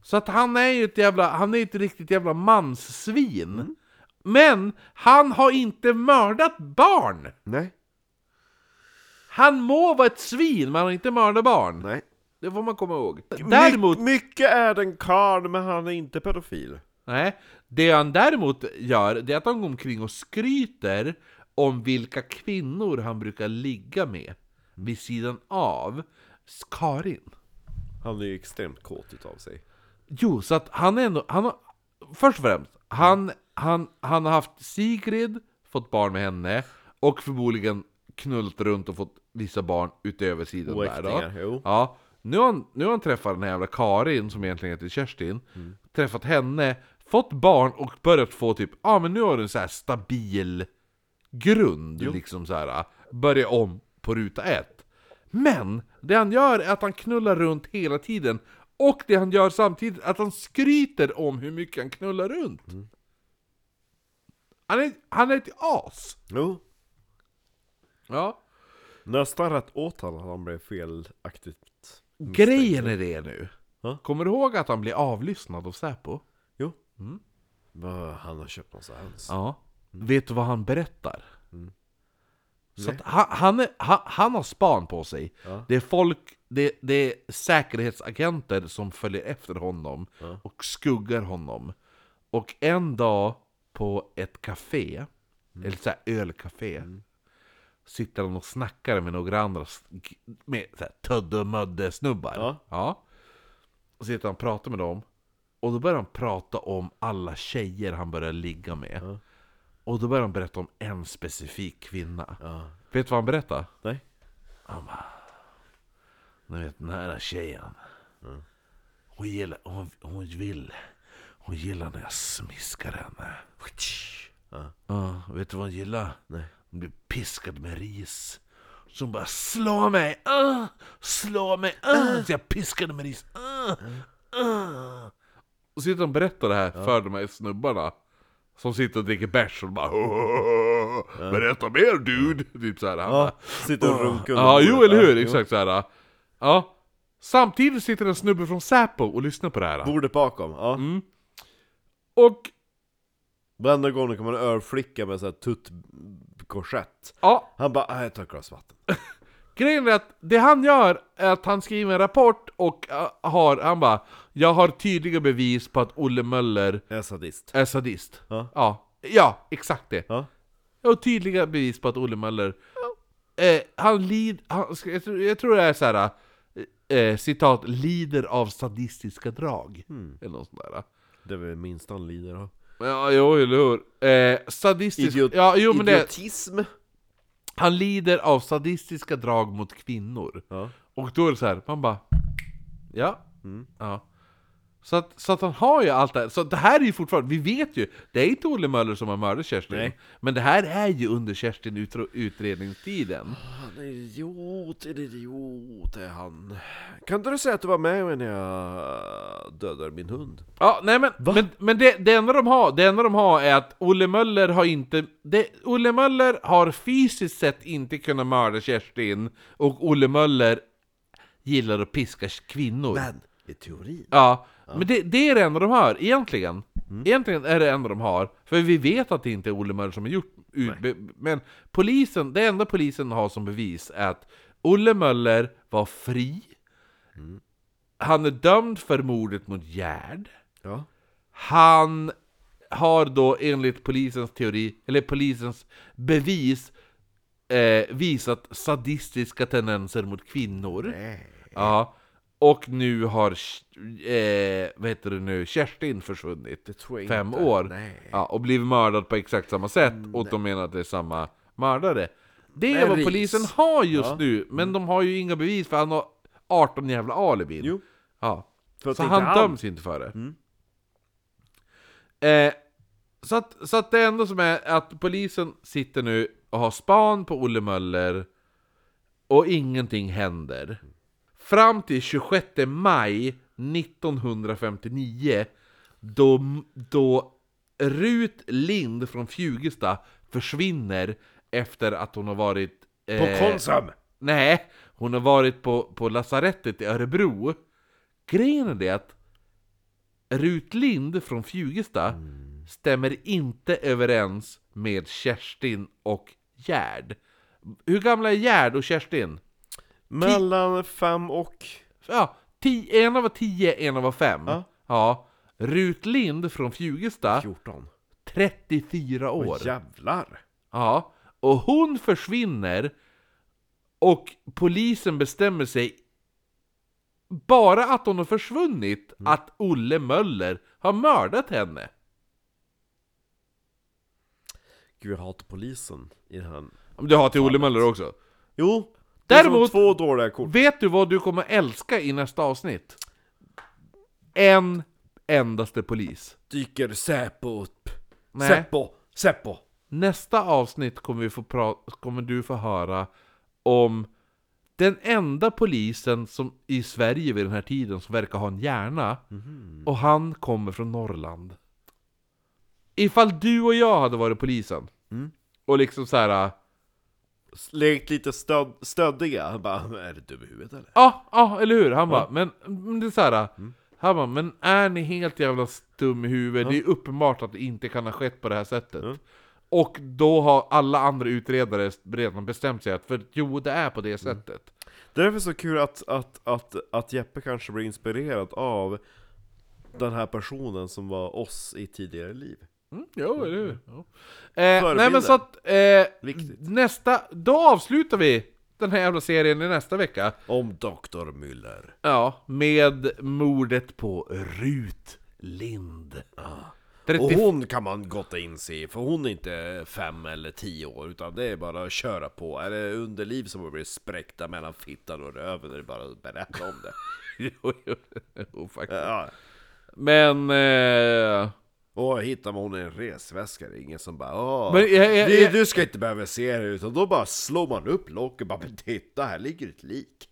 Speaker 1: så att han är ju ett jävla, han är ju ett riktigt jävla manssvin. Men han har inte mördat barn!
Speaker 2: Nej.
Speaker 1: Han må vara ett svin, men han har inte mördat barn.
Speaker 2: Nej.
Speaker 1: Det får man komma ihåg. Mm. Däremot,
Speaker 2: My, mycket är den karl, men han är inte pedofil.
Speaker 1: nej, det han däremot gör, det är att han går omkring och skryter om vilka kvinnor han brukar ligga med vid sidan av Karin.
Speaker 2: Han är ju extremt kåt utav sig.
Speaker 1: Jo, så att han är ändå... Han har, först och främst, han, han, han har haft Sigrid, fått barn med henne och förmodligen knullt runt och fått vissa barn utöver sidan
Speaker 2: Och
Speaker 1: där
Speaker 2: äktingar,
Speaker 1: då.
Speaker 2: jo.
Speaker 1: Ja, nu har, han, nu har han träffat den här jävla Karin som egentligen heter Kerstin, träffat henne, fått barn och börjat få typ, ja ah, men nu har du en så här stabil grund liksom så här. börja om på ruta ett. Men det han gör är att han knullar runt hela tiden. Och det han gör samtidigt är att han skryter om hur mycket han knullar runt. Han, är, han är ett as!
Speaker 5: Jo.
Speaker 1: Ja.
Speaker 5: Nästan rätt åtal att han blev felaktigt.
Speaker 1: Grejen är det nu.
Speaker 5: Ja.
Speaker 1: Kommer du ihåg att han blir avlyssnad av Säpo?
Speaker 5: Jo. Vad, Han har köpt massa höns.
Speaker 1: Mm. Ja. Mm. Vet du vad han berättar? Så att han, han, är, han, han har span på sig. Det är folk, det, det är säkerhetsagenter som följer efter honom och skuggar honom. Och en dag på ett café, eller så här ölcafé, sitter han och snackar med några andra s- med så här tödde och mödde snubbar.
Speaker 5: Ja.
Speaker 1: Ja. Och så sitter han och pratar med dem. Och då börjar han prata om alla tjejer han börjar ligga med. Och då börjar han berätta om en specifik kvinna. Vet du vad han berättar?
Speaker 5: Nej.
Speaker 1: Ni vet den här tjejen. Mm. Hon gillar, hon, hon vill. Hon gillar när jag smiskar henne. Ja. vet du vad hon gillar? Nej. Hon blir piskad med ris. Så hon bara slå mig, ah, slå mig, ah. Så jag piskade med ris. Ah, ah. Och sitter de och berättar det här för de här snubbarna. Som sitter och dricker bärs och bara Berätta mer dude! Typ såhär. Han bara,
Speaker 5: Ja, sitter och runkar under
Speaker 1: Ja, jo
Speaker 5: bordet.
Speaker 1: eller hur!
Speaker 5: Ja, jo.
Speaker 1: Exakt såhär. Ja. Samtidigt sitter en snubbe från Säpo och lyssnar på det här.
Speaker 5: Bordet bakom, ja.
Speaker 1: Mm. Och,
Speaker 5: Varenda gång det kommer en örflicka med sån här tuttkorsett.
Speaker 1: ja,
Speaker 5: Han bara, "Ah, jag tar ett glas vatten.
Speaker 1: grejen är att det han gör är att han skriver en rapport och äh, har, han bara Jag har tydliga bevis på att Olle Möller
Speaker 5: Jag är sadist.
Speaker 1: är sadist.
Speaker 5: Ja.
Speaker 1: Ja, ja exakt det.
Speaker 5: Ja.
Speaker 1: Jag har tydliga bevis på att Olle Möller, eh, han lider, han, ska- jag, tror, jag tror det är så här. Eh, citat, lider av sadistiska drag.
Speaker 5: Hmm.
Speaker 1: Eller något sånt där.
Speaker 5: Det är väl minst han lider av.
Speaker 1: Ja, jo, eller hur? Eh, sadistisk...
Speaker 5: Idiot-
Speaker 1: ja, jo, men det,
Speaker 5: Idiotism!
Speaker 1: han lider av sadistiska drag mot kvinnor.
Speaker 5: Ja.
Speaker 1: Och då är det så här, man bara... Ja.
Speaker 5: Mm.
Speaker 1: ja. Så, att, så att han har ju allt det här. Så det här är ju fortfarande, vi vet ju, det är inte Olle Möller som har mördat Kerstin.
Speaker 5: Nej.
Speaker 1: Men det här är ju under Kerstin utro- utredningstiden.
Speaker 5: Han är idiot, en idiot är han. Kan inte du säga att du var med när jag dödade min hund?
Speaker 1: Ja, nej men, men, men det, det, enda de har, det enda de har är att Olle Möller har inte... Det, Olle Möller har fysiskt sett inte kunnat mörda Kerstin, och Olle Möller gillar att piska kvinnor.
Speaker 5: Men, i teorin.
Speaker 1: Ja, men det, det är det enda de har, egentligen. Egentligen är det enda de har, för vi vet att det inte är Olle Möller som har gjort... Ut, be, men polisen, det enda polisen har som bevis är att Olle Möller var fri, han är dömd för mordet mot Gerd,
Speaker 5: Ja.
Speaker 1: han har då enligt polisens teori, eller polisens bevis, eh, visat sadistiska tendenser mot kvinnor. Ja. Och nu har, eh, vad heter det nu, Kerstin försvunnit.
Speaker 5: tror jag
Speaker 1: Fem
Speaker 5: inte.
Speaker 1: år.
Speaker 5: Nej. Mm,
Speaker 1: Ja, och blivit mördad på exakt samma sätt. Och de menar att det är samma mördare. Det är
Speaker 5: Men
Speaker 1: vad
Speaker 5: ris.
Speaker 1: polisen har just
Speaker 5: Ja. Mm.
Speaker 1: nu, men de har ju inga bevis för han har 18 jävla alibin.
Speaker 5: Jo.
Speaker 1: Ja.
Speaker 5: För att Mm.
Speaker 1: Så
Speaker 5: inte
Speaker 1: han,
Speaker 5: han-
Speaker 1: döms inte för det. Eh, så, att, så att det enda som är att polisen sitter nu och har span på Olle Möller och ingenting händer. Fram till 26 maj 1959 då, då Rut Lind från Fjugesta försvinner efter att hon har varit... eh,
Speaker 5: Konsum!
Speaker 1: Nej, hon har varit på, på lasarettet i Örebro. Grejen är det att Rut Lind från Fjugesta stämmer inte överens med Kerstin och Gerd. Hur gamla är Gerd och Kerstin?
Speaker 5: Mellan fem och...
Speaker 1: Ja, tio, ena var 10, ena var 5. Ja.
Speaker 5: Ja.
Speaker 1: Rut Lind från Fjugesta,
Speaker 5: 14.
Speaker 1: 34 Ah, år.
Speaker 5: Åh jävlar!
Speaker 1: Ja, och hon försvinner och polisen bestämmer sig bara att hon har försvunnit, att Olle Möller har mördat henne.
Speaker 5: Gud, jag hatar polisen i den här...
Speaker 1: Om du har till Olle Möller också.
Speaker 5: Jo! det är som
Speaker 1: Däremot-
Speaker 5: Två dåliga kort.
Speaker 1: alltså. Vet du vad du kommer älska i nästa avsnitt? En endaste polis.
Speaker 5: Dyker Säpo upp.
Speaker 1: Nej.
Speaker 5: Säpo! Säpo!
Speaker 1: Nästa avsnitt kommer, vi få pra- kommer du få höra om Den enda polisen som, i Sverige vid den här tiden som verkar ha en hjärna. Och han kommer från Norrland. Ifall du och jag hade varit polisen. Och liksom så här.
Speaker 2: Lekt lite stöd, stöddiga. Han bara, är du dum i huvudet eller?
Speaker 1: Ja, ja, Mm. eller hur? Han bara, men men det är så här. Han bara, men är ni helt jävla stum i huvudet? Det är uppenbart att det inte kan ha skett på det här sättet. Och då har alla andra utredare redan bestämt sig att, för jo, det är på det sättet.
Speaker 2: Det är därför så kul att, att, att, att Jeppe kanske blir inspirerad av den här personen som var oss i tidigare liv.
Speaker 1: Mm, jo, eller hur? Eh, nej
Speaker 2: Förebilder.
Speaker 1: men så att, eh,
Speaker 2: Viktigt.
Speaker 1: nästa, då avslutar vi den här jävla serien i nästa vecka.
Speaker 2: Om Dr. Müller.
Speaker 1: Ja, med mordet på Rut Lind. 30...
Speaker 2: Och hon kan man gott inse i, för hon är inte fem eller tio år, utan det är bara att köra på. Är det underliv som har blivit spräckta mellan fittan och röven, är det bara att berätta om det.
Speaker 1: jo, jo, jo, faktiskt.
Speaker 2: Ja.
Speaker 1: Men... Eh...
Speaker 2: Och hittar man hon i en resväska, det är ingen som bara Åh,
Speaker 1: Men jag- jag-
Speaker 2: du,
Speaker 1: jag-
Speaker 2: du ska inte behöva se det, utan då bara slår man upp locket och bara "Men titta, här ligger ett lik.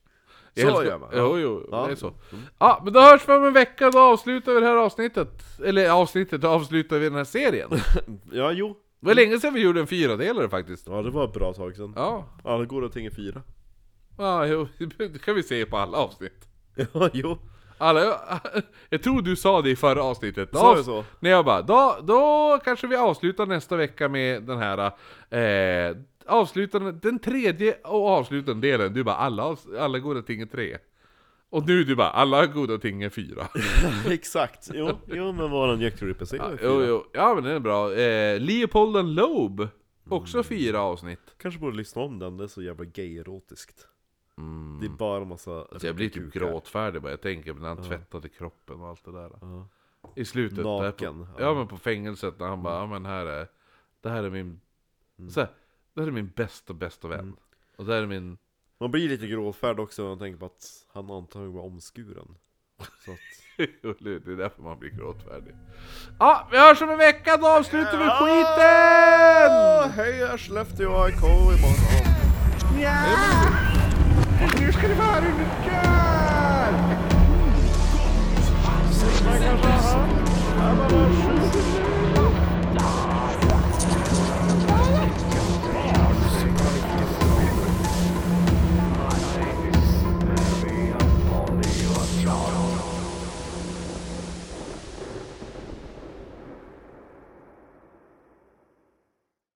Speaker 2: Så
Speaker 1: Jag älskar-
Speaker 2: gör man.
Speaker 1: Jo, jo,
Speaker 2: Ja. Mm.
Speaker 1: det är så. Ja, men då hörs vi om en vecka, då avslutar vi det här avsnittet. Eller avsnittet, då avslutar vi den här serien. Det
Speaker 2: Ja, jo.
Speaker 1: var länge sedan vi gjorde en fyradelare faktiskt.
Speaker 2: Ja, det var ett bra tag sedan.
Speaker 1: Ja,
Speaker 2: Alla goda ting är fyra.
Speaker 1: ja jo, det kan vi se på alla avsnitt.
Speaker 2: Ja, jo.
Speaker 1: Alla, jag tror du sa det i förra avsnittet. Då,
Speaker 2: Sa jag så?
Speaker 1: När jag bara, då, då kanske vi avslutar nästa vecka med den här eh, avslutande, den tredje och avslutande delen. Du bara, alla, avs- alla goda ting är tre. Och nu du bara, alla goda ting är fyra.
Speaker 2: Exakt. Jo, jo men våran Jack
Speaker 1: Ja,
Speaker 2: säger
Speaker 1: jo,
Speaker 2: fyra.
Speaker 1: jo. ja men den är bra. Eh, Leopolden Loeb, också
Speaker 2: Mm.
Speaker 1: fyra avsnitt.
Speaker 2: Kanske borde lyssna om den, det är så jävla gay-erotiskt. Det är bara massa...
Speaker 1: Så Mm. jag blir typ gråtfärdig bara jag tänker på när han tvättade kroppen och allt det där. I slutet. där
Speaker 2: Naken,
Speaker 1: På,
Speaker 2: ja.
Speaker 1: ja men på fängelset när han bara, ja men här är, det här är min,
Speaker 2: Mm.
Speaker 1: så här, det här är min bästa, bästa vän. Och det här är min,
Speaker 2: Man blir lite gråtfärd också när man tänker på att han antagligen var omskuren. Så att...
Speaker 1: det är därför man blir gråtfärdig. Ja, vi hörs om en vecka, då avslutar vi skiten!
Speaker 2: Heja Skellefteå AIK imorgon!